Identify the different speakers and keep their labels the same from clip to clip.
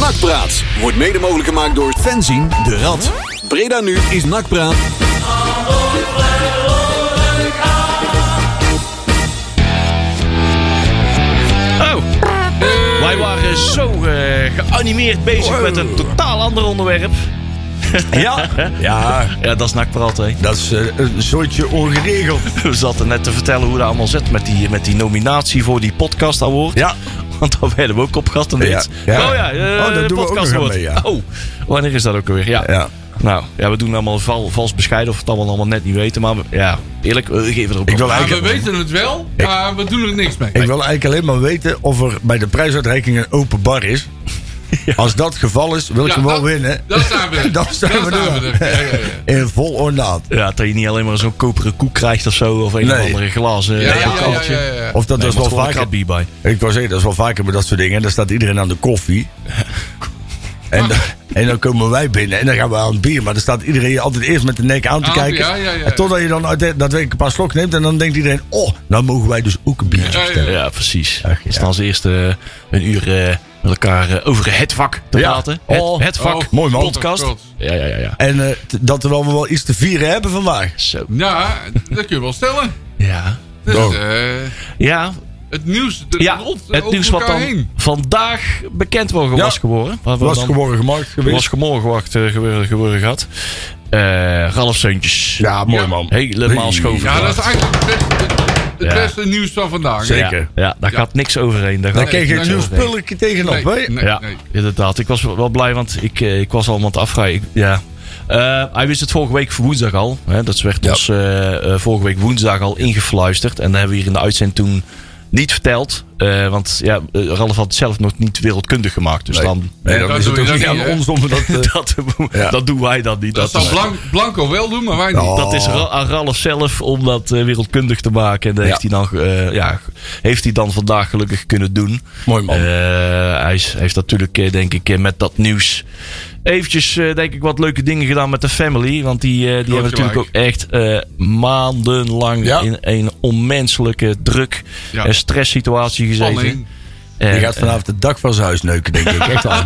Speaker 1: Nakpraat wordt mede mogelijk gemaakt door fanzine de Rad. Breda nu is Nakpraat.
Speaker 2: Oh. Wij waren zo eh, geanimeerd bezig met een totaal ander onderwerp.
Speaker 3: Ja, ja
Speaker 2: Ja, dat is nakpraat, hè.
Speaker 3: dat is eh, een soortje ongeregeld.
Speaker 2: We zaten net te vertellen hoe dat allemaal zit met die, met die nominatie voor die podcast award.
Speaker 3: Ja.
Speaker 2: Want daar werden we ook op gehad en dit.
Speaker 3: Ja, ja.
Speaker 2: Oh ja, eh,
Speaker 3: Oh, dat doen we ook
Speaker 2: podcast
Speaker 3: nog aan
Speaker 2: award.
Speaker 3: mee, ja.
Speaker 2: Oh, wanneer is dat ook alweer? Ja.
Speaker 3: Ja.
Speaker 2: Nou, ja, we doen allemaal val, vals bescheiden of we het allemaal, allemaal net niet weten. Maar we- ja, eerlijk, we geven er ook
Speaker 3: Ik wil,
Speaker 4: Maar Ah, we
Speaker 3: eigenlijk,
Speaker 4: weten het wel, maar we doen er niks mee.
Speaker 3: ik wil eigenlijk alleen maar weten of er bij de prijsuitreiking een open bar is. Als dat het geval is, wil ik
Speaker 4: Ja,
Speaker 3: hem wel
Speaker 4: dat-
Speaker 3: winnen.
Speaker 4: Dat zijn we er.
Speaker 3: Dan zijn we er.
Speaker 4: Ja, ja, ja.
Speaker 3: In vol ornaat.
Speaker 2: Ja, dat je niet alleen maar zo'n koperen koek krijgt of zo. Of een
Speaker 3: Nee.
Speaker 2: of andere glazen
Speaker 4: Ja,
Speaker 2: eh,
Speaker 4: ja, ja,
Speaker 2: bokaltje.
Speaker 4: ja, ja, ja.
Speaker 3: Of dat
Speaker 2: Nee, maar
Speaker 3: is wel
Speaker 2: het gewoon een
Speaker 3: vaker.
Speaker 2: krabby bij.
Speaker 3: Ik wou zeggen, dat is wel vaker bij dat soort dingen. En dan staat iedereen aan de koffie. En, dan- en dan komen wij binnen en dan gaan we aan het bier. Maar dan staat iedereen je altijd eerst met de nek aan te
Speaker 4: Aan,
Speaker 3: kijken.
Speaker 4: Ah, ja, ja, ja.
Speaker 3: En totdat je dan uite- daadwerkelijk een paar slok neemt. En dan denkt iedereen, oh, nou mogen wij dus ook een biertje
Speaker 4: Ja, ja.
Speaker 3: bestellen.
Speaker 2: Ja, precies.
Speaker 3: Ach, ja.
Speaker 2: Dus dan als eerste eh, een uur eh, met elkaar eh, over het vak te
Speaker 3: Ja.
Speaker 2: praten.
Speaker 3: Oh.
Speaker 2: Het, het vak.
Speaker 4: Oh,
Speaker 3: mooi man.
Speaker 2: Podcast.
Speaker 4: God.
Speaker 2: Ja, ja, ja. ja.
Speaker 3: En eh, t- dat we wel iets te vieren hebben vandaag.
Speaker 2: Zo.
Speaker 4: Nou, dat kun je wel stellen.
Speaker 2: Ja.
Speaker 4: Dus,
Speaker 3: Nou.
Speaker 4: eh,
Speaker 2: Ja,
Speaker 4: het nieuws dat
Speaker 2: ja.
Speaker 4: rolt
Speaker 2: het
Speaker 4: eh, over
Speaker 2: nieuws wat
Speaker 4: elkaar
Speaker 2: dan
Speaker 4: heen.
Speaker 2: vandaag bekend worden,
Speaker 3: Ja.
Speaker 2: was geworden. Wat we
Speaker 3: Was
Speaker 2: dan-
Speaker 3: geworden gemaakt geweest.
Speaker 2: was gemorgen wacht, eh, gebeuren, gebeuren gehad. Eh Ralf Seuntjes.
Speaker 3: Ja, mooi
Speaker 4: Ja.
Speaker 3: man.
Speaker 2: Helemaal
Speaker 3: Hey.
Speaker 2: schoon.
Speaker 4: Ja, dat is eigenlijk het beste, het
Speaker 2: Ja.
Speaker 4: beste nieuws van vandaag.
Speaker 3: Zeker.
Speaker 2: Ja, ja, daar
Speaker 4: Ja.
Speaker 2: gaat niks overheen. Daar
Speaker 3: Daar
Speaker 2: gaat
Speaker 3: kreeg je
Speaker 4: Nee,
Speaker 3: een
Speaker 4: nee,
Speaker 3: nieuw
Speaker 4: nee.
Speaker 3: spulletje tegenop.
Speaker 4: Nee,
Speaker 3: hè?
Speaker 4: nee,
Speaker 2: ja,
Speaker 4: nee.
Speaker 2: inderdaad. Ik was wel wel blij, want ik, eh, ik was allemaal aan het afvragen. Ik- ja. Eh, hij wist het vorige week woensdag al. Hè, dat werd ons eh, eh, vorige week woensdag al ingefluisterd. En dat hebben we hier in de uitzending toen niet verteld. Eh, want ja, eh, Ralf had het zelf nog niet wereldkundig gemaakt. Dus dan...
Speaker 3: Nee, dan
Speaker 4: dat
Speaker 3: is
Speaker 4: doe
Speaker 3: het
Speaker 4: je
Speaker 3: ook
Speaker 4: dan
Speaker 3: niet aan
Speaker 4: niet, hè?
Speaker 3: ons om dat... eh,
Speaker 2: Dat,
Speaker 3: Ja.
Speaker 2: dat doen wij dan niet.
Speaker 4: Dat,
Speaker 2: is-
Speaker 4: zou Blan- Blanco wel doen, maar wij niet.
Speaker 3: Oh.
Speaker 2: Dat is Ra- aan Ralf zelf om dat eh, wereldkundig te maken. En dat
Speaker 3: Ja.
Speaker 2: heeft, hij dan, eh, ja, heeft hij dan vandaag gelukkig kunnen doen.
Speaker 3: Mooi man.
Speaker 2: Eh, hij is- heeft natuurlijk, eh, denk ik, eh, met dat nieuws eventjes, eh, denk ik, wat leuke dingen gedaan met de family. Want die, eh, die hebben natuurlijk ook echt eh, maandenlang
Speaker 3: Ja.
Speaker 2: in een onmenselijke druk-
Speaker 4: Ja.
Speaker 2: en stresssituatie gezeten.
Speaker 4: Spanning.
Speaker 2: En,
Speaker 3: Je gaat vanavond het dak van zijn huis neuken, denk ik. Echt al.
Speaker 2: eh,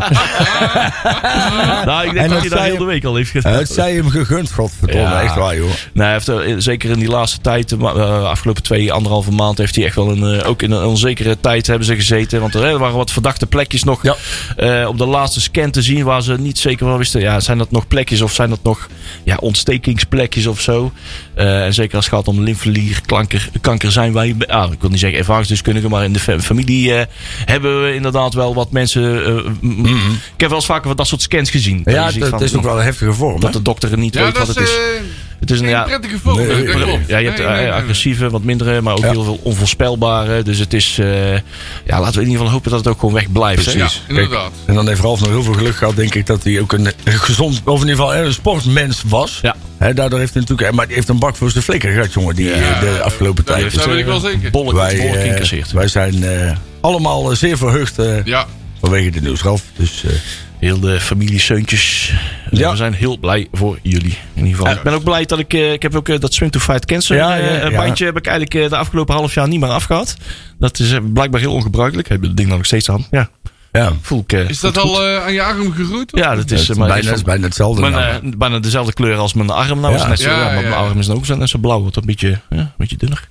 Speaker 2: nou, ik denk dat
Speaker 3: En
Speaker 2: hij
Speaker 3: dat
Speaker 2: dat
Speaker 3: zij-
Speaker 2: heel de week al heeft gedaan.
Speaker 3: Het zij hem gegund, godverdomme.
Speaker 2: Ja.
Speaker 3: Echt waar, joh.
Speaker 2: Nou, hij heeft, eh, zeker in die laatste tijd, de ma- eh, afgelopen twee, anderhalve maand, heeft hij echt wel een, eh, ook in een onzekere tijd hebben ze gezeten. Want er eh, waren wat verdachte plekjes nog
Speaker 3: Ja.
Speaker 2: eh, op de laatste scan te zien, waar ze niet zeker van wisten. Ja, zijn dat nog plekjes of zijn dat nog ja, ontstekingsplekjes of zo? Eh, en zeker als het gaat om lymfelier, kanker, kanker zijn wij, ah, ik wil niet zeggen ervaringsdeskundigen, maar in de fa- familie eh, hebben we inderdaad wel wat mensen. eh, m- m- Ik heb wel eens vaker wat dat soort scans gezien. Dat je
Speaker 3: Mhm. Ja,
Speaker 2: ziet
Speaker 3: dat
Speaker 2: van,
Speaker 3: is ook wel een heftige vorm.
Speaker 2: dat de dokter niet
Speaker 4: Ja,
Speaker 2: weet
Speaker 4: dat
Speaker 2: wat
Speaker 4: is
Speaker 2: het is.
Speaker 4: eh,
Speaker 2: Het is een,
Speaker 4: geen
Speaker 2: ja,
Speaker 4: prettige volk.
Speaker 3: Nee,
Speaker 4: dat
Speaker 3: nee,
Speaker 4: klopt.
Speaker 2: ja, je hebt
Speaker 4: Nee,
Speaker 2: eh,
Speaker 4: nee, nee.
Speaker 2: agressieve, wat mindere, maar ook
Speaker 3: Ja.
Speaker 2: heel veel onvoorspelbare. Dus het is, eh, ja, laten we in ieder geval hopen dat het ook gewoon weg blijft. hè.
Speaker 4: Ja,
Speaker 3: Precies.
Speaker 4: inderdaad.
Speaker 3: En dan heeft Ralf nog heel veel geluk gehad, denk ik, dat hij ook een een gezond, of in ieder geval eh, een sportmens was.
Speaker 2: Ja.
Speaker 3: Hè, daardoor heeft hij natuurlijk, eh, maar die heeft een bak voor zijn flikker gehad, jongen, die eh, de afgelopen
Speaker 4: dat-
Speaker 3: tijd.
Speaker 4: dat weet ik wel zeker.
Speaker 2: Bollen,
Speaker 3: wij,
Speaker 2: bollen
Speaker 3: eh,
Speaker 2: incasseert.
Speaker 3: wij zijn eh, allemaal eh, zeer verheugd eh,
Speaker 4: Ja,
Speaker 3: vanwege de nieuws, Ralf. Dus, eh,
Speaker 2: Heel de familie Seuntjes. Eh,
Speaker 3: Ja.
Speaker 2: We zijn heel blij voor jullie. In ieder geval.
Speaker 4: Ja.
Speaker 2: Ik ben ook blij dat ik... eh, ik heb ook eh, dat Swim to Fight Cancer
Speaker 3: Ja,
Speaker 2: eh,
Speaker 3: ja, ja.
Speaker 2: eh, bandje... heb ik eigenlijk eh, de afgelopen half jaar niet meer afgehad. Dat is eh, blijkbaar heel ongebruikelijk. Heb je dat ding dan nog steeds aan? Ja.
Speaker 3: ja,
Speaker 2: Voel ik... eh,
Speaker 4: is dat
Speaker 2: goed.
Speaker 4: al eh, aan je arm gegroeid?
Speaker 2: Ja, dat
Speaker 3: het
Speaker 2: is...
Speaker 3: is
Speaker 2: eh, maar
Speaker 3: bijna,
Speaker 2: van-
Speaker 3: het is bijna hetzelfde.
Speaker 2: Mijn,
Speaker 3: nou.
Speaker 2: eh, bijna dezelfde kleur als mijn arm. Nou,
Speaker 3: Ja.
Speaker 2: is net zo,
Speaker 4: Ja,
Speaker 2: ja, maar mijn
Speaker 4: ja, ja.
Speaker 2: arm is nou ook zo, net zo blauw. Wordt een beetje, ja, een beetje dunner.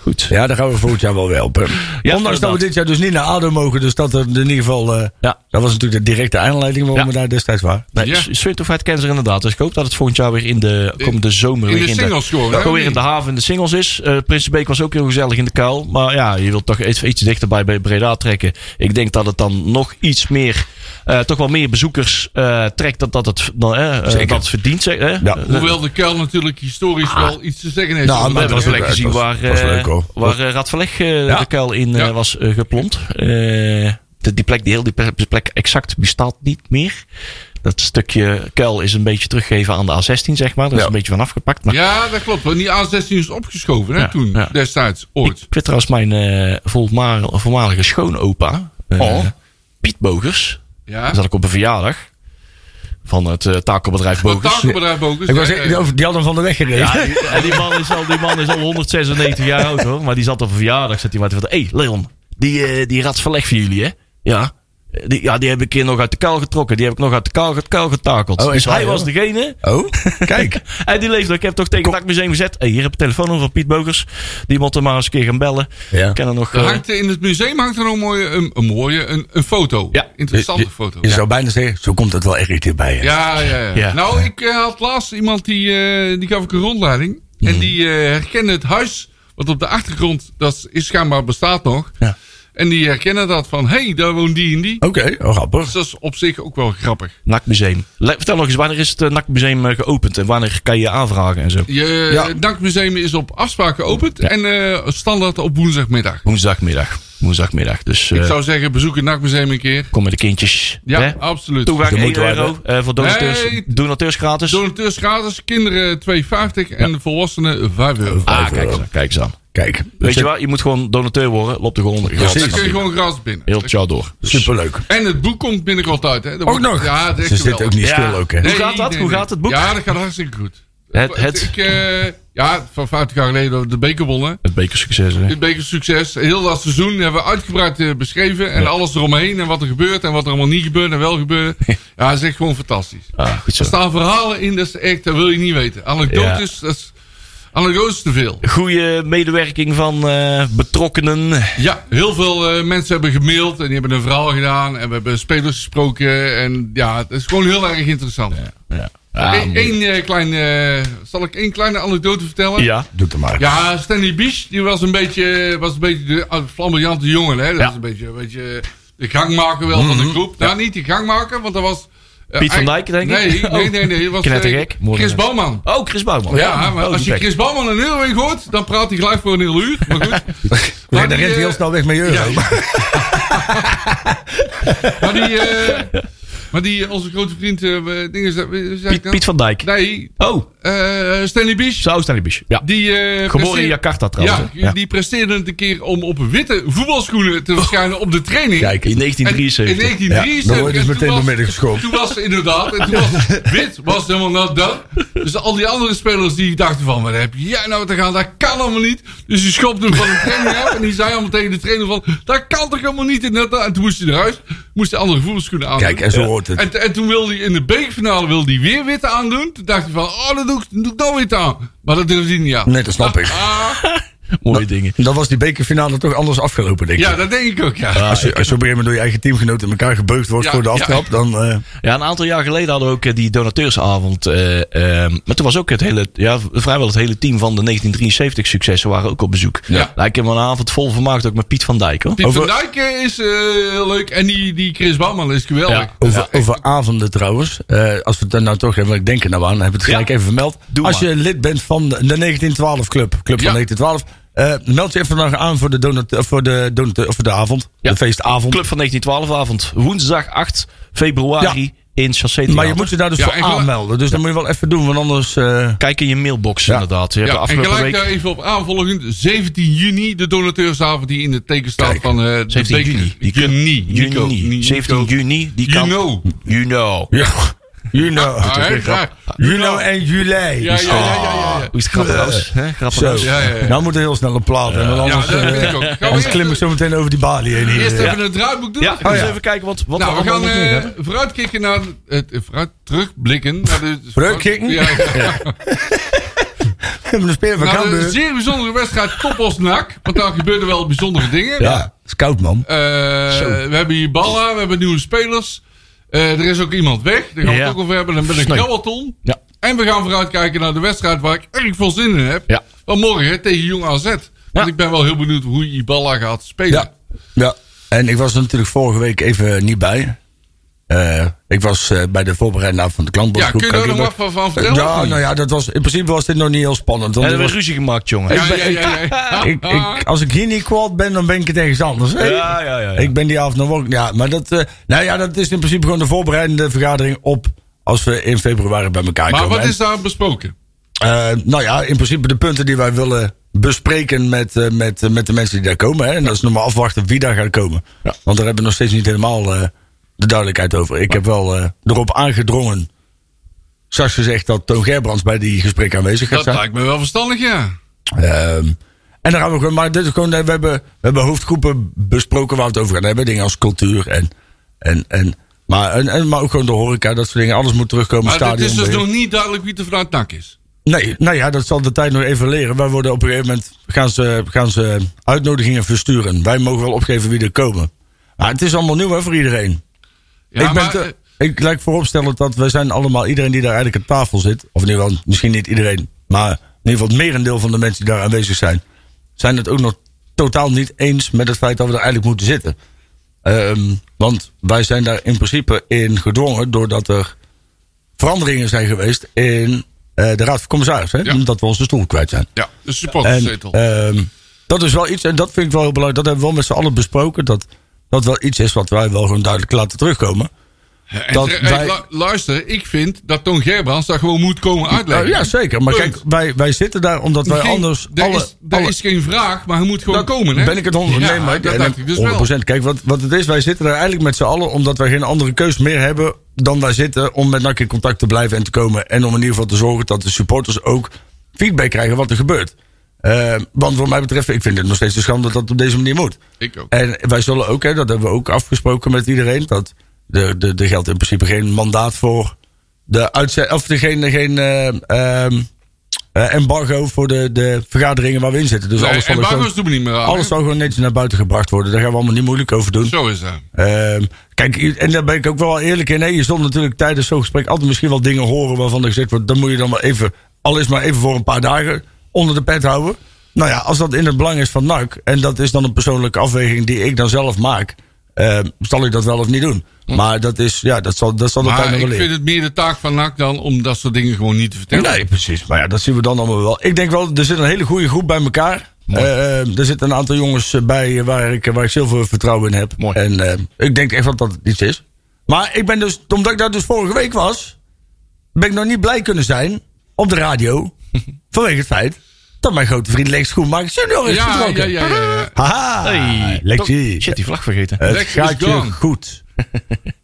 Speaker 2: Goed. Ja,
Speaker 3: ja, daar gaan we volgend jaar wel weer helpen. Ondanks dat we
Speaker 2: inderdaad.
Speaker 3: dit jaar dus niet naar ADO mogen, dus dat er in ieder geval... eh, dat was natuurlijk de directe aanleiding waarom
Speaker 2: Ja.
Speaker 3: we daar destijds waren.
Speaker 2: nee,
Speaker 4: Ja.
Speaker 2: ja. Certified Cancer inderdaad. Dus ik hoop dat het volgend jaar weer in de komende zomer...
Speaker 4: In
Speaker 2: weer
Speaker 4: de singles gewoon. hè?
Speaker 2: Gewoon weer in de haven in de singles is. Eh Prinsenbeek was ook heel gezellig in de kuil. Maar ja, je wilt toch iets, iets dichterbij bij Breda trekken. Ik denk dat het dan nog iets meer... eh, toch wel meer bezoekers eh, trekt dat, dat, het, dan, eh, eh,
Speaker 3: Zeker.
Speaker 2: dat het verdient. zeg- eh.
Speaker 3: Ja.
Speaker 2: Eh,
Speaker 4: Hoewel de kuil natuurlijk historisch
Speaker 2: Ah.
Speaker 4: wel iets te zeggen heeft.
Speaker 3: Nou,
Speaker 4: over dat,
Speaker 3: maar
Speaker 2: We hebben een
Speaker 4: hè?
Speaker 2: plek
Speaker 3: het
Speaker 2: gezien
Speaker 3: was-
Speaker 2: waar,
Speaker 3: het was
Speaker 2: eh,
Speaker 3: leuk, hoor.
Speaker 2: waar eh, Radverleg eh,
Speaker 3: Ja.
Speaker 2: de kuil in eh,
Speaker 4: Ja.
Speaker 2: was eh, geplompt. Eh, de- die plek, die heel die pe- plek exact bestaat niet meer. Dat stukje kuil is een beetje teruggegeven aan de A16, zeg maar. Daar is
Speaker 3: Ja.
Speaker 2: een beetje van afgepakt. Maar
Speaker 4: Ja, dat klopt. Want die A16 is opgeschoven hè,
Speaker 2: Ja,
Speaker 4: toen,
Speaker 2: ja.
Speaker 4: destijds,
Speaker 2: ik,
Speaker 4: ooit.
Speaker 2: ik weet trouwens mijn eh, volma- voormalige schoonopa, eh,
Speaker 3: Oh.
Speaker 2: Piet Bogers.
Speaker 4: Ja.
Speaker 2: Daar zat ik op een verjaardag van het eh, takelbedrijf
Speaker 4: Dat
Speaker 2: Bogers.
Speaker 4: takenbedrijf Bokus.
Speaker 3: Ik was,
Speaker 4: ja, ja.
Speaker 3: die hadden van de weg gereden.
Speaker 2: Dus eh, Ja, die, en die, man is al, die man is al 196 jaar oud hoor. Maar die zat op een verjaardag. Zat die maar te vertellen. Hé, hey, Leon. Die, eh die rat verleg voor jullie, hè? Ja. Die, ja, die heb ik een keer nog uit de kaal getrokken. Die heb ik nog uit de kaal, ge- kaal getakeld.
Speaker 3: Oh, is
Speaker 2: dus
Speaker 3: waar,
Speaker 2: hij
Speaker 3: joh.
Speaker 2: was degene.
Speaker 3: Oh, kijk.
Speaker 2: En die leefde. Ik heb toch tegen het dakmuseum gezet. Hey, hier heb ik een telefoon van Piet Bogers. Die moet er maar eens een keer gaan bellen.
Speaker 3: Ja.
Speaker 2: Ik ken er nog.
Speaker 4: Er
Speaker 2: eh,
Speaker 4: hangt, in het museum hangt er een mooie, een, een mooie een, een foto.
Speaker 2: Ja.
Speaker 4: Interessante
Speaker 3: Je- je-
Speaker 4: foto.
Speaker 3: Je zou bijna zeggen, zo komt het wel echt dichterbij. Hè?
Speaker 4: Ja, ja, ja.
Speaker 2: Ja.
Speaker 4: Nou, ik eh, had laatst iemand die, eh, die gaf ik een rondleiding.
Speaker 2: Mhm.
Speaker 4: En die eh, herkende het huis, wat op de achtergrond, dat is schijnbaar bestaat nog.
Speaker 3: Ja.
Speaker 4: En die herkennen dat van, hé, hey, daar woont die en die.
Speaker 3: Oké, oh, grappig.
Speaker 4: Dus dat is op zich ook wel grappig.
Speaker 2: Nakmuseum. Le- Vertel nog eens, wanneer is het eh, Nakmuseum eh, geopend en wanneer kan je je aanvragen en zo?
Speaker 4: Je
Speaker 3: Ja.
Speaker 4: het dakmuseum is op afspraak geopend en eh, standaard op woensdagmiddag.
Speaker 2: Woensdagmiddag. Woensdagmiddag. Dus eh,
Speaker 4: Ik zou zeggen, bezoek het dakmuseum een keer.
Speaker 2: kom met de kindjes.
Speaker 4: Ja,
Speaker 2: Hè?
Speaker 4: absoluut.
Speaker 2: Toegang
Speaker 3: De
Speaker 2: 1
Speaker 3: moeite waard,
Speaker 2: euro eh, voor donateurs,
Speaker 4: Nee.
Speaker 2: donateurs gratis.
Speaker 4: Donateurs gratis, kinderen 2,50 en volwassenen 5 euro.
Speaker 2: ah,
Speaker 3: Vijf
Speaker 2: kijk eens,
Speaker 3: euro.
Speaker 2: aan, kijk eens aan.
Speaker 3: Kijk,
Speaker 2: Weet je wat, je moet gewoon donateur worden. Loopt er gewoon
Speaker 4: Dan kun je
Speaker 2: gratis.
Speaker 4: gewoon gratis binnen.
Speaker 2: Heel het jaar door. Dus-
Speaker 3: superleuk.
Speaker 4: En het boek komt binnenkort uit. Hè. Dat
Speaker 3: Ook
Speaker 4: wordt-
Speaker 3: nog.
Speaker 4: Ja, dat is
Speaker 3: Ze zit
Speaker 4: geweldig.
Speaker 3: ook niet
Speaker 2: Ja.
Speaker 3: stil ook, hè?
Speaker 2: Hoe gaat dat? Hoe gaat het boek?
Speaker 4: Ja, dat gaat hartstikke goed.
Speaker 2: Het- het-
Speaker 4: Ik, eh, ja, van 50 jaar geleden dat we de beker wonnen.
Speaker 2: Het bekersucces. Hè?
Speaker 4: Dit beker succes. Heel dat seizoen hebben we uitgebreid eh, beschreven. En alles eromheen. En wat er gebeurt. En wat er allemaal niet gebeurt. En wel gebeurt. ja, dat is echt gewoon fantastisch.
Speaker 2: Ah, goed zo.
Speaker 4: Er staan verhalen in. Dat is echt, dat wil je niet weten. Anekdotes. Dat is, anekdotes te veel.
Speaker 2: Goede medewerking van eh, betrokkenen.
Speaker 4: Ja, heel veel eh, mensen hebben gemaild. En die hebben een verhaal gedaan. En we hebben spelers gesproken. En ja, het is gewoon heel erg interessant.
Speaker 2: Ja. Ah,
Speaker 4: Eén
Speaker 2: mooi.
Speaker 4: één, eh, klein, eh, zal ik één kleine anekdote vertellen?
Speaker 2: ja.
Speaker 3: Doe het maar.
Speaker 4: Ja, Stanley Beach die was een beetje, was een beetje de ah, flamboyante jongen. Hè? Dat
Speaker 2: Ja. Mhm.
Speaker 4: is een beetje, een beetje de gangmaker wel van de groep. Nou, niet de gangmaker, want dat was... eh,
Speaker 2: Piet van Dijk,
Speaker 4: eigenlijk-
Speaker 2: denk ik?
Speaker 4: Nee, nee, nee. nee, dat was,
Speaker 2: Knettergek.
Speaker 4: eh,
Speaker 2: Mooi
Speaker 4: Chris
Speaker 2: net.
Speaker 4: Bouwman.
Speaker 2: Oh, Chris Bouwman.
Speaker 4: Ja, maar
Speaker 2: Oh,
Speaker 4: als
Speaker 2: die
Speaker 4: je
Speaker 2: bek.
Speaker 4: Chris Bouwman een euro in gooit, dan praat hij gelijk voor een heel uur. Maar goed.
Speaker 3: Nee,
Speaker 4: Maar
Speaker 3: dan
Speaker 4: die,
Speaker 3: rent hij heel
Speaker 4: eh,
Speaker 3: snel weg met je euro.
Speaker 4: Maar die, eh, maar die onze grote vriend, eh, we- dingen, zei- we- zei ik
Speaker 2: Piet,
Speaker 4: dan?
Speaker 2: Piet van Dijk.
Speaker 4: Nee,
Speaker 2: Oh,
Speaker 4: eh, Stanley Beach.
Speaker 2: zo staan die bies. Ja.
Speaker 4: Die, eh,
Speaker 2: Geboren in
Speaker 4: presteer-
Speaker 2: Jakarta trouwens. hè?
Speaker 4: Ja, die presteerde het een keer om op witte voetbalschoenen te verschijnen op de training.
Speaker 3: Kijk,
Speaker 2: In
Speaker 4: En In
Speaker 2: 1973.
Speaker 4: 1973.
Speaker 3: Ja, dan word je dus
Speaker 4: en toen
Speaker 3: meteen
Speaker 4: was-
Speaker 3: door midden geschopt.
Speaker 4: Toen was ze inderdaad. En toen was wit was helemaal not done. Dus al die andere spelers die dachten van... Wat heb jij nou te gaan? Dat kan allemaal niet. Dus die schopte hem van de training af. En die zei allemaal tegen de trainer van... Dat kan toch helemaal niet? En, dat- en toen moest hij naar huis. Moest hij andere voetbalschoenen aan.
Speaker 3: Kijk, en zo hoort het.
Speaker 4: En, en toen wilde hij in de bekerfinale wilde hij weer wit aandoen. Toen dacht hij van... Oh, dat doe ik, doe ik dan wit aan. Maar dat durfde hij niet aan.
Speaker 3: Nee, dat snap ik.
Speaker 4: Ah,
Speaker 2: Mooie dingen.
Speaker 3: Dan was die bekerfinale toch anders afgelopen, denk ik.
Speaker 4: ja, dat denk ik ook, ja.
Speaker 3: als, je, als je op een gegeven moment door je eigen teamgenoot in elkaar gebeugd wordt
Speaker 4: Ja,
Speaker 3: voor de
Speaker 4: ja.
Speaker 3: aftrap, dan... eh,
Speaker 2: Ja, een aantal jaar geleden hadden we ook eh, die donateursavond. eh, ehm, maar toen was ook het hele, ja, vrijwel het hele team van de 1973 successen waren ook op bezoek.
Speaker 4: Ja.
Speaker 2: Nou, ik heb een avond vol vermaakt ook met Piet van Dijk hoor.
Speaker 4: Piet
Speaker 3: Over-
Speaker 4: van Dijk eh, is eh, heel leuk. En die, die Chris Bouwman is geweldig.
Speaker 2: Ja.
Speaker 4: Dus
Speaker 3: Over,
Speaker 4: ja,
Speaker 3: over avonden trouwens. Eh, als we het daar nou toch hebben, want ik denk er nou aan, heb ik het gelijk even vermeld.
Speaker 2: Doe
Speaker 3: als
Speaker 2: maar.
Speaker 3: je lid bent van de 1912 Club, Club
Speaker 4: Ja.
Speaker 3: van 1912, eh, meld je even nog aan voor de, donut, eh, voor de, donut, eh, voor de avond,
Speaker 2: Ja.
Speaker 3: de feestavond.
Speaker 2: Club van 1912 avond. Woensdag 8 februari
Speaker 3: Ja.
Speaker 2: in Chassé
Speaker 3: Maar je
Speaker 2: Theater.
Speaker 3: moet je daar dus
Speaker 4: Ja, en
Speaker 3: voor
Speaker 4: gelijk-
Speaker 3: aanmelden. Dus dat moet je wel even doen, want anders. eh,
Speaker 2: Kijk in je mailbox
Speaker 3: Ja.
Speaker 2: inderdaad. Je hebt de
Speaker 4: en
Speaker 2: afgelopen
Speaker 4: gelijk eh,
Speaker 2: week...
Speaker 4: daar even op aanvolgend. 17 juni, de donateursavond die in het teken staat
Speaker 3: Kijk,
Speaker 4: van eh de
Speaker 2: 17
Speaker 4: beker.
Speaker 2: juni. Die kun-
Speaker 4: Juni. Nico.
Speaker 2: juni.
Speaker 4: Nico.
Speaker 2: 17 juni. Die
Speaker 4: You
Speaker 2: kan...
Speaker 4: know.
Speaker 2: You know.
Speaker 3: ja. You know.
Speaker 4: Ah, hè, graag.
Speaker 3: You know en juli.
Speaker 4: Ja, ja, ja, ja, ja, ja.
Speaker 2: Oh, Hoe is het grappig trouwens? hè? Grappig
Speaker 3: Zo.
Speaker 2: trouwens.
Speaker 4: Ja, ja, ja.
Speaker 3: Nou moet er heel snel een plaat hebben, want
Speaker 4: Ja,
Speaker 3: anders,
Speaker 4: dat
Speaker 3: eh,
Speaker 4: weet ik ook. Gaan we
Speaker 3: anders
Speaker 4: eerst-
Speaker 3: klim ik zo meteen over die balie heen. hier.
Speaker 4: Eerst
Speaker 3: Ja.
Speaker 4: even het draaiboek doen.
Speaker 2: Ja,
Speaker 4: Oh, Ja.
Speaker 2: eens
Speaker 3: ja.
Speaker 2: even kijken wat, wat
Speaker 4: Nou, we
Speaker 2: allemaal
Speaker 4: gaan
Speaker 2: nog meer hebben.
Speaker 4: eh vooruitkikken naar het... eh, vooruit, terugblikken naar de...
Speaker 3: Vooruitkikken?
Speaker 4: Ja, ja.
Speaker 3: We hebben een speler van
Speaker 4: Naar de
Speaker 3: Cambuur.
Speaker 4: zeer bijzondere wedstrijd Topos NAC. Want daar gebeuren wel bijzondere dingen.
Speaker 3: Ja, scout man.
Speaker 4: Eh, we hebben hier Balla, we hebben nieuwe spelers. Eh, er is ook iemand weg, daar gaan we
Speaker 2: Ja.
Speaker 4: het ook over hebben. Dan ben ik
Speaker 2: Sneu.
Speaker 4: krabbelton.
Speaker 2: Ja.
Speaker 4: En we gaan vooruitkijken naar de wedstrijd waar ik erg veel zin in heb.
Speaker 2: Ja.
Speaker 4: Van morgen hè, tegen Jong AZ. Want
Speaker 2: Ja.
Speaker 4: ik ben wel heel benieuwd hoe Iballa gaat spelen.
Speaker 3: Ja. ja. En ik was er natuurlijk vorige week even niet bij. Eh, ik was eh, bij de voorbereiding van de
Speaker 4: Ja,
Speaker 3: klantbordgroep.
Speaker 4: kun je daar nog
Speaker 3: Kijk,
Speaker 4: wat van,
Speaker 3: ik
Speaker 4: van
Speaker 3: ben-
Speaker 4: vertellen? of
Speaker 3: Ja,
Speaker 4: niet?
Speaker 3: nou ja, dat was, in principe was dit nog niet heel spannend.
Speaker 2: En
Speaker 3: Want
Speaker 2: er
Speaker 3: dit
Speaker 2: werd
Speaker 3: was,
Speaker 2: ruzie gemaakt, jongen.
Speaker 4: ja,
Speaker 3: ben-
Speaker 4: ja, ja, ja.
Speaker 3: ik,
Speaker 4: Ah.
Speaker 3: ik, als ik hier niet kwaad ben, dan ben ik het ergens anders. hè?
Speaker 2: Ja, ja, ja, ja.
Speaker 3: Ik ben die avond nog ook. Ja, maar dat, eh, nou ja, dat is in principe gewoon de voorbereidende vergadering op als we in februari bij elkaar
Speaker 4: Maar
Speaker 3: komen.
Speaker 4: wat
Speaker 3: En,
Speaker 4: is daar besproken?
Speaker 3: eh, nou ja, in principe de punten die wij willen bespreken met, eh, met, eh, met de mensen die daar komen. Hè. En dat is nog maar afwachten wie daar gaat komen. Want daar hebben we nog steeds niet helemaal eh, de duidelijkheid over. Ik heb wel eh, erop aangedrongen. Straks gezegd dat Toon Gerbrands bij die gesprekken aanwezig gaat
Speaker 4: Dat
Speaker 3: zijn.
Speaker 4: lijkt me wel verstandig, ja.
Speaker 3: Ehm, en dan gaan we gewoon, maar dit is gewoon, eh, we hebben, we hebben hoofdgroepen besproken waar we het over gaan hebben. Dingen als cultuur en, En, en, maar, en, en- maar ook gewoon de horeca, dat soort dingen. Alles moet terugkomen.
Speaker 4: Maar het
Speaker 3: stadion.
Speaker 4: is dus nog niet duidelijk wie er vanuit NAC is.
Speaker 3: Nee, nou ja, dat zal de tijd nog even leren. Wij worden op een gegeven moment gaan ze, gaan ze uitnodigingen versturen. Wij mogen wel opgeven wie er komen. Maar het is allemaal nieuw hè, voor iedereen.
Speaker 4: Ja,
Speaker 3: ik, ben
Speaker 4: maar, eh,
Speaker 3: te- ik lijkt vooropstellend dat we zijn allemaal, iedereen die daar eigenlijk aan tafel zit, of in ieder geval misschien niet iedereen, maar in ieder geval het merendeel van de mensen die daar aanwezig zijn, zijn het ook nog totaal niet eens met het feit dat we er eigenlijk moeten zitten. Ehm, want wij zijn daar in principe in gedwongen doordat er veranderingen zijn geweest in eh, de Raad van Commissarissen, hè,
Speaker 4: Ja.
Speaker 3: omdat we onze stoel kwijt zijn.
Speaker 4: ja, de
Speaker 3: En
Speaker 4: supporterszetel.
Speaker 3: ehm, dat is wel iets, en dat vind ik wel heel belangrijk. Dat hebben we wel met z'n allen besproken. Dat dat wel iets is wat wij wel gewoon duidelijk laten terugkomen.
Speaker 4: En
Speaker 3: dat
Speaker 4: tere- hey,
Speaker 3: wij-
Speaker 4: lu- luister, ik vind dat Toon Gerbrands daar gewoon moet komen uitleggen.
Speaker 3: Nou, ja, zeker. Maar
Speaker 4: Punt.
Speaker 3: kijk, wij, wij zitten daar omdat wij
Speaker 4: Geen-
Speaker 3: anders.
Speaker 4: Er,
Speaker 3: alle,
Speaker 4: is, er
Speaker 3: alle-
Speaker 4: is geen vraag, maar hij moet gewoon
Speaker 3: dat
Speaker 4: komen. Hè?
Speaker 3: Ben ik het 100%?
Speaker 4: Ja,
Speaker 3: nee, maar
Speaker 4: dat
Speaker 3: en-
Speaker 4: dacht ik dus
Speaker 3: 100%. Kijk, wat, wat het is, wij zitten daar eigenlijk met z'n allen omdat wij geen andere keus meer hebben dan daar zitten om met NAC in contact te blijven en te komen. En om in ieder geval te zorgen dat de supporters ook feedback krijgen wat er gebeurt. Eh, want wat mij betreft, ik vind het nog steeds een schande dat het op deze manier moet.
Speaker 4: wel. Ik ook.
Speaker 3: En wij zullen ook, hè, dat hebben we ook afgesproken met iedereen, dat er de, de geldt in principe geen mandaat voor de uitzet, of er geen, geen eh, ehm, eh, embargo voor de, de vergaderingen waar we in zitten. Dus
Speaker 4: Nee,
Speaker 3: alles, zal
Speaker 4: en
Speaker 3: ook
Speaker 4: Bargos
Speaker 3: gewoon,
Speaker 4: doen we niet meer aan.
Speaker 3: alles
Speaker 4: hè?
Speaker 3: zal gewoon netjes naar buiten gebracht worden. Daar gaan we allemaal niet moeilijk over doen.
Speaker 4: Oh. Zo is dat.
Speaker 3: Ehm, kijk, i- en daar ben ik ook wel eerlijk in. hè. je zult natuurlijk tijdens zo'n gesprek altijd misschien wel dingen horen waarvan er gezegd wordt: dan moet je dan maar even, al is maar even voor een paar dagen, onder de pet houden. Nou ja, als dat in het belang is van NAC, en dat is dan een persoonlijke afweging die ik dan zelf maak, ehm, zal ik dat wel of niet doen. Maar dat is, ja, dat zal, dat zal de tijd
Speaker 4: Hm. Maar
Speaker 3: nog wel
Speaker 4: ik vind
Speaker 3: leren.
Speaker 4: het meer de taak van NAC dan om dat soort dingen gewoon niet te vertellen.
Speaker 3: Nee, precies. Maar ja, dat zien we dan allemaal wel. Ik denk wel, er zit een hele goede groep bij elkaar. Eh, ehm, er zitten een aantal jongens eh, bij eh, waar ik, waar ik zoveel vertrouwen in heb.
Speaker 2: Mooi.
Speaker 3: En ehm, ik denk echt wel dat het iets is. Maar ik ben dus, omdat ik daar dus vorige week was, ben ik nog niet blij kunnen zijn op de radio. vanwege het feit dat mijn grote vriend Lex Schoenmakers junior is
Speaker 4: ja, ja,
Speaker 3: vertrokken.
Speaker 4: ja, ja, ja.
Speaker 3: Haha,
Speaker 2: Hey,
Speaker 3: Lexie.
Speaker 2: toch- Shit, die vlag vergeten.
Speaker 3: Het
Speaker 4: Lex is
Speaker 3: gaat je
Speaker 4: gone.
Speaker 3: goed.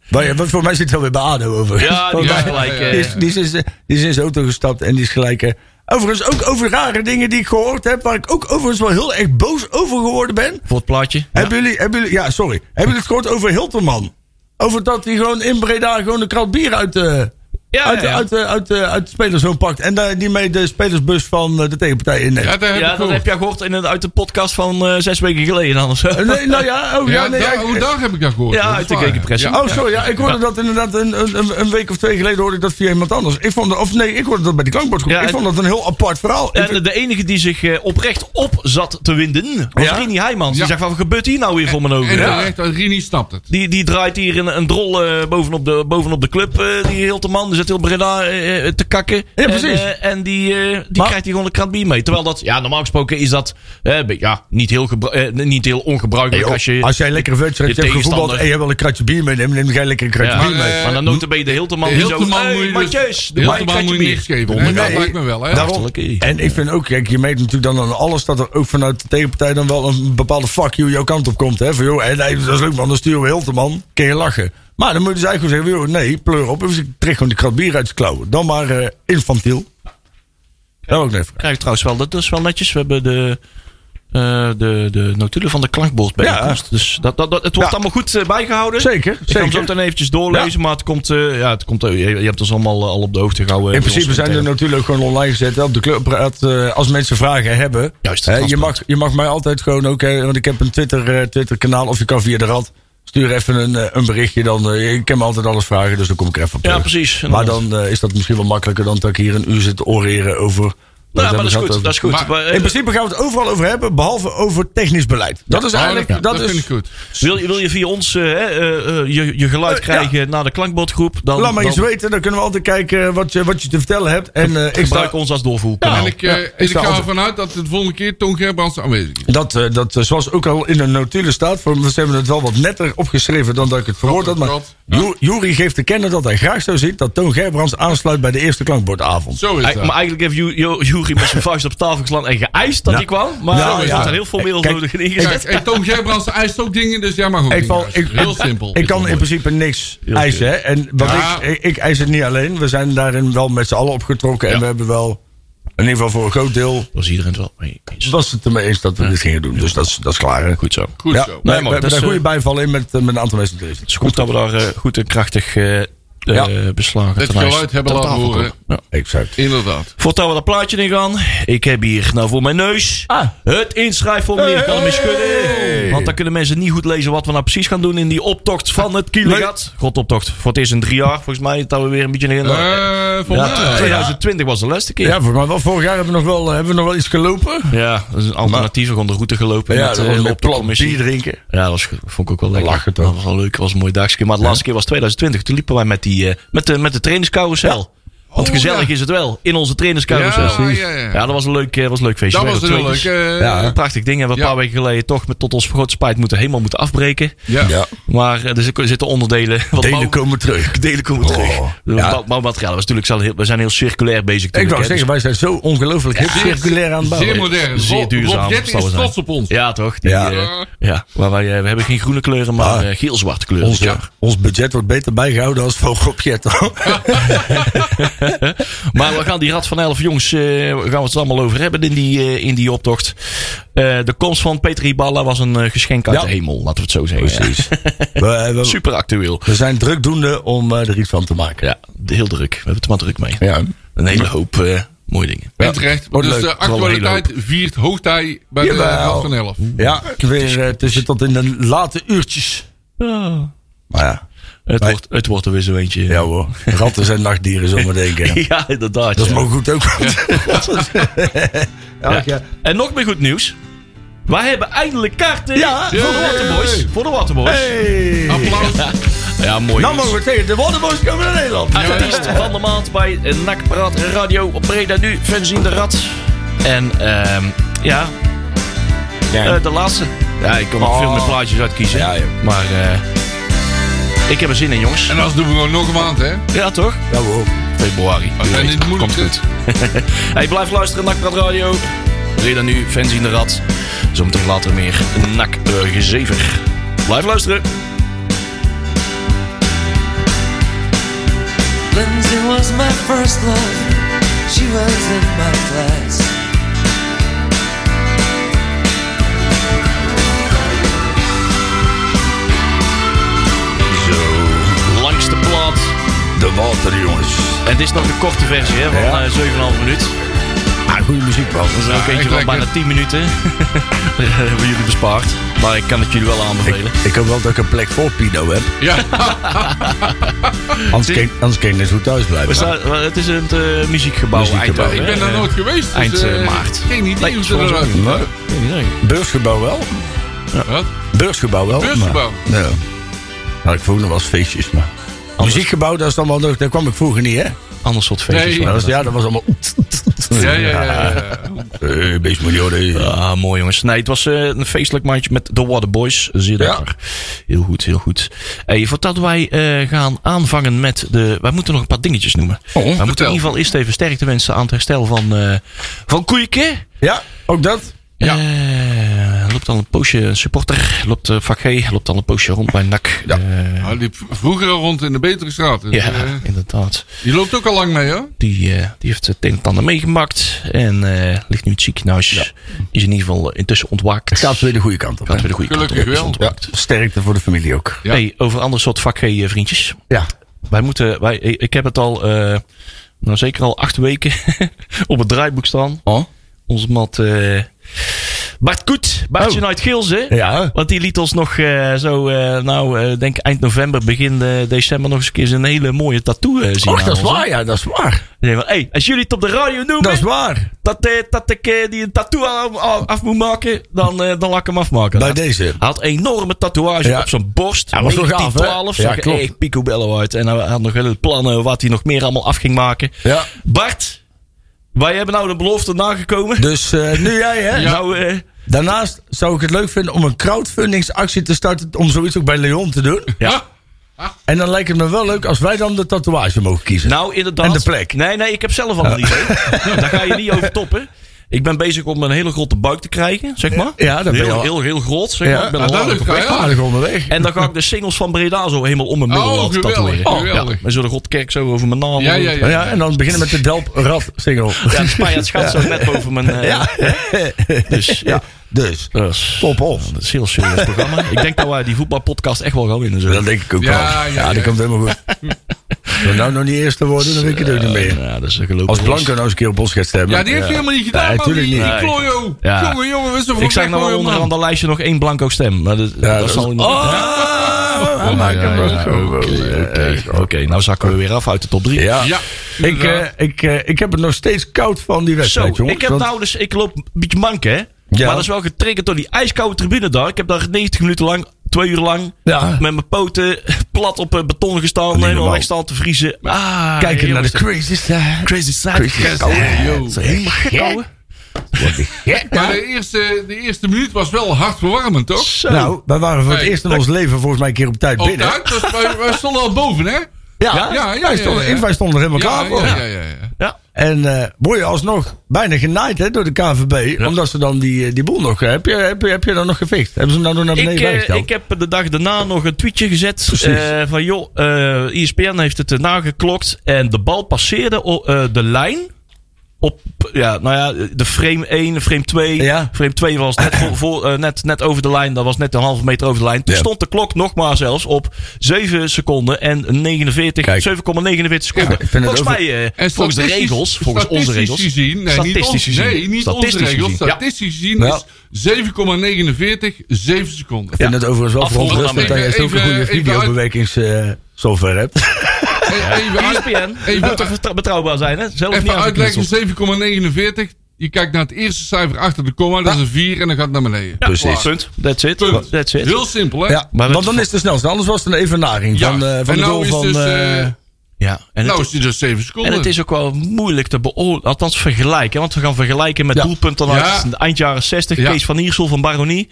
Speaker 3: Maar ja, want voor mij zit het alweer bij ADO over.
Speaker 2: Ja, die
Speaker 3: Voor
Speaker 2: was
Speaker 3: mij-
Speaker 2: gelijk.
Speaker 4: ja, ja,
Speaker 2: eh,
Speaker 3: die Oh, is, die, is, in zijn- die is in zijn auto gestapt en die is gelijk. eh, overigens ook over rare dingen die ik gehoord heb. Waar ik ook overigens wel heel erg boos over geworden ben.
Speaker 2: Voor het plaatje.
Speaker 3: Hebben, jullie, hebben jullie. Ja, sorry. Hebben jullie het gehoord over Hilterman? Over dat hij gewoon in Breda gewoon een krat bier uit de.
Speaker 2: Ja,
Speaker 3: uit, de-
Speaker 2: ja.
Speaker 3: Uit, de- uit, de- uit de spelerszoon pakt. En daar- die mee de spelersbus van eh, de tegenpartij inneemt.
Speaker 4: Ja, daar heb
Speaker 2: Ja,
Speaker 4: ik
Speaker 2: dat
Speaker 4: ook.
Speaker 2: heb jij gehoord in, een- uit de podcast van eh, zes weken geleden dan of zo.
Speaker 3: Eh, Nee, nou ja, oh, ja,
Speaker 4: Ja,
Speaker 3: nee,
Speaker 4: daar-
Speaker 3: ja, ik-
Speaker 4: oh, daar heb ik dat gehoord.
Speaker 2: Ja,
Speaker 4: Dat is
Speaker 2: uit de
Speaker 4: waar,
Speaker 2: kekenpressie.
Speaker 4: ja.
Speaker 3: Oh, sorry. Ja, ik hoorde dat inderdaad een, een- een, een week of twee geleden hoorde ik dat via iemand anders. Ik vond dat, of nee, ik hoorde dat bij de klankbordgroep.
Speaker 2: Ja,
Speaker 3: ik
Speaker 2: en-
Speaker 3: vond dat een heel apart verhaal. Ik vind-
Speaker 2: En de enige die zich eh, oprecht op zat te winden, was
Speaker 3: Ja?
Speaker 2: Rini Heijmans.
Speaker 4: Ja.
Speaker 2: Die zegt, van, wat gebeurt hier nou weer voor mijn ogen?
Speaker 4: En
Speaker 2: Ja.
Speaker 4: terecht, Rini snapt het.
Speaker 2: Die, die draait hier een, een drol eh, bovenop, de, bovenop de club, eh, die heel te man. Die zit heel Breda eh, eh, te kakken.
Speaker 3: Ja,
Speaker 2: en,
Speaker 3: precies.
Speaker 2: eh, en die, eh, die
Speaker 3: Maar-
Speaker 2: krijgt hier gewoon een krant bier mee. Terwijl dat, ja, normaal gesproken is dat eh, be- ja, niet, heel gebru- eh, niet heel ongebruikelijk als je...
Speaker 3: oh, als jij een lekkere wedstrijd
Speaker 2: je
Speaker 3: hebt gevoetbald
Speaker 2: tegenstander-
Speaker 3: en je wil een kratje bier meenemen, neem jij lekker een kratje
Speaker 2: ja,
Speaker 3: bier
Speaker 2: maar,
Speaker 3: mee.
Speaker 4: mee.
Speaker 2: eh, maar dan notabene de Hilteman die zo...
Speaker 4: Hilterman
Speaker 2: Hey,
Speaker 4: moet je
Speaker 2: Mathieu,
Speaker 4: dus...
Speaker 2: doe maar een
Speaker 4: Hilterman
Speaker 2: kratje
Speaker 4: moet je niks
Speaker 2: bier.
Speaker 4: geven. hè. Dat
Speaker 3: Nee.
Speaker 4: lijkt me wel, hè.
Speaker 3: Daarom.
Speaker 2: Hartelijk.
Speaker 3: En ik vind ook, kijk, je meet natuurlijk dan aan alles dat er ook vanuit de tegenpartij dan wel een bepaalde fuck you jouw kant op komt. Hè? Van, joh, eh, nee, dat is leuk man, dan sturen we Hilterman, kun je lachen. Maar dan moet je dus eigenlijk gewoon zeggen, joh, nee, pleur op, ik trek gewoon die krat bier uit zijn klauwen. Dan maar eh, infantiel. Dat wil ik net
Speaker 2: Krijg ik trouwens wel, dat is wel netjes. We hebben de, eh, de, de notulen van de klankbord bij
Speaker 3: Ja.
Speaker 2: de komst. Dus dat, dat, dat, het wordt
Speaker 3: Ja.
Speaker 2: allemaal goed eh, bijgehouden.
Speaker 3: Zeker,
Speaker 2: Ik kan hem
Speaker 3: zeker.
Speaker 2: zo meteen eventjes doorlezen, maar het komt, eh, ja, het komt, eh, je, je hebt ons allemaal eh, al op de hoogte gehouden.
Speaker 3: In
Speaker 2: Bij ons
Speaker 3: principe zijn er
Speaker 2: intern.
Speaker 3: natuurlijk gewoon online gezet hè, op de clubraad. eh, als mensen vragen hebben.
Speaker 2: Juist,
Speaker 3: Hè, je,
Speaker 2: transparant.
Speaker 3: mag, je mag mij altijd gewoon ook. hè, want ik heb een Twitter, eh, Twitter-kanaal. Of je kan via de rad. Stuur even een, eh, een berichtje. Dan, eh, ik kan me altijd alles vragen. Dus dan kom ik er even op.
Speaker 2: Ja,
Speaker 3: terug.
Speaker 2: precies. Nou,
Speaker 3: Maar dan eh, is dat misschien wel makkelijker dan dat ik hier een uur zit te oreren over.
Speaker 2: Nou,
Speaker 3: hebben
Speaker 2: maar dat is
Speaker 3: gehad
Speaker 2: goed.
Speaker 3: over-
Speaker 2: Dat is goed.
Speaker 4: Maar
Speaker 2: Maar, eh,
Speaker 3: In principe gaan we het overal over hebben. Behalve over technisch beleid. Dat is
Speaker 4: Oh,
Speaker 3: eigenlijk.
Speaker 4: dat,
Speaker 3: dat
Speaker 4: dat
Speaker 3: is,
Speaker 4: vind ik goed.
Speaker 2: wil, je, wil je via ons eh, eh, eh, je, je geluid
Speaker 3: Eh, ja.
Speaker 2: krijgen naar de klankbordgroep, dan,
Speaker 3: Laat maar
Speaker 2: dan
Speaker 3: eens weten. Dan kunnen we altijd kijken eh, wat je, wat je te vertellen hebt. En eh, ik sta
Speaker 2: gebruik ons als doorvoerkanaal.
Speaker 4: en ik, eh,
Speaker 3: ja,
Speaker 4: en
Speaker 3: ik
Speaker 4: ik
Speaker 3: sta
Speaker 4: ga
Speaker 3: altijd-
Speaker 4: ervan uit dat het de volgende keer Toon Gerbrands aanwezig is.
Speaker 3: Dat, eh, dat eh, zoals ook al in de notulen staat, voor- ze hebben het wel wat netter opgeschreven dan dat ik het verwoord had. Maar
Speaker 4: klopt.
Speaker 3: Ju- Jury geeft te kennen dat hij graag zo ziet dat Toon Gerbrands aansluit bij de eerste klankbordavond.
Speaker 4: Zo is
Speaker 2: Ei-
Speaker 4: dat.
Speaker 2: maar eigenlijk heeft Ju- Jo- Jury met zijn vuist op tafel geslaan en geëist dat
Speaker 3: Ja.
Speaker 2: hij kwam. Maar
Speaker 3: Nou,
Speaker 2: er
Speaker 3: ja.
Speaker 2: zijn heel veel middels
Speaker 3: Kijk,
Speaker 2: nodig in ingezet.
Speaker 4: Kijk, en Toon Gerbrands eist ook dingen, dus jij mag ook
Speaker 3: Ik,
Speaker 4: dingen
Speaker 3: val,
Speaker 4: eisen.
Speaker 3: ik,
Speaker 4: Heel
Speaker 3: ik-
Speaker 4: simpel.
Speaker 3: ik kan
Speaker 4: Is
Speaker 3: in
Speaker 4: dat mooi.
Speaker 3: principe niks eisen. Hè? En wat
Speaker 4: Ja.
Speaker 3: ik, ik, ik eis het niet alleen. We zijn daarin wel met z'n allen opgetrokken. En
Speaker 4: Ja.
Speaker 3: we hebben wel in ieder geval voor een groot deel
Speaker 2: was iedereen het wel mee eens.
Speaker 3: was het ermee eens dat we dit gingen doen. Dus dat is, dat is klaar. hè.
Speaker 2: Goed zo.
Speaker 4: Goed
Speaker 3: ja,
Speaker 4: zo.
Speaker 3: Nee,
Speaker 2: Nee,
Speaker 3: we
Speaker 2: maar
Speaker 3: hebben
Speaker 2: dat is,
Speaker 3: daar goede
Speaker 2: eh,
Speaker 3: bijval in met, eh, met een aantal mensen die er
Speaker 2: Het is goed dat we daar eh, goed en krachtig eh, eh,
Speaker 3: Ja.
Speaker 2: beslagen
Speaker 4: Het
Speaker 2: terrein
Speaker 4: geluid hebben
Speaker 2: ter
Speaker 4: laten
Speaker 2: tafel
Speaker 4: horen.
Speaker 2: komen. Ja.
Speaker 3: Exact.
Speaker 4: Inderdaad.
Speaker 2: Voordat we dat plaatje in gaan. Ik heb hier nou voor mijn neus
Speaker 3: Ah.
Speaker 2: het inschrijfformulier. Ik kan hem eens
Speaker 3: Hey.
Speaker 2: schudden. Want dan kunnen mensen niet goed lezen wat we nou precies gaan doen in die optocht van het Kielegat. Godoptocht. Voor het eerst in drie jaar volgens mij dat we weer een beetje... in de-
Speaker 4: Eh voor
Speaker 2: ja,
Speaker 4: mij.
Speaker 2: 2020 was de laatste keer.
Speaker 3: Ja, voor mij wel. Vorig jaar hebben we nog wel, eh, hebben we nog wel iets gelopen.
Speaker 2: Ja, dat is een alternatief. Gewoon de route gelopen.
Speaker 3: Ja,
Speaker 2: met,
Speaker 3: dat
Speaker 2: eh,
Speaker 3: was
Speaker 2: de
Speaker 3: met
Speaker 2: optocht
Speaker 3: plat
Speaker 2: commissie.
Speaker 3: bier drinken.
Speaker 2: Ja, dat was, vond ik ook wel lekker.
Speaker 3: Lachen toch?
Speaker 2: Dat was wel leuk. Dat was een mooi dagje. Maar de laatste keer was 2020. Toen liepen wij met, die, eh, met de, met de trainerscarousel. Want
Speaker 4: Oh,
Speaker 2: gezellig
Speaker 4: ja.
Speaker 2: is het wel. In onze trainerscarousel.
Speaker 4: Ja, ja, ja.
Speaker 2: dat was een leuk, eh, was een leuk feestje.
Speaker 4: Dat
Speaker 2: We
Speaker 4: was
Speaker 2: hebben
Speaker 4: heel leuk.
Speaker 2: twee
Speaker 4: eh,
Speaker 2: keer-
Speaker 3: Ja.
Speaker 2: Een prachtig ding. En we een
Speaker 4: Ja.
Speaker 2: paar weken geleden toch met, tot ons grote spijt moeten, helemaal moeten afbreken.
Speaker 4: ja.
Speaker 3: Ja.
Speaker 2: Maar eh, dus er zitten onderdelen. Wat
Speaker 3: Delen
Speaker 2: bouw-
Speaker 3: komen terug.
Speaker 2: delen komen terug.
Speaker 3: Oh,
Speaker 2: De
Speaker 3: ja.
Speaker 2: bouw- Bouwmaterialen. was natuurlijk, zo heel- we zijn heel circulair bezig.
Speaker 3: Ik
Speaker 2: natuurlijk,
Speaker 3: wou
Speaker 2: hè. Dus-
Speaker 3: zeggen, wij zijn zo ongelooflijk hip
Speaker 4: Zeer-
Speaker 3: circulair aan het bouwen.
Speaker 4: Zeer modern.
Speaker 2: Zeer
Speaker 4: Rob-
Speaker 2: duurzaam,
Speaker 4: Rob Jetten
Speaker 2: zou
Speaker 4: is
Speaker 2: het
Speaker 4: trots
Speaker 2: zijn.
Speaker 4: op ons.
Speaker 2: Ja, toch? Die,
Speaker 3: Ja.
Speaker 2: ja. ja. Maar wij eh, we hebben geen groene kleuren, maar
Speaker 3: Ah.
Speaker 2: eh, geel-zwarte kleuren.
Speaker 3: Ons,
Speaker 2: dit jaar.
Speaker 3: ons budget wordt beter bijgehouden als van Rob Jetto.
Speaker 2: Maar we gaan die Rad van Elf jongens, eh, gaan we het allemaal over hebben in die, eh, in die optocht. Eh, de komst van Peter Riballa was een eh, geschenk uit
Speaker 3: Ja. Oh,
Speaker 2: de hemel, laten we het zo zeggen.
Speaker 3: we, we-
Speaker 2: Super actueel.
Speaker 3: we zijn drukdoende om eh, er iets van te maken.
Speaker 2: Ja, heel druk. We hebben het er maar druk mee.
Speaker 3: Ja.
Speaker 2: Een hele hoop eh, mooie dingen.
Speaker 4: En terecht.
Speaker 3: Wordt
Speaker 4: dus
Speaker 3: leuk.
Speaker 4: de
Speaker 3: Wel
Speaker 2: een
Speaker 4: actualiteit viert hoogtij bij de
Speaker 3: Jawel.
Speaker 4: Rad van Elf.
Speaker 3: Ja, weer eh, tussen tot in de late uurtjes. Maar ja,
Speaker 2: Ah. het,
Speaker 3: Wij-
Speaker 2: wordt, het wordt er weer zo eentje.
Speaker 3: ja hoor. Ratten zijn nachtdieren, zullen we denken.
Speaker 2: Ja, inderdaad.
Speaker 3: Dat is
Speaker 2: ja.
Speaker 3: maar goed ook. Ach, ja.
Speaker 2: En nog meer goed nieuws. Wij hebben eindelijk kaarten
Speaker 3: Ja.
Speaker 2: voor de Waterboys. Voor de Waterboys.
Speaker 3: Hey.
Speaker 4: Applaus.
Speaker 2: Ja, mooi.
Speaker 3: Nou
Speaker 2: nieuws.
Speaker 3: mogen we tegen de Waterboys komen naar Nederland.
Speaker 2: Artiest van de maand bij NAC Praat Radio op Breda nu, Fenzien de Rad. En ehm, ja,
Speaker 3: Ja.
Speaker 2: eh, de laatste. Ja, ik kon nog
Speaker 3: Oh.
Speaker 2: veel meer plaatjes uitkiezen.
Speaker 3: Ja, joh.
Speaker 2: maar eh, ik heb er zin in, jongens.
Speaker 4: En dat doen we gewoon nog een maand, hè?
Speaker 2: Ja, toch?
Speaker 3: Ja nou, hoor.
Speaker 2: Februari.
Speaker 4: Als jij niet moeilijk
Speaker 2: Komt
Speaker 4: zit.
Speaker 2: goed. hey, blijf luisteren, NAC Praat Radio. Breda nu, Fenzien de Rad. Zometeen later meer NAC eh, Gezever. Blijf luisteren.
Speaker 5: Lindsay was my first love. She was in my class.
Speaker 2: Langs de plaat.
Speaker 3: De Waterjongens.
Speaker 2: En dit is nog een korte versie hè, van
Speaker 3: Ja.
Speaker 2: eh, 7,5 minuut.
Speaker 3: Ah, goede muziek wel.
Speaker 2: Dat is ook
Speaker 4: Ja,
Speaker 2: eentje
Speaker 4: echt
Speaker 2: van
Speaker 4: lekker.
Speaker 2: bijna 10 minuten. Dat hebben jullie bespaard. Maar ik kan het jullie wel aanbevelen.
Speaker 3: Ik hoop wel dat ik een plek voor Pino heb.
Speaker 4: Ja.
Speaker 3: Anders kan, ik- anders kan ik net zo goed thuis
Speaker 2: We
Speaker 3: blijven.
Speaker 2: staan, wel, het is een eh, muziekgebouw
Speaker 3: Muziekgebouw.
Speaker 2: Eindhoven.
Speaker 4: Ik ben
Speaker 2: hè?
Speaker 4: daar nooit geweest. dus,
Speaker 2: eind, eh,
Speaker 4: eh,
Speaker 2: maart.
Speaker 4: Geen idee
Speaker 2: Nee,
Speaker 4: hoe ze
Speaker 2: volgens
Speaker 4: eruit
Speaker 2: mij.
Speaker 3: Nee.
Speaker 2: Ik weet niet, nee.
Speaker 3: Beursgebouw wel.
Speaker 4: Wat?
Speaker 3: Beursgebouw wel.
Speaker 4: Beursgebouw?
Speaker 3: maar- Ja. Nou, ik vroeg nog wel eens feestjes, maar... Muziekgebouw, dat is dan wel nog... Daar kwam ik vroeger niet, hè?
Speaker 2: Ander soort feestjes.
Speaker 4: Nee.
Speaker 3: Maar
Speaker 2: waren dat.
Speaker 3: dat was, ja, dat was allemaal...
Speaker 4: Ja, ja, ja, ja.
Speaker 3: Eh, Beest miljoen.
Speaker 2: Ah, mooi jongens. Nee, het was eh, een feestelijk maandje met The Waterboys. Zeer
Speaker 3: Ja.
Speaker 2: lekker. Heel goed, heel goed. Hey, voordat wij eh, gaan aanvangen met de... Wij moeten nog een paar dingetjes noemen. wij moeten in
Speaker 4: vertel.
Speaker 2: ieder geval eerst even sterkte wensen aan het herstel van, eh van Koeieke.
Speaker 3: Ja, ook dat.
Speaker 4: Ja.
Speaker 2: Eh, loopt al een poosje een supporter. Loopt eh, vak G. Loopt al een poosje rond bij NAC.
Speaker 3: Ja.
Speaker 2: Eh,
Speaker 4: Hij liep Nou, vroeger al rond in de Betere Straat. Dus,
Speaker 2: ja,
Speaker 4: eh,
Speaker 2: inderdaad.
Speaker 4: die loopt ook al lang mee, hoor.
Speaker 2: Die, eh, die heeft het een en het ander meegemaakt. En eh, ligt nu in het ziekenhuis. Is in ieder geval eh, intussen ontwaakt.
Speaker 3: Het gaat weer de goede kant op.
Speaker 2: Gaat
Speaker 3: hè?
Speaker 2: weer de goede kant op.
Speaker 4: Gelukkig
Speaker 2: Is
Speaker 4: wel.
Speaker 3: Ja,
Speaker 2: ontwaakt.
Speaker 3: sterkte voor de familie ook.
Speaker 4: Ja.
Speaker 2: Hey, over ander soort vak G eh, vriendjes.
Speaker 3: Ja.
Speaker 2: Wij moeten, wij, ik heb het al eh, nou, zeker al acht weken op het draaiboek staan.
Speaker 3: Oh?
Speaker 2: Onze mat eh, Bart Koet. Bartje
Speaker 3: Oh.
Speaker 2: uit Geelze.
Speaker 3: Ja.
Speaker 2: Want die liet ons nog eh, zo, eh, nou, eh, denk eind november, begin eh, december nog eens een keer zijn hele mooie tattoo eh, zien.
Speaker 3: Och,
Speaker 2: aan
Speaker 3: dat is
Speaker 2: ons, hè.
Speaker 3: waar, ja, dat is waar.
Speaker 2: Die zei van, hey, als jullie het op de radio noemen,
Speaker 3: Dat is
Speaker 2: dat,
Speaker 3: waar.
Speaker 2: eh, dat ik eh, die een tattoo aan- aan- af moet maken, dan, eh, dan laat ik hem afmaken.
Speaker 3: Bij
Speaker 2: Hij
Speaker 3: deze.
Speaker 2: had een enorme tatoeage
Speaker 3: Ja.
Speaker 2: op zijn borst.
Speaker 3: Ja, was toch gaaf, hè?
Speaker 2: 1912,
Speaker 3: Ja,
Speaker 2: zag er
Speaker 3: klopt.
Speaker 2: echt picobello uit. En hij had nog hele plannen wat hij nog meer allemaal af ging maken.
Speaker 3: Ja.
Speaker 2: Bart, wij hebben nou de belofte nagekomen.
Speaker 3: Dus eh, nu jij, hè?
Speaker 2: Nou, eh,
Speaker 3: Daarnaast zou ik het leuk vinden om een crowdfundingsactie te starten. om zoiets ook bij Leon te doen.
Speaker 2: ja.
Speaker 3: En dan lijkt het me wel leuk als wij dan de tatoeage mogen kiezen.
Speaker 2: Nou, inderdaad.
Speaker 3: En de plek.
Speaker 2: Nee, nee, ik heb zelf al een idee. Daar ga je niet over toppen. Ik ben bezig om een hele grote buik te krijgen, zeg maar.
Speaker 3: Ja, dat ben je
Speaker 2: heel,
Speaker 3: al-
Speaker 2: heel, heel groot, zeg
Speaker 3: Ja.
Speaker 2: maar. Ik ben
Speaker 4: Ah,
Speaker 2: al
Speaker 4: dat
Speaker 2: aardig
Speaker 4: lukt
Speaker 2: op weg.
Speaker 4: wel.
Speaker 3: Aardig onderweg.
Speaker 2: En dan ga ik de singles van Breda zo helemaal om mijn middel
Speaker 4: Oh,
Speaker 2: laten
Speaker 4: geweldig,
Speaker 2: tatoeëren.
Speaker 4: geweldig.
Speaker 2: ja. Met zo'n rotkerk zo over mijn naam.
Speaker 4: Ja, ja, ja.
Speaker 3: Ja, en dan beginnen met de Delp Rad single.
Speaker 2: Ja, het Spanjaard schat zo net boven mijn... eh, Dus, ja.
Speaker 3: Dus,
Speaker 2: Dat is,
Speaker 3: top off.
Speaker 2: dat is een heel serieus programma. Ik denk dat wij die voetbalpodcast echt wel gaan winnen. Zo.
Speaker 3: Dat denk ik ook
Speaker 4: Ja,
Speaker 3: wel.
Speaker 4: ja,
Speaker 3: Ja,
Speaker 4: ja.
Speaker 3: dat komt helemaal goed. Als we nou nog niet eerste worden, dan weet ik het ook niet meer.
Speaker 2: Ja, dat is een gelopen
Speaker 3: Als
Speaker 2: los.
Speaker 3: Blanco nou eens een keer op ons gaat stemmen.
Speaker 4: Ja, die heeft hij helemaal niet
Speaker 3: Nee,
Speaker 4: gedaan, man. Die,
Speaker 3: tuurlijk
Speaker 4: die
Speaker 3: niet.
Speaker 2: Nee.
Speaker 4: klojo.
Speaker 2: Ja.
Speaker 4: Jongen, jongen, wist
Speaker 2: Ik zag nou wel onderaan dat lijstje nog één Blanco stem. Maar dat, dat,
Speaker 3: dat is- Oh!
Speaker 2: zal niet...
Speaker 3: Ja, maar ik heb
Speaker 2: Ja,
Speaker 3: ook
Speaker 2: ja,
Speaker 3: zo-
Speaker 2: Oké, oké. Oké, nou zakken we weer af uit de top 3.
Speaker 3: Ja.
Speaker 4: Ja,
Speaker 3: Ik, eh, ik, eh, ik heb het nog steeds koud van die
Speaker 2: Zo,
Speaker 3: wedstrijd, jongens.
Speaker 2: ik heb
Speaker 3: Want-
Speaker 2: nou dus, ik loop een beetje mank, hè. Maar dat is wel getriggerd door die ijskoude tribune daar. Ik heb daar 90 minuten lang, twee uur lang,
Speaker 3: Ja.
Speaker 2: met mijn poten plat op eh, beton gestaan. Helemaal
Speaker 3: normaal.
Speaker 2: weg staan te vriezen. Ah,
Speaker 3: Kijken
Speaker 2: jongens,
Speaker 3: naar de
Speaker 2: dat-
Speaker 3: crazy side.
Speaker 2: crazy side.
Speaker 3: Crazy
Speaker 2: Crazy
Speaker 3: side.
Speaker 2: side.
Speaker 4: Yo.
Speaker 2: Dat is helemaal gek, ouwe.
Speaker 4: maar de eerste, de eerste minuut was wel hard verwarmend, toch?
Speaker 2: Zo.
Speaker 3: Nou, wij waren voor het
Speaker 4: Hey,
Speaker 3: eerst in ons leven volgens mij een keer op tijd
Speaker 4: Op
Speaker 3: binnen.
Speaker 4: tijd, dus wij, wij stonden al boven, hè?
Speaker 3: Ja,
Speaker 4: ja, ja, ja,
Speaker 3: wij, stonden,
Speaker 4: ja.
Speaker 3: wij stonden er helemaal
Speaker 4: Ja,
Speaker 3: klaar voor.
Speaker 4: ja, ja, ja. ja.
Speaker 2: ja.
Speaker 3: En eh word je alsnog bijna genaaid hè, door de KVB. Omdat ze dan die, eh, die boel nog... Heb je, heb, je, heb je dan nog gefixt? Hebben ze hem nou nog naar
Speaker 2: Ik,
Speaker 3: beneden
Speaker 2: eh,
Speaker 3: bijgesteld?
Speaker 2: ik heb de dag daarna nog een tweetje gezet.
Speaker 3: Precies.
Speaker 2: eh, van joh, eh ESPN heeft het eh, nageklokt. En de bal passeerde o- eh, de lijn. Op, ja, nou ja, de frame 1, frame 2.
Speaker 3: Ja.
Speaker 2: Frame 2 was net, voor, voor, eh, net, net over de lijn. Dat was net een halve meter over de lijn. Toen
Speaker 3: Ja.
Speaker 2: stond de klok nog maar zelfs op 7 seconden en 49, 7,49
Speaker 3: Kijk.
Speaker 2: seconden.
Speaker 3: ik vind het
Speaker 2: volgens
Speaker 3: over-
Speaker 2: mij, eh,
Speaker 4: En
Speaker 2: volgens de
Speaker 4: statistisch-
Speaker 2: regels, volgens onze
Speaker 4: statistisch
Speaker 2: regels.
Speaker 4: Gezien, nee, niet ons-
Speaker 2: statistisch gezien.
Speaker 4: Nee, niet onze
Speaker 2: Statistisch
Speaker 4: regels.
Speaker 2: gezien, ja.
Speaker 4: Statistisch gezien
Speaker 3: Ja.
Speaker 4: is 7,49, 7 seconden.
Speaker 3: Ik vind het overigens wel
Speaker 2: Afgerond
Speaker 3: verontrustend dat
Speaker 4: daarmee.
Speaker 3: jij zulke
Speaker 4: Even- eh,
Speaker 3: goede
Speaker 4: even uit-
Speaker 3: videobewerkingssoftware hebt.
Speaker 4: E- Even, uit-
Speaker 2: ESPN
Speaker 4: Even-
Speaker 2: moet toch vertrouw- betrouwbaar zijn, hè? Zelf niet
Speaker 4: even uitleggen,
Speaker 2: uitgekomen.
Speaker 4: 7,49. Je kijkt naar het eerste cijfer achter de komma, dat is een 4 en dan gaat het naar beneden.
Speaker 2: Ja,
Speaker 3: Precies.
Speaker 2: Punt. That's it.
Speaker 4: Punt.
Speaker 2: That's it.
Speaker 4: Heel simpel, hè?
Speaker 3: Ja,
Speaker 2: Maar
Speaker 3: want
Speaker 2: wat-
Speaker 3: dan is het de snelste. Anders was het een evenaring
Speaker 4: Ja.
Speaker 3: van, eh, van
Speaker 4: en
Speaker 3: de
Speaker 4: nou
Speaker 3: goal
Speaker 4: is
Speaker 3: van...
Speaker 4: dus,
Speaker 3: eh,
Speaker 4: eh,
Speaker 2: Ja, en,
Speaker 4: nou
Speaker 2: het,
Speaker 4: is het dus 7 seconden.
Speaker 2: en het is ook wel moeilijk te beoordelen. Althans, vergelijken. Want we gaan vergelijken met
Speaker 3: Ja.
Speaker 2: doelpunten uit
Speaker 4: Ja.
Speaker 2: eind jaren 60.
Speaker 4: Ja.
Speaker 2: Kees van Iersel van Baronie.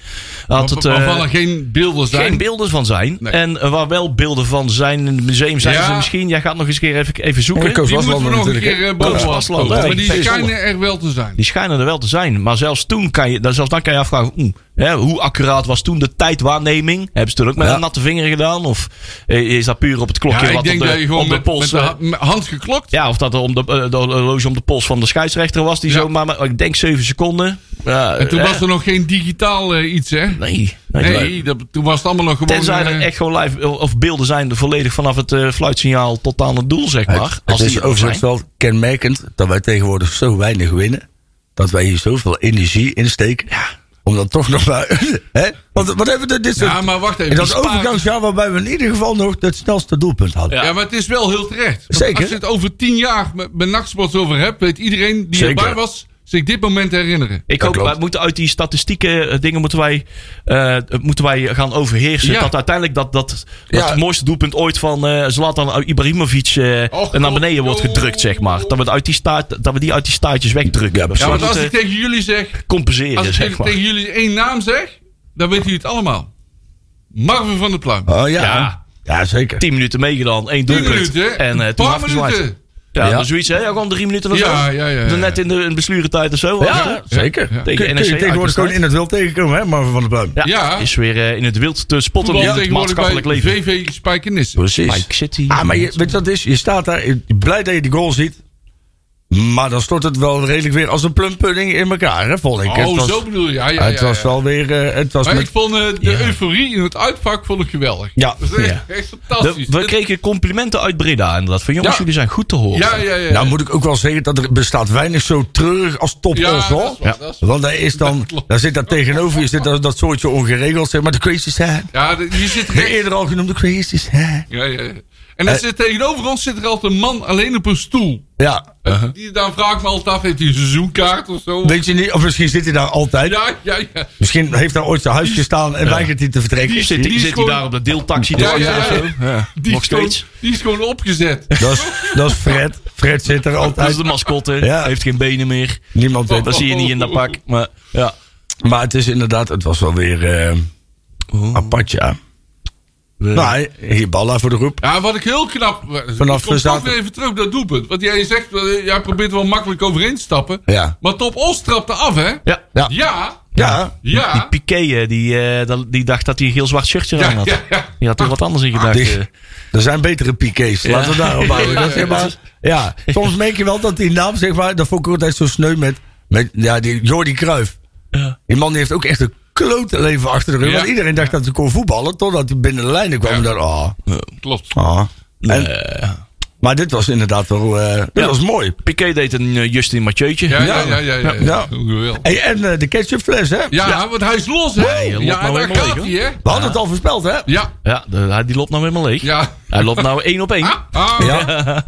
Speaker 2: Had het,
Speaker 4: Waar-
Speaker 2: eh,
Speaker 4: waarvan er geen beelden zijn.
Speaker 2: geen beelden van zijn.
Speaker 4: Nee.
Speaker 2: En eh, waar wel beelden van zijn. In het museum zijn
Speaker 4: Ja.
Speaker 2: ze misschien. Jij gaat nog eens keer even, even zoeken.
Speaker 3: Ja, Koos
Speaker 4: die moeten we
Speaker 3: Waslander
Speaker 4: nog een
Speaker 3: natuurlijk,
Speaker 4: keer
Speaker 3: hè?
Speaker 4: eh, boven
Speaker 2: Koos
Speaker 4: laten komen.
Speaker 2: Waslander
Speaker 4: Maar
Speaker 2: tegen
Speaker 4: die
Speaker 2: PSV.
Speaker 4: schijnen er wel te zijn.
Speaker 2: Die schijnen er wel te zijn. Maar zelfs toen kan je, dan- zelfs dan kan je afvragen. oeh, hè, hoe accuraat was toen de tijdwaarneming? Hebben ze toen ook met
Speaker 3: Ja.
Speaker 2: een natte vinger gedaan? Of eh, is dat puur op het klokje
Speaker 4: Ja, ik
Speaker 2: wat
Speaker 4: denk
Speaker 2: op de,
Speaker 4: dat je gewoon
Speaker 2: op de
Speaker 4: met,
Speaker 2: pols...
Speaker 4: met de
Speaker 2: eh,
Speaker 4: ha- met hand geklokt.
Speaker 2: Ja, of dat er om de, eh, de horloge om de pols van de scheidsrechter was. Die
Speaker 4: Ja.
Speaker 2: zomaar, maar ik denk 7 seconden. Ja,
Speaker 4: En toen
Speaker 2: eh,
Speaker 4: was er nog geen digitaal eh, iets, hè?
Speaker 2: Nee. nee,
Speaker 4: Nee, eh, dat, toen was het allemaal nog gewoon...
Speaker 2: Tenzij er
Speaker 4: eh,
Speaker 2: echt gewoon live of beelden zijn volledig vanaf het eh, fluitsignaal tot aan het doel, zeg maar.
Speaker 3: Het,
Speaker 2: als
Speaker 3: het
Speaker 2: die
Speaker 3: is
Speaker 2: er nog
Speaker 3: overigens
Speaker 2: zijn.
Speaker 3: wel kenmerkend dat wij tegenwoordig zo weinig winnen. Dat wij hier zoveel energie in steken. Om dan toch nog maar... hè? Want wat hebben we dit soort...
Speaker 4: Ja, maar wacht even.
Speaker 3: in dat
Speaker 4: die sparen-
Speaker 3: overgangsjaar waarbij we in ieder geval nog het snelste doelpunt hadden.
Speaker 4: Ja, maar het is wel heel terecht. Want
Speaker 3: Zeker.
Speaker 4: Als je het over tien jaar met, met nachtsports over hebt, weet iedereen die
Speaker 3: Zeker.
Speaker 4: erbij was, zich dit moment herinneren.
Speaker 2: Ik
Speaker 3: Dat
Speaker 2: hoop,
Speaker 3: klopt.
Speaker 2: wij moeten uit die statistieken eh, dingen moeten wij, eh, moeten wij gaan overheersen.
Speaker 4: Ja.
Speaker 2: Dat uiteindelijk dat, dat, dat
Speaker 3: Ja.
Speaker 2: het mooiste doelpunt ooit van eh Zlatan Ibrahimovic eh,
Speaker 4: Och,
Speaker 2: naar beneden wordt
Speaker 4: joh.
Speaker 2: gedrukt, zeg maar. Dat we, het uit die, staart, dat we die uit die staartjes wegdrukken.
Speaker 3: Ja,
Speaker 2: We
Speaker 3: precies.
Speaker 4: Ja, want
Speaker 2: moeten
Speaker 4: als ik tegen jullie zeg, als
Speaker 2: eh, compenseren,
Speaker 4: ik
Speaker 2: zeg
Speaker 4: tegen,
Speaker 2: maar.
Speaker 4: tegen jullie één naam zeg, dan weten jullie het allemaal. Marvin van der Pluim.
Speaker 3: Oh ja.
Speaker 2: Ja.
Speaker 3: Ja, zeker.
Speaker 2: 10 minuten meegedaan, één
Speaker 4: Tien
Speaker 2: doelpunt.
Speaker 4: minuten.
Speaker 2: en eh,
Speaker 4: een
Speaker 2: toen
Speaker 4: paar
Speaker 2: afgezwaaid.
Speaker 4: minuten.
Speaker 2: Ja,
Speaker 3: Ja.
Speaker 2: maar zoiets, hè? Ja, gewoon drie minuten of zo.
Speaker 4: Ja, ja, ja, ja.
Speaker 2: Net in de, in de blessuretijd of zo. was het, hè?
Speaker 3: Ja, zeker.
Speaker 4: Ja. E
Speaker 3: Kun, kun
Speaker 2: NEC
Speaker 3: je tegenwoordig gewoon
Speaker 2: uitwedstrijd.
Speaker 3: in het wild tegenkomen, hè, Marvin van der Pluim?
Speaker 2: Ja,
Speaker 4: Ja.
Speaker 2: is weer eh, in het wild te spotten
Speaker 4: Voetbal
Speaker 2: in het
Speaker 4: tegenwoordig
Speaker 2: maatschappelijk
Speaker 4: bij
Speaker 2: leven.
Speaker 4: VV Spijkenissen.
Speaker 3: Precies.
Speaker 2: Mike City.
Speaker 3: Ah, maar je, weet je wat het is? Je staat daar, je- blij dat je die goal ziet. Maar dan stort het wel redelijk weer als een plumpudding in elkaar, hè, vond ik. het
Speaker 4: Oh,
Speaker 3: was,
Speaker 4: zo bedoel je. Ja, ja,
Speaker 3: het
Speaker 4: ja,
Speaker 3: was
Speaker 4: ja.
Speaker 3: wel weer, eh, het was
Speaker 4: Maar
Speaker 3: met...
Speaker 4: ik vond eh, de euforie in het uitvak vond ik geweldig.
Speaker 3: Ja.
Speaker 4: Dat is echt,
Speaker 2: Ja.
Speaker 4: echt
Speaker 2: De-
Speaker 4: fantastisch.
Speaker 2: we kregen complimenten uit Breda inderdaad. Van jongens,
Speaker 4: Ja.
Speaker 2: jullie zijn goed te horen.
Speaker 4: ja, ja, ja.
Speaker 3: Nou moet ik ook wel zeggen dat er bestaat weinig zo treurig als top
Speaker 4: Ja,
Speaker 3: ons,
Speaker 4: dat
Speaker 3: hoor.
Speaker 4: is waar, dat is waar.
Speaker 3: Want daar is dan,
Speaker 4: Dat klopt.
Speaker 3: daar zit daar tegenover, je zit dat, dat soortje ongeregeld, zeg maar, de crazy side.
Speaker 4: ja, de- je zit
Speaker 3: De
Speaker 4: recht
Speaker 3: eerder al genoemde crazy side.
Speaker 4: Ja, ja. ja. En dan zit tegenover ons zit er altijd een man alleen op een stoel.
Speaker 3: Ja,
Speaker 4: Die, dan vraag ik me altijd af, heeft hij een seizoenkaart of zo?
Speaker 3: weet je niet, of misschien zit hij daar altijd.
Speaker 4: Ja, ja, ja.
Speaker 3: Misschien heeft daar ooit zijn huis gestaan en weigert hij te vertrekken.
Speaker 4: Die
Speaker 2: Zit,
Speaker 4: Die is
Speaker 2: zit hij
Speaker 4: gewoon-
Speaker 2: daar op de deeltaxi te
Speaker 4: Ja,
Speaker 2: wachten
Speaker 4: ja,
Speaker 2: of
Speaker 4: ja.
Speaker 2: zo?
Speaker 4: Die,
Speaker 2: Nog
Speaker 4: is gewoon,
Speaker 2: steeds.
Speaker 4: die is gewoon opgezet.
Speaker 3: Dat is, dat is Fred. Fred zit er
Speaker 2: Dat is
Speaker 3: altijd.
Speaker 2: de mascotte.
Speaker 3: Ja.
Speaker 2: Heeft geen benen meer.
Speaker 3: Niemand weet
Speaker 2: Dat
Speaker 3: dat.
Speaker 2: zie je niet in dat pak. Maar ja.
Speaker 4: Oh.
Speaker 3: Maar het is inderdaad, het was wel weer eh apart, ja.
Speaker 2: We-
Speaker 3: Nou, hier Balla voor de groep.
Speaker 4: Ja, wat ik heel knap... Vanaf
Speaker 3: Vanaf
Speaker 4: ik kom toch
Speaker 3: zaterdag-
Speaker 4: weer even terug op dat doelpunt. Want jij zegt, eh, jij probeert wel makkelijk overheen te stappen.
Speaker 3: Ja.
Speaker 4: Maar Top Os trapte af, hè?
Speaker 2: ja.
Speaker 3: Ja.
Speaker 4: Ja.
Speaker 3: Ja.
Speaker 2: Die
Speaker 4: Ja.
Speaker 2: Piqué, eh, die, eh, dat- die dacht dat hij een geel-zwart shirtje aan
Speaker 4: Ja,
Speaker 2: had.
Speaker 4: ja, ja. Ah,
Speaker 2: Die had er wat anders in gedacht.
Speaker 3: Die-
Speaker 2: eh.
Speaker 3: Er zijn betere piquets. Laten we daarop houden. Dat is
Speaker 4: Ja, ja,
Speaker 3: helemaal- ja, soms merk je wel dat die naam, zeg maar, dat vond ik altijd zo sneu met, met ja, die Jordi Cruijff.
Speaker 2: Ja.
Speaker 3: Die man die heeft ook echt een klote leven achter de rug.
Speaker 4: Ja.
Speaker 3: Want iedereen dacht dat hij kon voetballen, totdat hij binnen de lijnen kwam.
Speaker 4: Ja.
Speaker 3: En dacht, ah,
Speaker 4: Klopt.
Speaker 3: ah. En-
Speaker 2: Eh,
Speaker 3: Maar dit was inderdaad wel, eh, dit
Speaker 2: Ja.
Speaker 3: was mooi.
Speaker 2: Piqué deed een eh, Justin Mathieu'tje.
Speaker 4: Ja, ja, ja. Ja, ja,
Speaker 3: Ja.
Speaker 4: Hoewel.
Speaker 3: Hey, en eh, de ketchupfles, hè?
Speaker 4: ja, want hij is los, hè?
Speaker 2: Nee, hij loopt nou
Speaker 4: ja, daar
Speaker 2: helemaal
Speaker 4: gaat hij,
Speaker 2: leeg,
Speaker 4: hè?
Speaker 3: We hadden het al voorspeld, hè?
Speaker 4: Ja.
Speaker 2: Ja, de- hij- die loopt nou helemaal leeg.
Speaker 4: Ja.
Speaker 2: Hij loopt nou één op één.
Speaker 4: Ah, ah.
Speaker 3: Ja.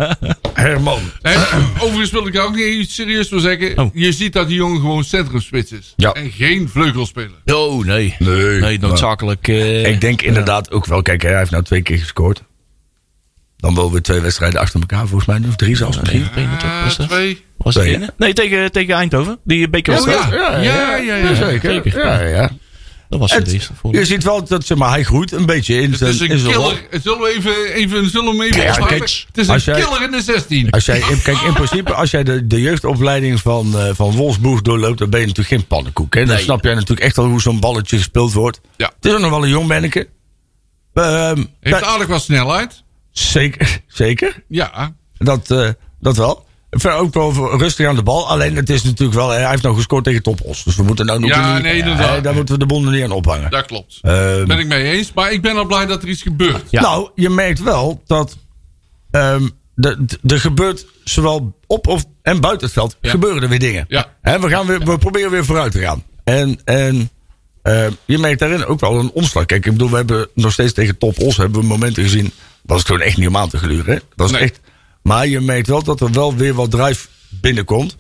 Speaker 3: Herman.
Speaker 4: En, overigens wil ik daar ook niet iets serieus voor zeggen.
Speaker 2: Oh.
Speaker 4: Je ziet dat die jongen gewoon centrumspits is.
Speaker 3: Ja.
Speaker 4: En geen vleugelspeler.
Speaker 2: Oh, nee.
Speaker 3: Nee.
Speaker 2: Nee, noodzakelijk. eh,
Speaker 3: Ik denk inderdaad ook wel, kijk, hij heeft nou twee keer gescoord. Dan wel weer twee wedstrijden achter elkaar, volgens mij. Of drie zelfs misschien.
Speaker 2: één op één, wat
Speaker 4: Ah,
Speaker 2: was dat?
Speaker 4: twee.
Speaker 2: Was het
Speaker 3: Twee,
Speaker 2: één? Nee, tegen, tegen Eindhoven. Die
Speaker 4: Oh ja.
Speaker 2: bekerwedstrijd.
Speaker 4: Ja, ja, ja.
Speaker 2: Zeker.
Speaker 3: Ja, ja.
Speaker 2: Dat was het
Speaker 3: Het-
Speaker 2: eerste. voor-
Speaker 3: je ziet wel dat zeg maar, hij groeit een beetje in
Speaker 4: Het is
Speaker 3: zijn,
Speaker 4: een
Speaker 3: in zijn rol.
Speaker 4: killer. Zullen we even, even, zullen we hem even
Speaker 3: Ja, ja,
Speaker 4: opmaken?
Speaker 3: kijk,
Speaker 4: Het is een
Speaker 3: als jij-
Speaker 4: killer in de 16.
Speaker 3: Als jij, in- kijk, in principe, als jij de, de jeugdopleiding van, eh, van Wolfsburg doorloopt, dan ben je natuurlijk geen pannenkoek. Hè? Dan
Speaker 2: Nee.
Speaker 3: snap jij natuurlijk echt al hoe zo'n balletje gespeeld wordt.
Speaker 4: Ja.
Speaker 3: Het is ook nog wel een jong manneke. Ehm,
Speaker 4: Heeft
Speaker 3: ja,
Speaker 4: aardig wat snelheid.
Speaker 3: zeker, zeker.
Speaker 4: Ja.
Speaker 3: Dat, eh, dat wel. Verder ook wel voor- rustig aan de bal. Alleen het is natuurlijk wel, eh, hij heeft nou gescoord tegen Topos. Dus we moeten nou
Speaker 4: Ja,
Speaker 3: moeten niet-
Speaker 4: nee, inderdaad.
Speaker 3: eh, daar moeten we de bonden niet aan ophangen.
Speaker 4: Dat klopt.
Speaker 3: Ehm,
Speaker 4: Ben ik mee eens. Maar ik ben al blij dat er iets gebeurt.
Speaker 2: Ja.
Speaker 3: Nou, je merkt wel dat ehm, de- de- er gebeurt zowel op of en buiten het veld
Speaker 4: Ja.
Speaker 3: gebeuren er weer dingen.
Speaker 4: Ja.
Speaker 3: Hè, we, gaan weer, we proberen weer vooruit te gaan. En, en ehm, je merkt daarin ook wel een omslag. Kijk, ik bedoel, we hebben nog steeds tegen Top Os hebben we momenten gezien. Was het gewoon echt niet om aan te gluren. hè? Dat is
Speaker 4: Nee.
Speaker 3: echt, maar je merkt wel dat er wel weer wat drive binnenkomt.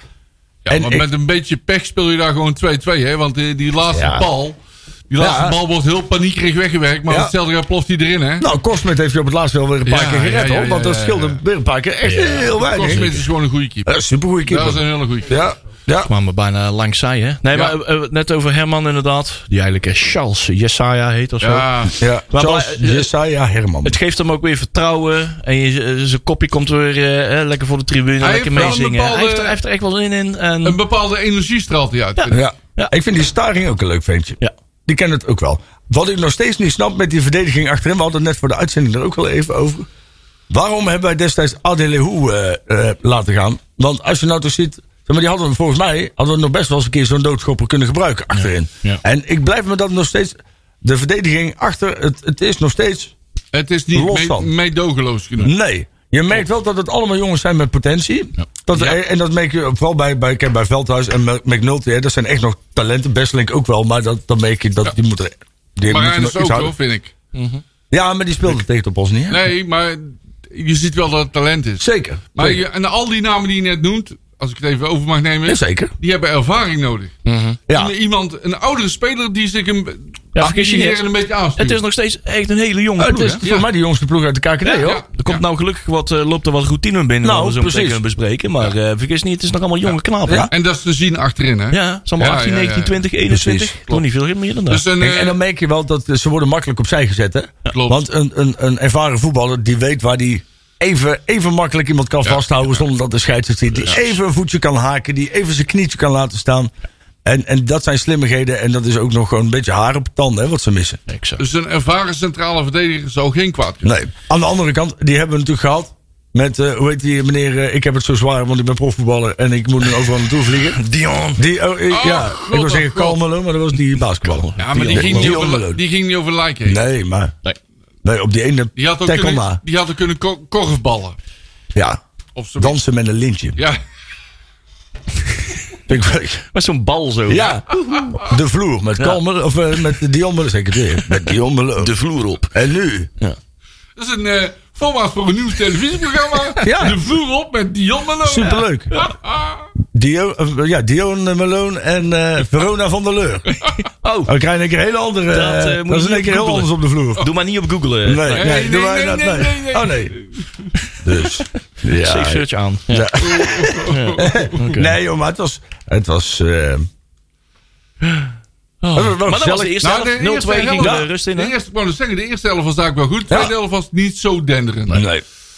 Speaker 4: Ja,
Speaker 3: En
Speaker 4: maar
Speaker 3: ik-
Speaker 4: met een beetje pech speel je daar gewoon 2-2, hè? Want die, die laatste
Speaker 3: Ja.
Speaker 4: bal. Die laatste
Speaker 3: Ja.
Speaker 4: bal wordt heel paniekerig weggewerkt. Maar
Speaker 3: Ja.
Speaker 4: hetzelfde jaar ploft hij erin, hè?
Speaker 3: Nou, Kosmet heeft je op het laatst wel weer een paar
Speaker 4: Ja,
Speaker 3: keer
Speaker 4: ja,
Speaker 3: gered,
Speaker 4: ja,
Speaker 3: hoor.
Speaker 4: ja,
Speaker 3: Want dat
Speaker 4: ja, ja.
Speaker 3: scheelde weer een paar keer echt heel weinig.
Speaker 4: Kosmit is gewoon een goede keeper.
Speaker 3: Eh, Supergoeie keeper.
Speaker 4: Dat is een hele goede keeper.
Speaker 3: Ja, ja.
Speaker 2: kwamen bijna langs zij, hè? Nee,
Speaker 4: Ja.
Speaker 2: maar eh, eh, net over Herman inderdaad. Die eigenlijk eh, Charles Jesaja heet of zo.
Speaker 4: Ja.
Speaker 3: Ja,
Speaker 2: Maar
Speaker 3: Charles
Speaker 2: blij- eh,
Speaker 3: Jesaja Herman.
Speaker 2: Het geeft hem ook weer vertrouwen. En je- eh, zijn kopje komt weer eh, eh, lekker voor de tribune.
Speaker 4: Hij
Speaker 2: lekker
Speaker 4: heeft wel een
Speaker 2: meezingen.
Speaker 4: bepaalde-
Speaker 2: Hij, heeft er- hij heeft er echt wel zin in. En,
Speaker 4: Een bepaalde energie straalt hij uit. vind ik.
Speaker 3: Mm. Ja.
Speaker 2: Ja.
Speaker 3: Ik vind die Staring ook een leuk ventje.
Speaker 2: Ja.
Speaker 3: Die kent het ook wel. Wat ik nog steeds niet snap met die verdediging achterin. We hadden het net voor de uitzending er ook wel even over. Waarom hebben wij destijds Adelehou eh eh laten gaan? Want als je nou toch ziet... Zeg maar, die hadden we volgens mij hadden we nog best wel eens een keer zo'n doodschopper kunnen gebruiken achterin.
Speaker 2: Ja.
Speaker 3: En ik blijf me dat nog steeds... De verdediging achter, het, het is nog steeds...
Speaker 4: Het is niet
Speaker 3: Los
Speaker 4: mee-
Speaker 3: van. Mm.
Speaker 4: meedogenloos genoeg.
Speaker 3: Nee. Je merkt wel dat het allemaal jongens zijn met potentie. Dat, eh, En dat merk je vooral bij, bij, kijk, bij Veldhuis en Mc- McNulty. Hè, dat zijn echt nog talenten. Bestelink ook wel. Maar dat, dan merk je dat die moeten... Die
Speaker 4: Maar
Speaker 3: moeten
Speaker 4: hij
Speaker 3: nog
Speaker 4: is
Speaker 3: iets
Speaker 4: ook
Speaker 3: houden.
Speaker 4: hoor, vind ik.
Speaker 3: Ja, maar die speelde tegen de Bosnië.
Speaker 4: Nee, maar je ziet wel dat het talent is.
Speaker 3: Zeker.
Speaker 4: Maar
Speaker 3: zeker.
Speaker 4: je- en al die namen die je net noemt, als ik het even over mag nemen,
Speaker 3: Ja, zeker.
Speaker 4: die hebben ervaring nodig.
Speaker 3: Ja.
Speaker 4: Iemand, een oudere speler die zich een,
Speaker 2: Ja,
Speaker 4: die
Speaker 2: vergis je
Speaker 4: hier
Speaker 2: niet.
Speaker 4: een beetje aanstuurt.
Speaker 2: het is nog steeds echt een hele jonge
Speaker 3: Oh, het
Speaker 2: ploeg,
Speaker 3: is
Speaker 2: hè?
Speaker 3: voor mij de jongste ploeg uit de KKD,
Speaker 4: Ja,
Speaker 3: hoor.
Speaker 4: ja.
Speaker 2: Er komt nou gelukkig wat, eh, loopt er wat routine binnen.
Speaker 3: Nou,
Speaker 2: wat we zo meteen
Speaker 3: precies.
Speaker 2: kunnen bespreken. Maar eh, vergis niet, het is nog allemaal jonge knapen.
Speaker 3: Ja.
Speaker 2: Ja.
Speaker 4: En dat is te zien achterin, hè?
Speaker 2: ja, het is allemaal
Speaker 4: Ja,
Speaker 2: 18,
Speaker 4: ja, ja,
Speaker 2: 19,
Speaker 4: ja.
Speaker 2: 20, 21.
Speaker 3: Precies.
Speaker 2: Nog niet veel meer dan dat.
Speaker 4: Dus een,
Speaker 3: Kijk,
Speaker 4: eh,
Speaker 3: en dan merk je wel dat eh, ze worden makkelijk opzij gezet. Hè?
Speaker 4: Klopt.
Speaker 3: Want een, een, een ervaren voetballer die weet waar die even, even makkelijk iemand kan vasthouden zonder dat de scheidsrechter ziet. Die even een voetje kan haken, die even zijn knietje kan laten staan. En, en dat zijn slimmigheden en dat is ook nog gewoon een beetje haar op de tanden hè, wat ze missen.
Speaker 2: Exact.
Speaker 4: dus een ervaren centrale verdediger zou geen kwaad kunnen.
Speaker 3: Nee. Aan de andere kant, die hebben we natuurlijk gehad met, eh, hoe heet die meneer, eh, ik heb het zo zwaar want ik ben profvoetballer en ik moet nu overal naartoe vliegen.
Speaker 2: Dion.
Speaker 3: Die, oh, ik-
Speaker 4: Oh,
Speaker 3: ja,
Speaker 4: God,
Speaker 3: ik wil zeggen
Speaker 4: oh, God.
Speaker 3: Kalmelo, maar dat was die basketballer.
Speaker 4: Ja, maar die, ging niet over,
Speaker 3: Kalmelo.
Speaker 4: die ging niet over lijken. heen.
Speaker 3: Nee, maar...
Speaker 2: Nee.
Speaker 3: Nee, op die ene
Speaker 4: Die had ook
Speaker 3: tackle
Speaker 4: kunnen,
Speaker 3: na.
Speaker 4: die had ook kunnen ko- korfballen.
Speaker 3: Ja.
Speaker 4: Of zo.
Speaker 3: Dansen met een lintje.
Speaker 4: Ja,
Speaker 3: Vind ik wel-
Speaker 2: Met zo'n bal zo.
Speaker 3: Ja. De vloer met Kalmer, of eh, met Dion Melo, zeker weer. Met Dion Melo.
Speaker 2: De vloer op.
Speaker 3: En nu?
Speaker 4: dat is een eh, formaat voor een nieuw televisieprogramma.
Speaker 3: Ja.
Speaker 4: De vloer op met Dion Nou, Malone.
Speaker 3: Superleuk. Dion, eh, ja, Dion eh, Malone en eh, Verona van der Leur.
Speaker 2: Oh,
Speaker 3: Dan krijg je een keer hele andere...
Speaker 2: Dat, eh,
Speaker 3: Dat,
Speaker 2: moet
Speaker 3: dat
Speaker 2: je
Speaker 3: is in één
Speaker 2: niet
Speaker 3: keer heel
Speaker 2: googlen.
Speaker 3: anders op de vloer.
Speaker 2: doe maar niet op Google.
Speaker 3: Nee,
Speaker 2: eh.
Speaker 3: nee,
Speaker 4: Oh. nee,
Speaker 3: doen
Speaker 4: nee,
Speaker 3: wij dat?
Speaker 4: nee, nee, nee.
Speaker 3: Oh, nee. Dus.
Speaker 2: Safe
Speaker 3: Ja.
Speaker 2: search aan. Ja.
Speaker 3: Ja. Nee, joh, maar het was... Het was eh, Maar
Speaker 2: Maar dat was de
Speaker 3: gezellig.
Speaker 2: eerste
Speaker 4: Nou, de
Speaker 2: helft. 0-2
Speaker 4: eerste
Speaker 2: ging de
Speaker 4: helft-
Speaker 2: eh, rust in.
Speaker 4: De
Speaker 2: hè?
Speaker 4: eerste, ik wou net zeggen, de eerste helft was eigenlijk wel goed. De tweede helft was niet zo denderend.
Speaker 3: Nee,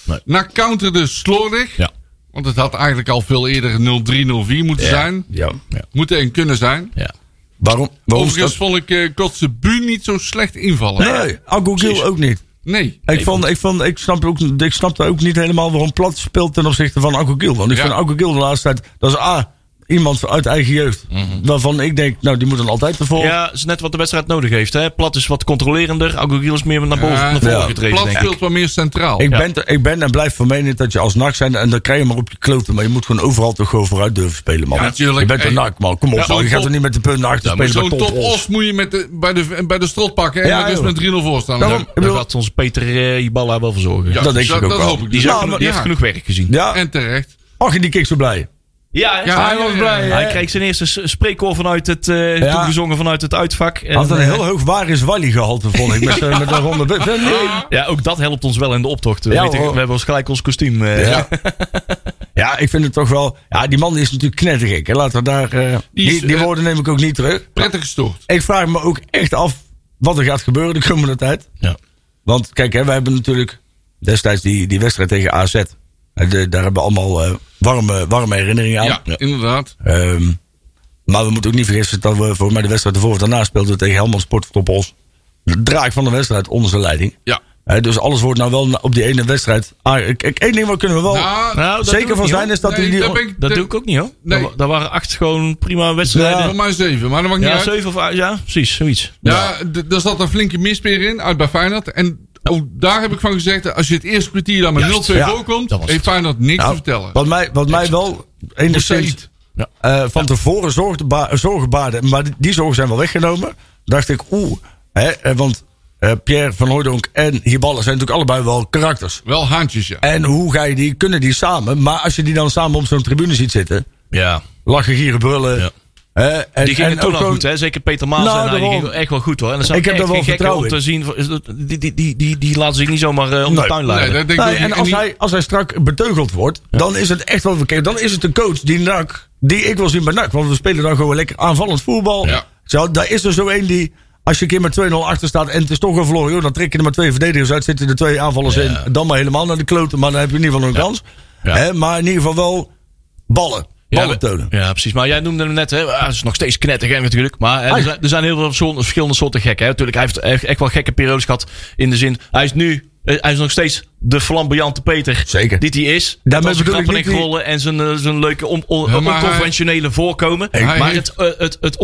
Speaker 3: nee.
Speaker 4: Na counterde slordig.
Speaker 2: Ja.
Speaker 4: Want het had eigenlijk al veel eerder 0-3, 0-4 moeten zijn.
Speaker 3: Ja.
Speaker 4: Moeten en kunnen zijn.
Speaker 2: Ja.
Speaker 3: Waarom? Waarom is
Speaker 4: Overigens
Speaker 3: dat?
Speaker 4: vond ik eh Kotzebu niet zo slecht invallen.
Speaker 3: Nee, Agogo
Speaker 2: Precies.
Speaker 3: ook niet.
Speaker 4: Nee.
Speaker 3: Ik, vond, ik, vond, ik, snap ook, ik snapte ook niet helemaal waarom plat speelt ten opzichte van Akko Want ik
Speaker 4: Ja.
Speaker 3: vind Akko de laatste tijd. Dat is A. Iemand uit eigen jeugd.
Speaker 4: Mhm.
Speaker 3: Waarvan ik denk, nou die moet dan altijd ervoor.
Speaker 2: Ja, is net wat de wedstrijd nodig heeft. Hè? Plat is wat controlerender. Agogiel is meer naar boven, naar voren
Speaker 3: ja.
Speaker 2: getreden,
Speaker 4: Eh, Plat
Speaker 2: denk ik.
Speaker 4: speelt wat meer centraal.
Speaker 3: Ik, ben, te- ik ben en blijf van mening dat je als NAC zijn en dan krijg je maar op je kloten. Maar je moet gewoon overal toch gewoon vooruit durven spelen, man.
Speaker 4: Ja, natuurlijk.
Speaker 3: Je bent een
Speaker 4: Hey.
Speaker 3: NAC, man. Kom op,
Speaker 4: Ja,
Speaker 3: man. Je
Speaker 4: zo'n
Speaker 3: gaat er
Speaker 4: top-
Speaker 3: niet met de punten naar achter
Speaker 2: Ja, maar
Speaker 3: spelen.
Speaker 4: Zo'n
Speaker 3: bij
Speaker 4: top
Speaker 3: Os.
Speaker 4: os moet je met de, bij, de, bij de strot pakken. En
Speaker 3: Ja,
Speaker 4: dan is
Speaker 3: joh.
Speaker 4: met 3-0 voor staan.
Speaker 3: Daarom-
Speaker 4: Ja,
Speaker 3: Ik
Speaker 2: Daar
Speaker 3: bedoel-
Speaker 2: gaat onze Peter eh Iballa wel voor zorgen.
Speaker 4: ja,
Speaker 3: dat denk ik ook
Speaker 4: dat
Speaker 3: wel.
Speaker 4: hoop ik.
Speaker 2: Die, is
Speaker 4: Ja,
Speaker 2: ook-
Speaker 4: maar-
Speaker 2: die heeft
Speaker 4: ja.
Speaker 2: genoeg werk gezien.
Speaker 3: Ja,
Speaker 4: En terecht.
Speaker 3: ach, en die keek zo blij.
Speaker 2: Ja, hè?
Speaker 4: Ja, hij was blij,
Speaker 2: Hij kreeg zijn eerste s- spreekkoor vanuit het, eh,
Speaker 3: Ja.
Speaker 2: toegezongen vanuit het uitvak. En,
Speaker 3: Had een
Speaker 2: eh,
Speaker 3: heel hoog waar is Wally gehalte, vond ik. Met, zijn- met een ronde... bu- Nee,
Speaker 2: Ja, ook dat helpt ons wel in de optocht. We,
Speaker 3: Ja,
Speaker 2: weten-
Speaker 3: hoor.
Speaker 2: we hebben ons gelijk ons kostuum. eh,
Speaker 3: Ja. ja, ik vind het toch wel. Ja, die man is natuurlijk knettergek. hè. Laten we daar. eh,
Speaker 4: Die
Speaker 3: die,
Speaker 4: is,
Speaker 3: die,
Speaker 4: eh,
Speaker 3: woorden neem ik ook niet terug.
Speaker 4: Prettig gestoord.
Speaker 3: Ik vraag me ook echt af wat er gaat gebeuren de komende tijd.
Speaker 2: Ja.
Speaker 3: Want kijk, hè, wij hebben natuurlijk destijds die, die wedstrijd tegen AZ. En de- daar hebben we allemaal eh, warme, warme herinneringen
Speaker 2: Ah.
Speaker 3: aan.
Speaker 4: Ja, inderdaad.
Speaker 3: Ehm, maar we moeten ook niet vergissen dat we voor mij de wedstrijd ervoor of daarna speelden we tegen Helmond Sportclub Os. De draak van de wedstrijd onder zijn leiding.
Speaker 4: Ja.
Speaker 3: Hè, dus alles wordt nou wel op die ene wedstrijd. Ah, ik- ik- één ding wat kunnen we wel.
Speaker 4: Nou,
Speaker 2: Nou, dat doe
Speaker 3: zeker
Speaker 2: ik
Speaker 3: van
Speaker 2: niet,
Speaker 3: zijn
Speaker 2: hoor.
Speaker 3: is dat
Speaker 4: nee,
Speaker 3: hij die.
Speaker 4: daar ben ik-
Speaker 2: Dat
Speaker 4: daar-
Speaker 2: doe ik ook niet hoor.
Speaker 4: Nee.
Speaker 2: Daar wa- Daar waren acht gewoon prima wedstrijden.
Speaker 4: Voor mij zeven, maar dat maakt niet
Speaker 2: Ja,
Speaker 4: uit.
Speaker 2: zeven of acht. Ja, precies, zoiets.
Speaker 4: Ja, d- daar zat een flinke mispeer in, uit bij Feyenoord. En ook daar heb ik van gezegd, als je het eerste kwartier dan met 0-2
Speaker 3: ja,
Speaker 4: voorkomt,
Speaker 2: dat was
Speaker 4: heeft Feyenoord niks
Speaker 3: Nou,
Speaker 4: te vertellen.
Speaker 3: Wat mij, wat mij wel enigszins
Speaker 4: Saïd.
Speaker 2: Ja.
Speaker 3: eh, van tevoren zorgde ba- eh, zorgen baarden, maar die, die zorgen zijn wel weggenomen. Dacht ik, oeh, hè, eh, want eh, Pierre van Hooydonk en Hiballa zijn natuurlijk allebei wel karakters.
Speaker 4: Wel haantjes, ja.
Speaker 3: En hoe ga je die, kunnen die samen? Maar als je die dan samen op zo'n tribune ziet zitten,
Speaker 2: Ja.
Speaker 3: lachen, gieren, brullen.
Speaker 2: Ja.
Speaker 3: hè, en,
Speaker 2: Die gingen
Speaker 3: en
Speaker 2: toen
Speaker 3: ook
Speaker 2: al
Speaker 3: gewoon-
Speaker 2: goed, hè? Zeker Peter Maas.
Speaker 3: Nou,
Speaker 2: en, nou, die
Speaker 3: daarom.
Speaker 2: gingen echt wel goed hoor. En er zijn
Speaker 3: Ik heb
Speaker 2: echt
Speaker 3: daar wel
Speaker 2: geen gekken om
Speaker 3: vertrouwen
Speaker 2: te zien. van- is dat- Die, die, die, die, die laten zich niet zomaar eh, om de
Speaker 3: Nee.
Speaker 2: tuin
Speaker 4: Nee,
Speaker 2: leiden.
Speaker 4: dat denk ik
Speaker 3: Nee,
Speaker 4: ook
Speaker 3: en
Speaker 4: niet.
Speaker 3: als
Speaker 4: die-
Speaker 3: hij, als hij strak beteugeld wordt, dan is het echt wel verkeerd. Dan is het een coach die NAC, die ik wil zien bij NAC. Want we spelen dan gewoon lekker aanvallend voetbal.
Speaker 4: Ja.
Speaker 3: Zo, daar is er zo één die, als je een keer met 2-0 achter staat en het is toch een verloren, joh, dan trek je er maar twee verdedigers uit, zitten er twee aanvallers in. Dan maar helemaal naar de kloten, maar dan heb je in ieder geval nog een kans.
Speaker 2: Ja.
Speaker 3: Hè, maar in ieder geval wel ballen. Ballen
Speaker 2: ja,
Speaker 3: tonen.
Speaker 2: Ja, precies. Maar jij noemde hem net, hè? ah, Het is nog steeds knettergek natuurlijk. Maar hè, er,
Speaker 3: Ah.
Speaker 2: zijn, er zijn heel veel verschil- verschillende soorten gekken. Hè? Natuurlijk, hij heeft echt, echt wel gekke periodes gehad. In de zin, hij is nu. eh, Hij is nog steeds de flamboyante Peter.
Speaker 3: Zeker.
Speaker 2: Die hij is.
Speaker 3: Daarmee
Speaker 2: Met al zijn
Speaker 3: bedoel ik
Speaker 2: grappen en
Speaker 3: niet die-
Speaker 2: rollen en zijn, eh, zijn leuke on, on-
Speaker 4: Ja, maar hij-
Speaker 2: onconventionele voorkomen.
Speaker 4: Hij
Speaker 2: maar
Speaker 4: heeft-
Speaker 2: het, eh, het, het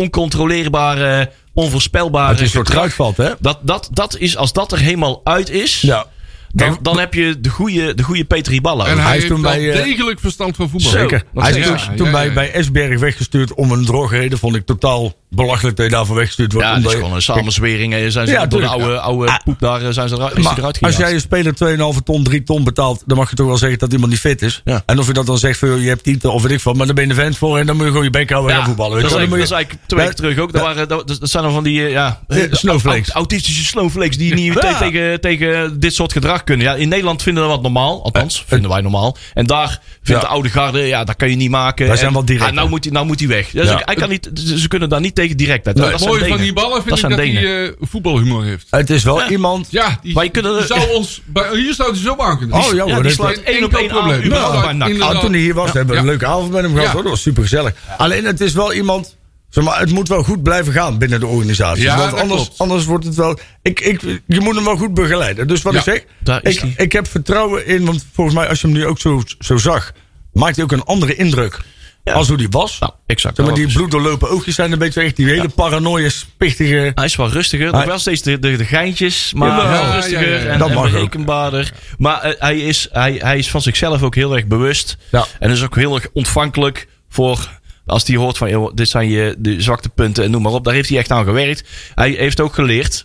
Speaker 2: oncontroleerbare, eh, onvoorspelbare.
Speaker 3: Het is een soort
Speaker 2: gedrag,
Speaker 3: kruidvat, hè?
Speaker 2: dat, dat, dat is, als dat er helemaal uit is,
Speaker 3: Ja.
Speaker 2: dan, dan heb je de goede, de goede Peter Riballa.
Speaker 4: en hij,
Speaker 3: hij is
Speaker 4: heeft
Speaker 3: toen
Speaker 4: wel
Speaker 3: bij, eh,
Speaker 4: degelijk verstand van voetbal.
Speaker 2: Zeker. Nog
Speaker 3: Hij is
Speaker 2: steeds.
Speaker 3: toen,
Speaker 4: Ja,
Speaker 3: toen
Speaker 4: ja,
Speaker 3: bij,
Speaker 4: ja.
Speaker 3: bij Esberg weggestuurd om een drogreden. Vond ik totaal belachelijk dat je daarvoor weggestuurd wordt.
Speaker 2: Ja, dat
Speaker 3: omdat
Speaker 2: is
Speaker 3: je-
Speaker 2: gewoon een samenzwering. eh, Zijn ze
Speaker 3: Ja,
Speaker 2: door de
Speaker 3: tuurlijk,
Speaker 2: oude, oude
Speaker 3: Ah.
Speaker 2: poep daar eh, zijn ze eruit, is
Speaker 3: Maar
Speaker 2: hij eruit
Speaker 3: als
Speaker 2: gejaagd.
Speaker 3: jij een speler 2,5 ton, 3 ton betaalt, dan mag je toch wel zeggen dat iemand niet fit is.
Speaker 2: Ja.
Speaker 3: En of je dat dan zegt van joh, je hebt tieten of weet ik van, maar dan ben je de vent voor en dan moet je gewoon je bek houden
Speaker 2: Ja,
Speaker 3: en gaan voetballen.
Speaker 2: dat,
Speaker 3: Weet
Speaker 2: is
Speaker 3: je wel.
Speaker 2: eigenlijk, dat
Speaker 3: Dan moet
Speaker 2: is
Speaker 3: je-
Speaker 2: eigenlijk twee weken terug ook. Dat, waren, dat, dat zijn dan van die eh, ja,
Speaker 3: Eh,
Speaker 2: eh,
Speaker 3: snowflakes.
Speaker 2: aut- autistische snowflakes die niet
Speaker 3: Ja.
Speaker 2: te- tegen, tegen dit soort gedrag kunnen. Ja, in Nederland vinden we dat normaal. Althans, vinden wij normaal. En daar vindt
Speaker 3: Eh, Ja.
Speaker 2: de oude garde, ja, dat kan je niet maken.
Speaker 3: Wij
Speaker 2: En,
Speaker 3: zijn wel direct,
Speaker 2: ah, nou,
Speaker 3: hè?
Speaker 2: moet hij, nou moet hij weg. Ja,
Speaker 3: Ja.
Speaker 2: Ze, hij kan niet, ze ze kunnen daar niet tegen direct uit.
Speaker 4: Het
Speaker 2: dat zijn
Speaker 4: mooie van
Speaker 2: Denen.
Speaker 4: die ballen vind
Speaker 2: dat
Speaker 4: ik
Speaker 2: zijn
Speaker 4: dat hij
Speaker 2: Denen.
Speaker 4: eh, voetbalhumor heeft.
Speaker 3: Het is wel iemand.
Speaker 4: Ja, die,
Speaker 2: Maar je kunt er-
Speaker 4: die zou ons... Bij, hier zou hij zo aan kunnen.
Speaker 3: Oh, ja,
Speaker 2: ja,
Speaker 3: hoor,
Speaker 2: die
Speaker 3: dat-
Speaker 2: slaat één op
Speaker 4: Enkel
Speaker 2: één aan. Oh,
Speaker 4: probleem.
Speaker 2: überhaupt
Speaker 4: Ja,
Speaker 2: bij NAC.
Speaker 4: inderdaad.
Speaker 3: Ah, toen hij hier was, hebben we een
Speaker 4: Ja.
Speaker 3: leuke avond met hem gehad.
Speaker 4: Ja.
Speaker 3: Hoor. Dat was super gezellig. Alleen het is wel iemand. Zeg maar, het moet wel goed blijven gaan binnen de organisatie.
Speaker 4: Ja,
Speaker 3: want
Speaker 4: dat
Speaker 3: anders,
Speaker 4: klopt.
Speaker 3: anders wordt het wel. Ik, ik, je moet hem wel goed begeleiden. Dus wat
Speaker 4: Ja,
Speaker 3: ik zeg,
Speaker 2: daar is
Speaker 3: ik,
Speaker 2: hij.
Speaker 3: ik heb vertrouwen in. Want volgens mij, als je hem nu ook zo, zo zag, maakt hij ook een andere indruk. Als hoe die was.
Speaker 2: Nou, exact.
Speaker 3: Zeg maar,
Speaker 2: Dat
Speaker 3: die
Speaker 2: is-
Speaker 3: bloeddoorlopen oogjes zijn een beetje echt die hele paranoia, spichtige.
Speaker 2: Hij is wel rustiger. Nog
Speaker 3: Hij-
Speaker 2: wel steeds de, de, de geintjes. Maar
Speaker 4: Jawel.
Speaker 2: wel
Speaker 4: Ja,
Speaker 2: rustiger
Speaker 4: ja, ja, ja.
Speaker 2: en,
Speaker 3: Dat
Speaker 2: en
Speaker 3: mag ook.
Speaker 2: berekenbaarder. Maar eh, hij, is, hij, hij is van zichzelf ook heel erg bewust.
Speaker 3: Ja.
Speaker 2: En is ook heel erg ontvankelijk voor... Als hij hoort van, joh, dit zijn je de zwakte punten en noem maar op. Daar heeft hij echt aan gewerkt. Hij heeft ook geleerd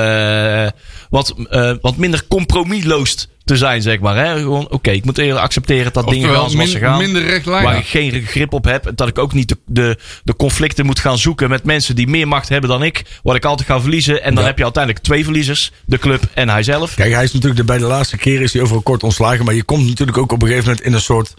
Speaker 2: eh, wat, eh, wat minder compromisloos te zijn, zeg maar. Hè? Gewoon, oké, ik moet eerder accepteren dat dingen
Speaker 4: Oftewel,
Speaker 2: gaan zoals ze
Speaker 4: min-
Speaker 2: gaan
Speaker 4: minder
Speaker 2: waar
Speaker 4: rechtlijnig.
Speaker 2: ik geen grip op heb. En dat ik ook niet de, de, de conflicten moet gaan zoeken met mensen die meer macht hebben dan ik. Wat ik altijd ga verliezen. En dan
Speaker 3: Ja.
Speaker 2: heb je uiteindelijk twee verliezers. De club en hij zelf.
Speaker 3: Kijk, hij is natuurlijk de, bij de laatste keer is hij overal kort ontslagen. Maar je komt natuurlijk ook op een gegeven moment in een soort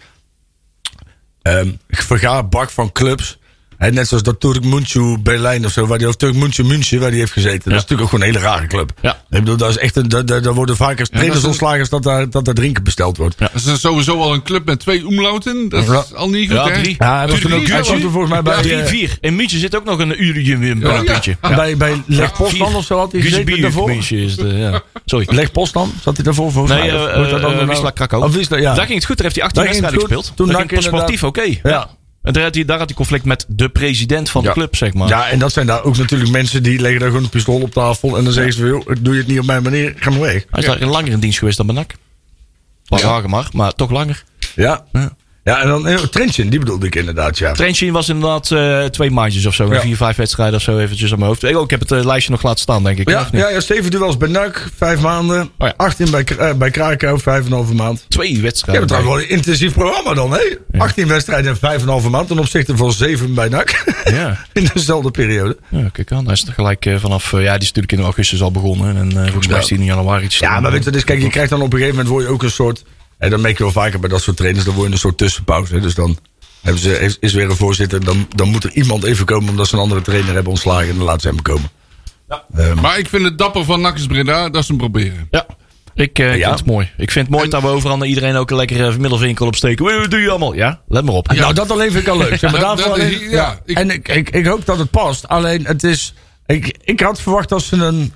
Speaker 3: ehm vergaarbak van clubs. Hè, net zoals dat Turk Munchu Berlijn of zo, waar die, of Turk Munchu München, waar die heeft gezeten. Dat is natuurlijk ook gewoon een hele rare club.
Speaker 2: Ja.
Speaker 3: Ik bedoel, daar, is echt een, daar, daar daar worden vaker
Speaker 4: dat is
Speaker 3: trainers
Speaker 4: een-
Speaker 3: ontslagen als dat daar, dat daar drinken besteld wordt.
Speaker 4: Dat is dus sowieso al een club met twee omlauten. Dat is
Speaker 3: Ja.
Speaker 4: al niet goed,
Speaker 2: Ja,
Speaker 4: hè?
Speaker 2: drie.
Speaker 3: Ja, hij was toen ook, hij
Speaker 4: Tuurlijk.
Speaker 3: zat toen volgens mij bij,
Speaker 2: Drie,
Speaker 3: eh,
Speaker 2: vier. In München zit ook nog een Urien Wim
Speaker 4: Ja,
Speaker 2: een
Speaker 4: ja.
Speaker 2: puntje.
Speaker 3: Ja. Bij, bij Leg Postman
Speaker 2: Vier.
Speaker 3: of zo had hij
Speaker 2: Guus
Speaker 3: gezeten
Speaker 2: Bier
Speaker 3: daarvoor.
Speaker 2: München is de, ja. Sorry.
Speaker 3: Leg Postman zat hij daarvoor volgens
Speaker 2: Nee,
Speaker 3: mij.
Speaker 2: eh,
Speaker 3: Of wordt dat dan
Speaker 2: eh,
Speaker 3: daarna-
Speaker 2: Wisla Krakau.
Speaker 3: Of Wisla, ja.
Speaker 2: Daar ging het goed. Daar heeft hij 18
Speaker 3: Daar ging het
Speaker 2: wedstrijden
Speaker 3: goed.
Speaker 2: gespeeld.
Speaker 3: Toen
Speaker 2: Toen
Speaker 3: dak
Speaker 2: ging het sportief oké.
Speaker 3: Ja.
Speaker 2: En daar had, hij, daar had hij conflict met de president van de
Speaker 3: Ja.
Speaker 2: club, zeg maar.
Speaker 3: ja, en dat zijn daar ook natuurlijk mensen die leggen daar gewoon een pistool op tafel. En dan zeggen ze, van, joh, doe je het niet op mijn manier, ga maar weg.
Speaker 2: Hij is daar langer in dienst geweest dan Benak. Lang Hagemar, maar toch langer.
Speaker 3: Ja. Ja, en dan eh, Trentin, die bedoelde ik inderdaad, ja.
Speaker 2: Trentin was inderdaad eh, twee maandjes of zo.
Speaker 3: Ja.
Speaker 2: Vier, vijf wedstrijden of zo eventjes aan mijn hoofd. Ik, ik heb het eh, lijstje nog laten staan, denk ik.
Speaker 3: Ja,
Speaker 2: of niet?
Speaker 3: ja, ja, zeven duels bij NAC, vijf maanden.
Speaker 2: Oh ja.
Speaker 3: 18 bij, Kra- eh, bij Krakau, vijf en een halve maand.
Speaker 2: Twee
Speaker 3: Je hebt
Speaker 2: wedstrijden.
Speaker 3: trouwens wel een intensief programma dan, hè? 18 wedstrijden en vijf en een halve maand ten opzichte van zeven bij NAC.
Speaker 2: Ja.
Speaker 3: In dezelfde periode.
Speaker 2: Ja, kijk aan. Hij is er gelijk eh, vanaf... eh, ja, die is natuurlijk in augustus al begonnen. En eh, volgens mij is hij in januari. iets-
Speaker 3: Ja, maar weet je, dus kijk, je krijgt dan op een gegeven moment word je ook een soort. En dan merk je wel vaker bij dat soort trainers, dan word je een soort tussenpauze. hè. Dus dan hebben ze, is- is weer een voorzitter. Dan, dan moet er iemand even komen omdat ze een andere trainer hebben ontslagen. En dan laten ze hem komen.
Speaker 4: Maar ik vind het dapper van Nakkers Breda dat ze hem proberen.
Speaker 2: Ja. Ik eh, ik
Speaker 3: Ja.
Speaker 2: vind het mooi. Ik vind het mooi dat we overal naar iedereen ook een lekkere middelvinkel opsteken. Wat doe je allemaal? Ja, let maar op.
Speaker 3: Nou, dat alleen vind ik al leuk. Zeg maar,
Speaker 4: Dat-
Speaker 3: daarvoor
Speaker 4: dat is-
Speaker 3: alleen-
Speaker 4: ja,
Speaker 3: ja.
Speaker 4: ik-
Speaker 3: En ik, ik, ik hoop dat het past. Alleen het is. Ik, ik had verwacht dat ze een,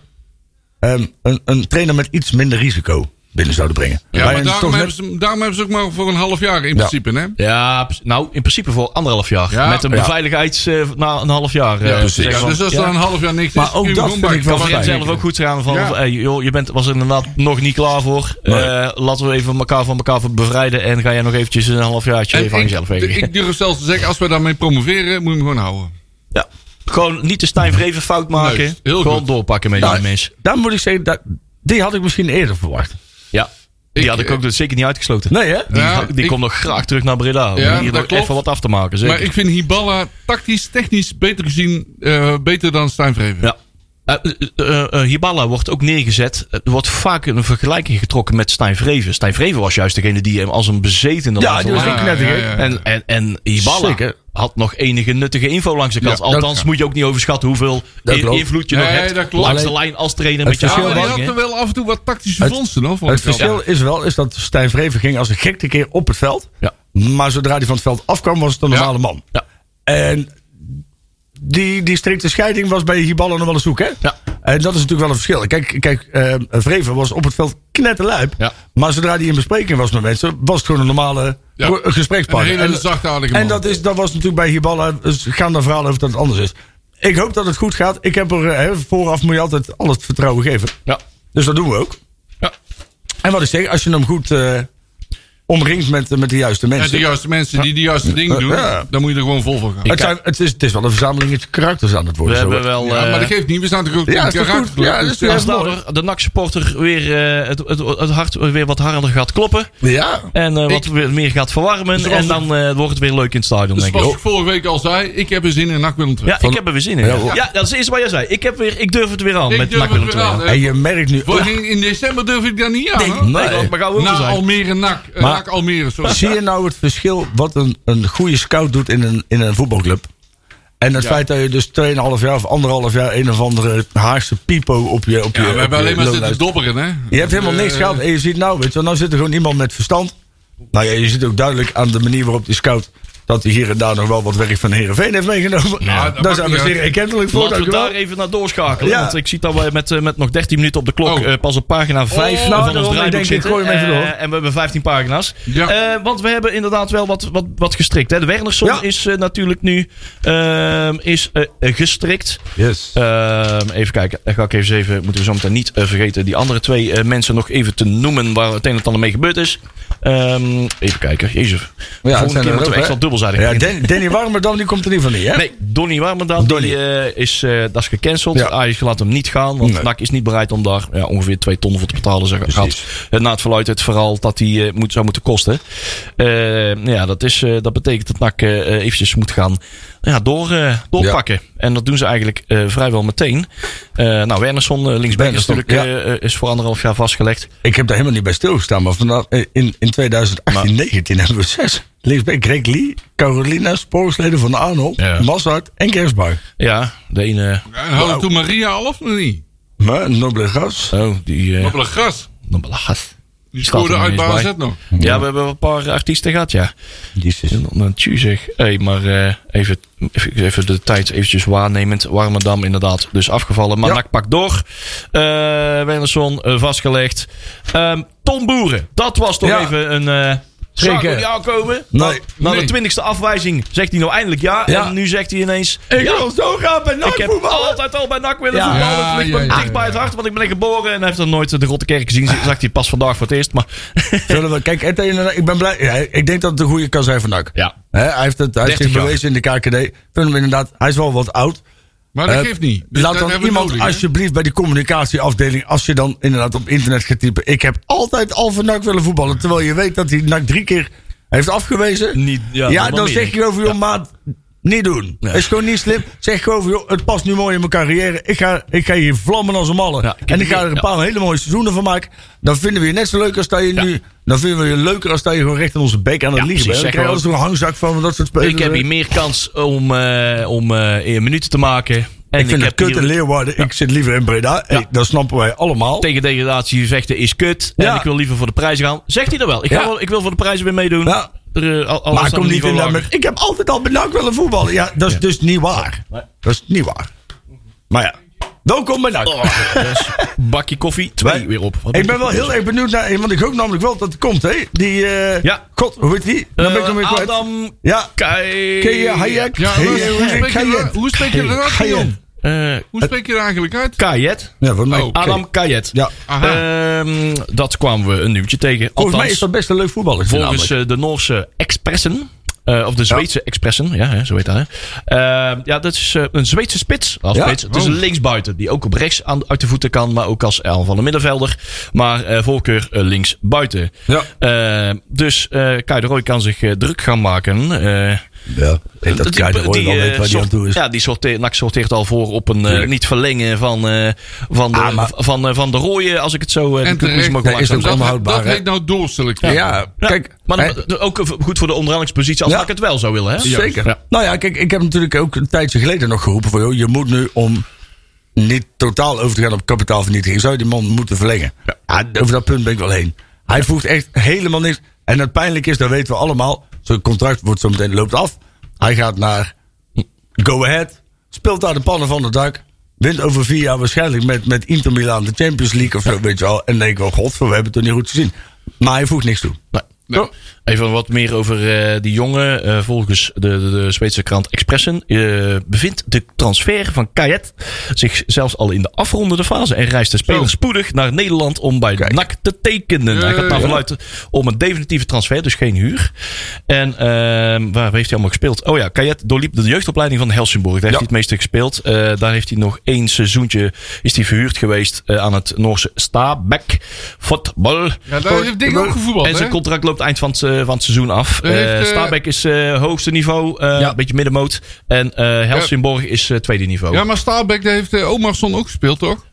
Speaker 3: ehm, een, een trainer met iets minder risico binnen zouden brengen.
Speaker 4: Ja,
Speaker 3: Wij
Speaker 4: maar
Speaker 3: een
Speaker 4: daarom,
Speaker 3: toch net-
Speaker 4: hebben ze, daarom hebben ze ook maar voor een half jaar in principe, hè?
Speaker 2: Ja, pres- nou, in principe voor anderhalf jaar.
Speaker 4: Ja.
Speaker 2: Met een
Speaker 4: Ja.
Speaker 2: beveiligheids eh, na een half jaar. eh,
Speaker 4: Ja,
Speaker 3: precies.
Speaker 2: zeggen
Speaker 4: Ja,
Speaker 2: van,
Speaker 4: dus als er
Speaker 2: ja.
Speaker 4: een half jaar niks
Speaker 3: Maar
Speaker 4: is,
Speaker 3: ook
Speaker 4: kun je
Speaker 3: dat
Speaker 4: hem
Speaker 3: vind ik wel
Speaker 4: gewoon
Speaker 2: Dus kan
Speaker 4: bij-
Speaker 2: het zelf ook goed gaan van,
Speaker 4: Ja.
Speaker 2: van, hey, joh, je bent, was er inderdaad nog niet klaar voor. Eh, laten we even elkaar van elkaar bevrijden en ga jij nog eventjes een halfjaartje
Speaker 4: En
Speaker 2: van
Speaker 4: ik-
Speaker 2: jezelf weg.
Speaker 4: Ik durf zelfs te zeggen, als we daarmee promoveren, moet je hem gewoon houden.
Speaker 2: Ja. Gewoon niet de Stijn Vreven fout maken.
Speaker 4: Juist, heel
Speaker 2: Gewoon
Speaker 4: goed.
Speaker 2: doorpakken met
Speaker 3: Nou,
Speaker 2: die mensen.
Speaker 3: Daar moet ik zeggen, dat, die had ik misschien eerder verwacht.
Speaker 2: Ja. Die
Speaker 4: Ik- eh,
Speaker 2: had ik ook dus zeker niet uitgesloten.
Speaker 3: Nee, hè?
Speaker 2: Die,
Speaker 4: Ja,
Speaker 2: die
Speaker 4: ik-
Speaker 2: komt nog graag terug naar Breda. Om
Speaker 4: Ja,
Speaker 2: hier
Speaker 4: dat
Speaker 2: nog
Speaker 4: klopt.
Speaker 2: even wat af te maken. Zeker.
Speaker 4: Maar ik vind Hiballa tactisch, technisch beter gezien, eh, beter dan Stijn Vreven.
Speaker 2: Ja. Eh, eh, eh, eh, Hiballa wordt ook neergezet. Er wordt vaak een vergelijking getrokken met Stijn Vreven. Stijn Vreven was juist degene die hem als een bezetene
Speaker 3: Ja,
Speaker 2: laat
Speaker 3: die was
Speaker 2: lopen.
Speaker 3: ook knettergek.
Speaker 4: ja, ja.
Speaker 2: En, en, en Hiballa
Speaker 3: Zeker.
Speaker 2: had nog enige nuttige info langs de kant.
Speaker 4: Ja,
Speaker 2: Althans,
Speaker 4: dat-
Speaker 2: moet je ook niet overschatten hoeveel
Speaker 3: Dat
Speaker 2: in-
Speaker 3: klopt.
Speaker 2: invloed je
Speaker 4: Nee,
Speaker 2: nog hebt
Speaker 4: dat klopt.
Speaker 2: langs de
Speaker 3: Alleen-
Speaker 2: lijn als trainer
Speaker 3: het
Speaker 2: met je
Speaker 4: Ja,
Speaker 3: verschil
Speaker 4: maar
Speaker 2: aanleiding,
Speaker 4: die
Speaker 3: was-
Speaker 2: hè.
Speaker 4: hadden wel af en toe wat tactische
Speaker 3: Het-
Speaker 4: vondsten, hoor. vond
Speaker 3: Het
Speaker 4: ik wel.
Speaker 3: verschil is wel is dat Stijn Vreven ging als een gekte keer op het veld.
Speaker 2: Ja.
Speaker 3: Maar zodra hij van het veld afkwam, was het een
Speaker 4: Ja.
Speaker 3: normale man.
Speaker 2: Ja.
Speaker 3: En die, die strikte scheiding was bij Hiballa nog wel eens zoek, hè?
Speaker 2: Ja.
Speaker 3: En dat is natuurlijk wel een verschil. Kijk, kijk eh, Vreven was op het veld knetterlijp.
Speaker 2: Ja.
Speaker 3: Maar zodra hij in bespreking was met mensen, was het gewoon een normale
Speaker 4: Ja.
Speaker 3: gro- gesprekspartner.
Speaker 4: Een hele zachtaardige
Speaker 3: En
Speaker 4: man.
Speaker 3: dat, is, dat was natuurlijk bij Hiballa, dus gaan daar verhalen over dat het anders is. Ik hoop dat het goed gaat. Ik heb er, eh, hè, vooraf moet je altijd al het vertrouwen geven.
Speaker 2: Ja.
Speaker 3: Dus dat doen we ook.
Speaker 2: Ja.
Speaker 3: En wat ik zeg, als je hem goed eh, omringt met, eh, met de juiste
Speaker 4: Ja,
Speaker 3: mensen.
Speaker 4: de juiste mensen die de juiste dingen doen,
Speaker 3: Ja.
Speaker 4: dan moet je er gewoon vol voor gaan.
Speaker 3: het, zijn, het, is, het is wel een verzameling karakters aan het
Speaker 2: We
Speaker 3: worden. zo.
Speaker 2: hebben wel...
Speaker 4: Ja,
Speaker 2: eh,
Speaker 4: maar dat geeft niet, we staan toch ook
Speaker 3: Ja,
Speaker 4: in
Speaker 3: is toch
Speaker 4: karakter.
Speaker 3: goed? Ja, dat is
Speaker 4: Dus, eh,
Speaker 2: als
Speaker 3: mooi.
Speaker 2: daardoor de NAC-supporter weer eh, het, het, het hart weer wat harder gaat kloppen.
Speaker 3: Ja.
Speaker 2: En eh, wat
Speaker 4: Ik-
Speaker 2: weer meer gaat
Speaker 3: Dus
Speaker 2: verwarmen.
Speaker 4: Zoals
Speaker 2: En dan eh, wordt het weer leuk in het stadion,
Speaker 4: dus
Speaker 2: denk ik.
Speaker 4: zoals ik vorige week al zei, ik heb er zin in NAC Willem II.
Speaker 2: Ja, ik heb er weer zin in. Ja, dat is eerst wat jij zei. Ik, heb weer, ik durf het weer aan
Speaker 4: Ik
Speaker 2: met
Speaker 4: durf
Speaker 2: NAC
Speaker 4: het
Speaker 2: Willem
Speaker 4: weer aan,
Speaker 2: II.
Speaker 4: hè.
Speaker 3: En je merkt nu...
Speaker 4: Eh, Voor- in, in december durf ik daar niet aan. hoor.
Speaker 2: Nee, dat mag gauw over
Speaker 4: Na
Speaker 2: zijn.
Speaker 4: Almere NAC. eh,
Speaker 3: Maar-
Speaker 4: NAC Almere, sorry.
Speaker 3: Zie je nou het verschil wat een, een goede scout doet in een, in een voetbalclub? En het feit dat je dus 2,5 jaar of anderhalf jaar een of andere Haagse pipo op je op je,
Speaker 4: Ja, we
Speaker 3: op
Speaker 4: hebben
Speaker 3: je
Speaker 4: alleen maar zitten
Speaker 3: loonlijst.
Speaker 4: dobberen, hè. Eh,
Speaker 3: Je hebt helemaal niks gehad en je ziet nou, weet je wel, nou zit er gewoon iemand met verstand. Nou ja, je ziet ook duidelijk aan de manier waarop die scout... dat hij hier en daar nog wel wat werk van Heerenveen heeft meegenomen. Nou,
Speaker 4: Ja, dat
Speaker 3: daar
Speaker 4: maakt
Speaker 3: zijn we
Speaker 4: niet uit.
Speaker 3: zeer erkentelijk voor.
Speaker 2: Laten we
Speaker 3: dankjewel.
Speaker 2: daar even naar doorschakelen.
Speaker 3: Ja.
Speaker 2: Want ik zie dat we met, eh, met nog 13 minuten op de klok
Speaker 4: Oh.
Speaker 2: eh, pas op pagina 5
Speaker 4: Oh,
Speaker 2: van
Speaker 3: daarom,
Speaker 2: ons
Speaker 3: ik
Speaker 2: draaiboek
Speaker 3: nou, denk, ik
Speaker 2: zitten.
Speaker 3: gooi hem even
Speaker 2: Eh,
Speaker 3: door.
Speaker 2: en we hebben 15 pagina's.
Speaker 4: Ja.
Speaker 2: Eh, want we hebben inderdaad wel wat, wat, wat gestrikt. Hè. De Wernersson
Speaker 3: Ja.
Speaker 2: is eh, natuurlijk nu ehm, is, eh, eh, gestrikt.
Speaker 3: Yes.
Speaker 2: Ehm, even kijken, dan ga ik even even, moeten we zo meteen niet eh, vergeten die andere twee eh, mensen nog even te noemen waar het een en het ander mee gebeurd is. Ehm, even kijken, jezus.
Speaker 3: het
Speaker 2: Volgende
Speaker 3: zijn
Speaker 2: keer
Speaker 3: er
Speaker 2: moeten
Speaker 3: ook,
Speaker 2: we echt
Speaker 3: hè?
Speaker 2: wel dubbelzijdig
Speaker 3: Ja,
Speaker 2: beginnen.
Speaker 3: Dan- Danny Warmerdam die komt er niet van in, hè?
Speaker 2: Nee, Donny Warmerdam
Speaker 3: Donny.
Speaker 2: Die, eh, is, eh, dat is gecanceld.
Speaker 3: Ja.
Speaker 2: Ajax laat hem niet gaan. Want
Speaker 3: Nee.
Speaker 2: NAC is niet bereid om daar ja, ongeveer twee ton voor te betalen. Zeg, gaat eh, na het verluid het verhaal dat hij eh, moet, zou moeten kosten. Eh, ja, dat, is, eh, dat betekent dat NAC eh, eh, eventjes moet gaan ja, door, eh, doorpakken. En dat doen ze eigenlijk eh, vrijwel meteen. Eh, nou, Wernersson, eh, linksback is
Speaker 3: Wernersson,
Speaker 2: natuurlijk eh, eh, is voor anderhalf jaar vastgelegd.
Speaker 3: Ik heb daar helemaal niet bij stilgestaan, maar vanaf, eh, in, in 2018, 19 hebben we zes. Linksback Greg Lee, Carolina, Spoorsleden van Arnold,
Speaker 4: Ja.
Speaker 3: Massard en Kersbach.
Speaker 2: Ja, de ene...
Speaker 4: En eh, hadden toen Maria al of nog niet?
Speaker 3: Maar nobele gas.
Speaker 2: Oh, die... eh,
Speaker 4: Op gras.
Speaker 2: nog wel gast.
Speaker 4: Die
Speaker 2: Staat er
Speaker 4: scoorde
Speaker 2: nog
Speaker 4: uit bij
Speaker 2: eens
Speaker 4: AZ
Speaker 2: bij.
Speaker 4: nog.
Speaker 2: Ja, we hebben wel een paar artiesten gehad, ja.
Speaker 3: Jezus.
Speaker 2: En dan tjie zeg. Hey, maar eh, even, even- even de tijd eventjes waarnemend. Warmerdam inderdaad dus afgevallen. Maar
Speaker 3: Ja.
Speaker 2: NAC pakt door. Eh Wenderson eh, vastgelegd. Ehm Tom Boeren. Dat was toch
Speaker 3: Ja.
Speaker 2: even een... eh Zou
Speaker 3: Zeker.
Speaker 2: ik niet aankomen?
Speaker 3: Nee.
Speaker 2: Want Na de
Speaker 4: Nee.
Speaker 2: twintigste afwijzing zegt hij nou eindelijk ja.
Speaker 3: Ja.
Speaker 2: En nu zegt hij ineens...
Speaker 3: Ik
Speaker 2: ja,
Speaker 3: wil zo graag bij NAC
Speaker 2: ik heb
Speaker 3: voetballen.
Speaker 2: altijd al bij NAC willen
Speaker 3: Ja.
Speaker 2: voetballen. Het
Speaker 4: Ja,
Speaker 2: ligt
Speaker 4: ja,
Speaker 2: me
Speaker 4: ja,
Speaker 2: dicht
Speaker 4: ja,
Speaker 2: bij het
Speaker 4: ja.
Speaker 2: hart, want ik ben er geboren. En hij heeft nog nooit de Rotte Kerk gezien. Zag hij pas vandaag voor het eerst. Maar
Speaker 3: Zullen we- Kijk, het ene- ik ben blij. Ja, ik denk dat het een goede kan zijn van NAC.
Speaker 2: ja,
Speaker 3: Hè, hij heeft, het, hij
Speaker 2: 30
Speaker 3: heeft zich
Speaker 2: jaar.
Speaker 3: bewezen in de KKD. Ik Vind hem inderdaad, hij is wel wat oud.
Speaker 4: Maar dat
Speaker 3: Eh,
Speaker 4: geeft niet. Dus
Speaker 3: Laat
Speaker 4: dat
Speaker 3: dan
Speaker 4: hebben we
Speaker 3: iemand
Speaker 4: nodig, hè?
Speaker 3: alsjeblieft bij die communicatieafdeling... als je dan inderdaad op internet gaat typen... ik heb altijd al voor NAC willen voetballen... terwijl je weet dat hij NAC drie keer heeft afgewezen.
Speaker 2: Niet- ja,
Speaker 3: ja,
Speaker 2: dat wel
Speaker 3: dan
Speaker 2: meer.
Speaker 3: zeg je over joh, maat... Niet doen. Is gewoon niet slim. Zeg gewoon, van, joh, het past nu mooi in mijn carrière. Ik ga, ik ga hier vlammen als een malle.
Speaker 2: Ja, ik heb
Speaker 3: en ik
Speaker 2: hier-
Speaker 3: ga er een
Speaker 2: ja.
Speaker 3: paar hele mooie seizoenen van maken. Dan vinden we je net zo leuk als dat je
Speaker 2: Ja.
Speaker 3: nu... Dan vinden we je leuker als dat je gewoon recht in onze bek aan het
Speaker 2: Ja,
Speaker 3: liegen
Speaker 2: precies,
Speaker 3: bent.
Speaker 2: zeg
Speaker 3: Dan krijg je
Speaker 2: gewoon-
Speaker 3: altijd zo'n hangzak van dat soort spelers.
Speaker 2: Ik heb hier meer kans om, eh, om eh, minuten te maken. En
Speaker 3: ik vind het
Speaker 2: heb
Speaker 3: kut in
Speaker 2: hier
Speaker 3: Leeuwarden. Ik zit liever in Breda. Hey, dat snappen wij allemaal.
Speaker 2: tegen degradatie vechten is kut. En
Speaker 3: Ja.
Speaker 2: ik wil liever voor de prijzen gaan. Zegt hij dan wel. Ik, ga
Speaker 3: Ja.
Speaker 2: wel, ik wil voor de prijzen weer meedoen.
Speaker 3: Ja.
Speaker 2: Er, eh, al- alles
Speaker 3: maar
Speaker 2: aan
Speaker 3: kom
Speaker 2: een
Speaker 3: niet
Speaker 2: niveau
Speaker 3: in daar
Speaker 2: lager.
Speaker 3: met... Ik heb altijd al bedankt willen voetballen. Ja, dat is dus niet waar. Dat is niet waar. Maar ja, welkom bij NAC.
Speaker 2: Oh, dus bakje koffie, twee
Speaker 3: Wij-
Speaker 2: weer op. Wat
Speaker 3: Ik
Speaker 2: doet
Speaker 3: ben wel
Speaker 2: hij? Dus,
Speaker 3: heel erg benieuwd naar... Want ik hoop namelijk wel dat het komt, hè. Die, eh,
Speaker 2: Ja.
Speaker 3: God, hoe heet die? Dan ben ik
Speaker 2: Eh,
Speaker 3: hem weer kwijt.
Speaker 2: Adam
Speaker 3: Ja.
Speaker 2: Kei...
Speaker 3: Kei Hayek.
Speaker 4: Ja,
Speaker 3: Hey,
Speaker 4: maar
Speaker 3: hey,
Speaker 4: hoe spreek
Speaker 3: hey,
Speaker 4: je er-
Speaker 3: Kayet.
Speaker 4: hoe spreek je er
Speaker 3: Hey,
Speaker 4: eigenlijk
Speaker 3: Kayet.
Speaker 4: uit?
Speaker 2: Eh,
Speaker 4: Hoe spreek je er eigenlijk uit?
Speaker 2: Kayet.
Speaker 3: Ja, voor mij.
Speaker 4: Oh.
Speaker 3: Kayet.
Speaker 2: Adam Kayet.
Speaker 3: Ja.
Speaker 2: Ehm, dat kwamen we een nieuwtje tegen.
Speaker 3: Volgens mij
Speaker 2: Althans,
Speaker 3: is dat best een leuk voetballer.
Speaker 2: Volgens eh, de Noorse Expressen. eh, of de Zweedse Expressen, ja, hè, zo heet dat. Hè. Eh, ja, dat is eh, een Zweedse spits. Als
Speaker 3: Ja?
Speaker 2: spits. Het is een
Speaker 4: Oh.
Speaker 2: linksbuiten, die ook op rechts aan, uit de voeten kan, maar ook als L van de middenvelder. Maar eh, voorkeur eh, linksbuiten.
Speaker 3: Ja.
Speaker 2: Eh, dus eh Kai de Roy kan zich eh, druk gaan maken. eh,
Speaker 3: Ja, ik dat Kei de Roy wel
Speaker 2: eh,
Speaker 3: weet waar die
Speaker 2: sort-
Speaker 3: aan toe is.
Speaker 2: Ja, die sorteert, NAC sorteert al voor op een eh,
Speaker 3: Tuurlijk.
Speaker 2: niet verlengen van, eh, van, de,
Speaker 3: Ah, maar-
Speaker 2: van, eh, van de rooien, als ik het zo eh de
Speaker 4: En
Speaker 2: conclusie
Speaker 4: terecht.
Speaker 2: mag
Speaker 3: Nee, is
Speaker 2: maken.
Speaker 3: ook
Speaker 4: Dat,
Speaker 3: onhoudbaar,
Speaker 4: dat
Speaker 3: hè?
Speaker 4: heet nou doorselectie.
Speaker 3: Ja,
Speaker 2: Ja,
Speaker 3: kijk.
Speaker 2: maar
Speaker 3: hè,
Speaker 2: dan- ook goed voor de onderhandelingspositie als
Speaker 3: Ja.
Speaker 2: ik het wel zou willen. Hè?
Speaker 4: Ja.
Speaker 3: Zeker.
Speaker 2: Ja.
Speaker 3: Nou ja, kijk, ik heb natuurlijk ook een tijdje geleden nog geroepen van... Joh, je moet nu om niet totaal over te gaan op kapitaalvernietiging... zou je die man moeten verlengen. Ja. over dat punt ben ik wel heen. Hij voegt echt helemaal niks. En het pijnlijk is, dat weten we allemaal... zo'n contract wordt zo meteen, loopt af. Hij gaat naar Go Ahead, speelt daar de pannen van het dak... Wint over vier jaar waarschijnlijk met, met Inter Milan de Champions League of zo, weet je wel. En dan denk ik wel, godver, we hebben het toch niet goed gezien. Maar hij voegt niks toe.
Speaker 2: Nou,
Speaker 4: Nou,
Speaker 2: Even wat meer over eh, die jongen. Eh, volgens de, de, de Zweedse krant Expressen eh, bevindt de transfer van Kayet zich zelfs al in de afrondende fase. En reist de speler
Speaker 4: Zo.
Speaker 2: spoedig naar Nederland om bij
Speaker 3: Kijk.
Speaker 2: NAC te tekenen. Hij gaat
Speaker 4: Ja,
Speaker 2: naar
Speaker 4: ja.
Speaker 2: verluid om een definitieve transfer, dus geen huur. En ehm, waar heeft hij allemaal gespeeld? Oh ja, Kayet doorliep de jeugdopleiding van Helsingborg. Daar heeft hij het meeste gespeeld. Eh, daar heeft hij nog één seizoentje is hij verhuurd geweest eh, aan het Noorse Stabæk Voetbal.
Speaker 4: ja, daar heeft Ding ook gevoetbald,
Speaker 2: En zijn
Speaker 4: hè?
Speaker 2: contract loopt eind van het, eh, van het seizoen af.
Speaker 4: Er heeft,
Speaker 2: Eh
Speaker 4: eh,
Speaker 2: Stabæk is eh, hoogste niveau, eh,
Speaker 3: Ja.
Speaker 2: een beetje middenmoot. En eh, Helsingborg is eh, tweede niveau.
Speaker 4: Ja, maar Staalbeck daar heeft eh, Omarsson ook gespeeld, toch?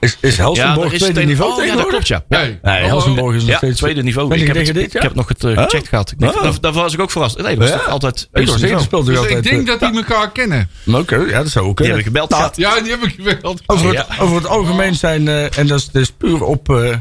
Speaker 3: Is, is
Speaker 2: daar
Speaker 3: Helsingborg
Speaker 2: is
Speaker 3: tweede
Speaker 2: tegen-
Speaker 3: niveau
Speaker 2: oh, ja, dat
Speaker 3: tegenwoordig?
Speaker 2: klopt, ja. ja.
Speaker 4: Nee.
Speaker 3: Nee, Helsingborg is nog
Speaker 2: Ja,
Speaker 3: steeds...
Speaker 2: tweede niveau.
Speaker 3: Ben
Speaker 2: ik,
Speaker 3: je
Speaker 2: heb
Speaker 3: tegen
Speaker 2: het,
Speaker 3: dit, ja?
Speaker 2: ik heb nog het eh, gecheckt
Speaker 3: Oh.
Speaker 2: gehad. Ik denk,
Speaker 3: Oh.
Speaker 2: daar, daar was ik ook verrast. Nee, dat was toch altijd
Speaker 3: Ik
Speaker 2: eerste
Speaker 3: was
Speaker 2: niveau.
Speaker 3: speelde
Speaker 4: Dus ik denk dat die elkaar kennen.
Speaker 3: Oké, ja, dat zou ook
Speaker 2: Die
Speaker 3: kunnen.
Speaker 2: hebben gebeld
Speaker 3: Nou,
Speaker 2: gehad.
Speaker 4: Ja, die heb ik geweld.
Speaker 3: over,
Speaker 2: Ja.
Speaker 3: het, over het algemeen zijn, eh, en dat is, dat is puur op, eh,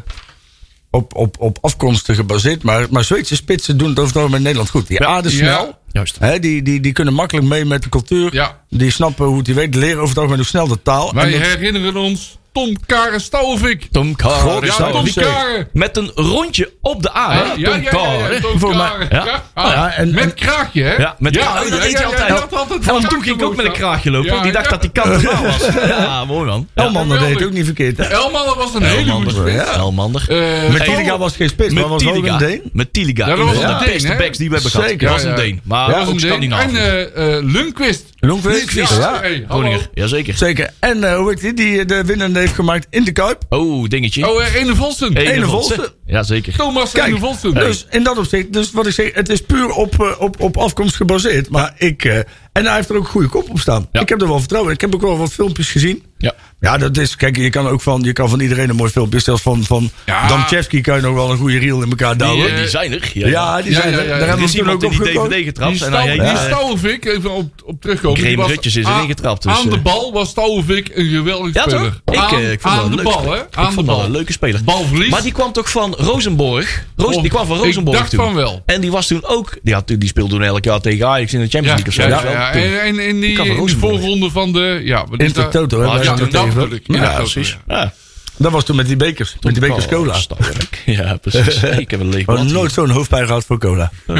Speaker 3: op, op, op afkomsten gebaseerd, maar, maar Zweedse spitsen doen het over het algemeen in Nederland goed. Die aarden
Speaker 4: Ja.
Speaker 3: snel,
Speaker 2: Juist.
Speaker 3: hè, die, die, die kunnen makkelijk mee met de cultuur,
Speaker 4: Ja.
Speaker 3: die snappen hoe het die weet, leren over het algemeen hoe snel de taal.
Speaker 4: Wij
Speaker 3: en dat-
Speaker 4: herinneren ons Tom Karen Stouwvik.
Speaker 2: Tom Kar.
Speaker 3: God,
Speaker 4: Ja,
Speaker 3: zou-
Speaker 4: Tom
Speaker 3: die-
Speaker 4: Karen.
Speaker 2: Met een rondje op de A. hè?
Speaker 4: Ja, ja,
Speaker 2: Ah, Tom
Speaker 4: ja,
Speaker 2: Kar,
Speaker 4: ja,
Speaker 2: hè?
Speaker 4: ja, Tom
Speaker 3: Voor mij-
Speaker 4: Karen.
Speaker 2: ja.
Speaker 3: Ah, ja, en-
Speaker 4: met
Speaker 3: en-
Speaker 4: kraakje, hè?
Speaker 2: Ja, met ja, dat deed hij altijd.
Speaker 4: dat had altijd
Speaker 2: Vanaf
Speaker 4: een
Speaker 2: toen ging ik ook met een
Speaker 4: kraakje
Speaker 2: kraagje lopen.
Speaker 4: Ja,
Speaker 2: die dacht
Speaker 4: ja.
Speaker 2: dat die kant er wel was. Ja, mooi man. Ja.
Speaker 3: Elman, dat deed het
Speaker 4: geweldig.
Speaker 3: ook niet verkeerd. Hè?
Speaker 4: Elman dat was een hele goede
Speaker 2: Helmander.
Speaker 4: spits.
Speaker 3: Ja.
Speaker 2: Helmander.
Speaker 4: Eh,
Speaker 3: Met
Speaker 2: Hey.
Speaker 3: Tiliga was geen spits, maar
Speaker 2: Met
Speaker 3: was wel
Speaker 2: Tiliga.
Speaker 3: een Deen.
Speaker 2: Met Tiliga.
Speaker 4: Ja, dat was
Speaker 2: Een
Speaker 4: een
Speaker 2: van de
Speaker 4: Deen,
Speaker 2: beste
Speaker 4: hè?
Speaker 2: backs die we hebben gehad.
Speaker 3: Zeker.
Speaker 2: Dat was
Speaker 4: Ja,
Speaker 2: een
Speaker 4: ja.
Speaker 2: Deen. Maar
Speaker 4: dat was
Speaker 2: ook
Speaker 4: een Deen.
Speaker 2: Scandinavië.
Speaker 4: En eh, eh, Lundqvist.
Speaker 3: Lundqvist,
Speaker 4: Lundqvist,
Speaker 3: ja.
Speaker 4: hey, hallo.
Speaker 2: Groninger. Jazeker.
Speaker 3: Zeker. En eh, hoe heet die, die eh, de winnende heeft gemaakt in de Kuip?
Speaker 2: Oh, dingetje.
Speaker 4: Oh, eh, Ene Volsen.
Speaker 2: Ene
Speaker 3: Ene
Speaker 2: Volse.
Speaker 3: Volse.
Speaker 2: Jazeker.
Speaker 4: Thomas Ene
Speaker 3: Kijk,
Speaker 4: Volsen.
Speaker 3: dus in dat opzicht, dus wat ik zeg, het is puur op, eh, op, op afkomst gebaseerd. Maar ik, eh, En hij heeft er ook een goede kop op staan.
Speaker 2: Ja.
Speaker 3: Ik heb er wel vertrouwen in. Ik heb ook wel wat filmpjes gezien.
Speaker 2: Ja. Oh,
Speaker 3: Ja, dat is. Kijk, je kan ook van, je kan van iedereen een mooi filmpje. Zelfs van, van
Speaker 4: Ja.
Speaker 3: Damchevski kan je nog wel een goede reel in elkaar douwen.
Speaker 4: eh,
Speaker 2: Die zijn er.
Speaker 3: ja, die
Speaker 4: ja,
Speaker 3: zijn
Speaker 4: ja,
Speaker 3: er.
Speaker 4: ja, ja.
Speaker 3: Daar hebben
Speaker 2: Er
Speaker 3: we
Speaker 2: is
Speaker 3: hem toen
Speaker 2: iemand
Speaker 3: ook
Speaker 2: in
Speaker 3: op
Speaker 2: die
Speaker 3: gekomen.
Speaker 2: DVD getrapt.
Speaker 4: die
Speaker 2: En hij
Speaker 4: Stouw- die
Speaker 2: heet- eh,
Speaker 4: Stouwenvik, even op, op terugkomen.
Speaker 2: Graham
Speaker 4: die was
Speaker 2: Rutjes is erin
Speaker 4: aan-
Speaker 2: getrapt, dus,
Speaker 4: aan de
Speaker 2: eh.
Speaker 4: bal was Stouwenvik een geweldig
Speaker 2: Ja,
Speaker 4: speler.
Speaker 2: toch? Ik, eh,
Speaker 4: aan
Speaker 2: ik vond
Speaker 4: aan
Speaker 2: dat een
Speaker 4: de
Speaker 2: leuk
Speaker 4: bal,
Speaker 2: speler.
Speaker 4: hè?
Speaker 2: Ik
Speaker 4: Aan de
Speaker 2: vond dat
Speaker 4: bal.
Speaker 2: een leuke speler.
Speaker 4: Balverlies.
Speaker 2: Maar die kwam toch van Rosenborg? Roos,
Speaker 4: Of-
Speaker 2: die kwam van
Speaker 4: ik
Speaker 2: Rosenborg
Speaker 4: dacht
Speaker 2: toen.
Speaker 4: van wel.
Speaker 2: En die was toen ook... Die, had, toen- die speelde toen elk jaar tegen Ajax in de
Speaker 4: Ja,
Speaker 2: Champions League
Speaker 4: ja,
Speaker 2: of zo.
Speaker 4: ja, ja.
Speaker 2: Toen.
Speaker 4: En, en in die,
Speaker 2: kan van
Speaker 4: in de
Speaker 2: Rozenborg.
Speaker 4: voorronde van de... Ja, wat is dat?
Speaker 3: Intertoto, hè?
Speaker 2: Ah,
Speaker 4: Ja,
Speaker 3: waar ze
Speaker 4: dat
Speaker 3: het tegen-
Speaker 4: bedoel ik.
Speaker 2: Ja,
Speaker 4: Intertoto,
Speaker 2: precies.
Speaker 4: ja.
Speaker 2: Ja.
Speaker 3: Dat was toen met die bekers. met die bekers cola.
Speaker 2: Oh,
Speaker 3: We
Speaker 2: stouwwerk. Ja, precies. Ik heb een leeg blad
Speaker 3: hadden
Speaker 2: hier.
Speaker 3: nooit zo'n hoofdpijn gehad voor cola.
Speaker 2: Eh,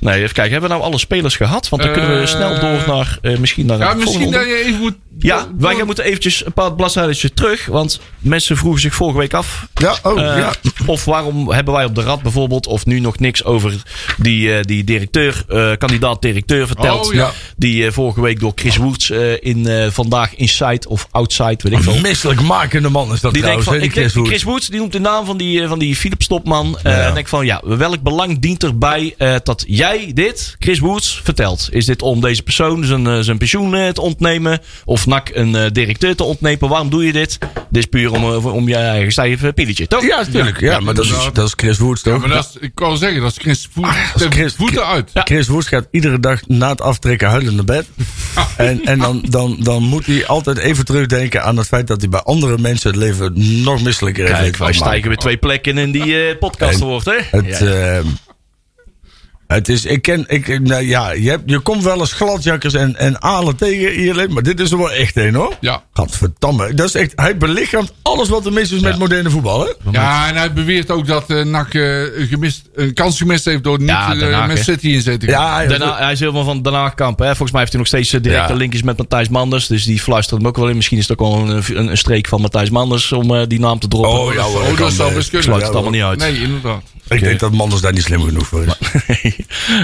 Speaker 2: nee, even kijken. Hebben we nou alle spelers gehad? Want dan kunnen we
Speaker 4: Eh,
Speaker 2: snel door naar... eh, misschien naar
Speaker 4: Ja,
Speaker 2: een
Speaker 4: misschien
Speaker 2: volgende
Speaker 4: dat je even moet...
Speaker 2: Ja, wij
Speaker 4: door-
Speaker 2: gaan moeten eventjes een paar bladzijden terug. Want mensen vroegen zich vorige week af.
Speaker 3: Ja, oh,
Speaker 2: eh,
Speaker 3: ja.
Speaker 2: Of waarom hebben wij op de rad bijvoorbeeld. Of nu nog niks over die, eh, die directeur. eh, kandidaat-directeur verteld.
Speaker 4: Oh, ja.
Speaker 2: Die eh, vorige week door Chris Woods eh, in eh, Vandaag Inside of Outside. Weet ik veel.
Speaker 3: Misselijk makende man is dat
Speaker 2: Die denkt
Speaker 3: Oh, trouwens.
Speaker 2: van,
Speaker 3: hè, die
Speaker 2: ik denk,
Speaker 3: Chris
Speaker 2: Chris,
Speaker 3: Wood.
Speaker 2: Woods die noemt de naam van die, eh, van die Philip Stopman. Eh, En denk van, ja, welk belang dient erbij eh, dat jij dit, Chris Woods, vertelt? Is dit om deze persoon zijn, eh, zijn pensioen eh, te ontnemen? Of NAC een eh, directeur te ontnemen? Waarom doe je dit? Dit is puur om, eh, om je eigen stijf eh, pilletje, toch?
Speaker 3: Ja, natuurlijk. Ja, maar dat is,
Speaker 4: inderdaad.
Speaker 3: dat is Chris Woods toch?
Speaker 4: Maar dat is, ik kan wel zeggen, dat is Chris voet,
Speaker 2: Ah,
Speaker 3: dat is Chris-
Speaker 4: voeten uit.
Speaker 2: Ja.
Speaker 3: Chris Woest gaat iedere dag na het aftrekken huilen naar bed. En, en dan, dan, dan moet hij altijd even terugdenken aan het feit dat hij bij andere mensen het leven nog misselijker heeft.
Speaker 2: Kijk,
Speaker 3: weten
Speaker 2: wij
Speaker 3: van maken.
Speaker 2: stijgen weer twee plekken in die eh, podcast
Speaker 3: Nee.
Speaker 2: wordt, hè?
Speaker 3: Het, ehm, het is, ik ken, ik, ik- nou ja, je, hebt, je komt wel eens gladjakkers en, en alen tegen in je leven, maar dit is er wel echt een hoor.
Speaker 4: Ja.
Speaker 3: Gadverdamme. Dat is echt, hij belichaamt alles wat er mis is met moderne voetbal, hè?
Speaker 4: Ja, en hij beweert ook dat eh NAC eh, gemist, een kans gemist heeft door niet
Speaker 2: Ja,
Speaker 4: eh,
Speaker 2: Den Haag,
Speaker 4: met
Speaker 2: hè.
Speaker 4: City in zee te gaan.
Speaker 3: Ja,
Speaker 2: Daarna, hij is helemaal van Den Haag kamp. Hè? Volgens mij heeft hij nog steeds eh, directe
Speaker 3: Ja.
Speaker 2: linkjes met Matthijs Manders. Dus die fluistert hem ook wel in. Misschien is het ook wel een, een, een streek van Matthijs Manders om eh, die naam te droppen.
Speaker 3: Oh, ja, hoor,
Speaker 4: Oh,
Speaker 3: dat kan
Speaker 4: dat zou best
Speaker 3: best.
Speaker 2: eh,
Speaker 4: kunnen.
Speaker 2: sluit
Speaker 4: Ja,
Speaker 2: het allemaal niet uit.
Speaker 4: Nee, inderdaad.
Speaker 3: ik denk dat Manders daar niet slim genoeg voor is.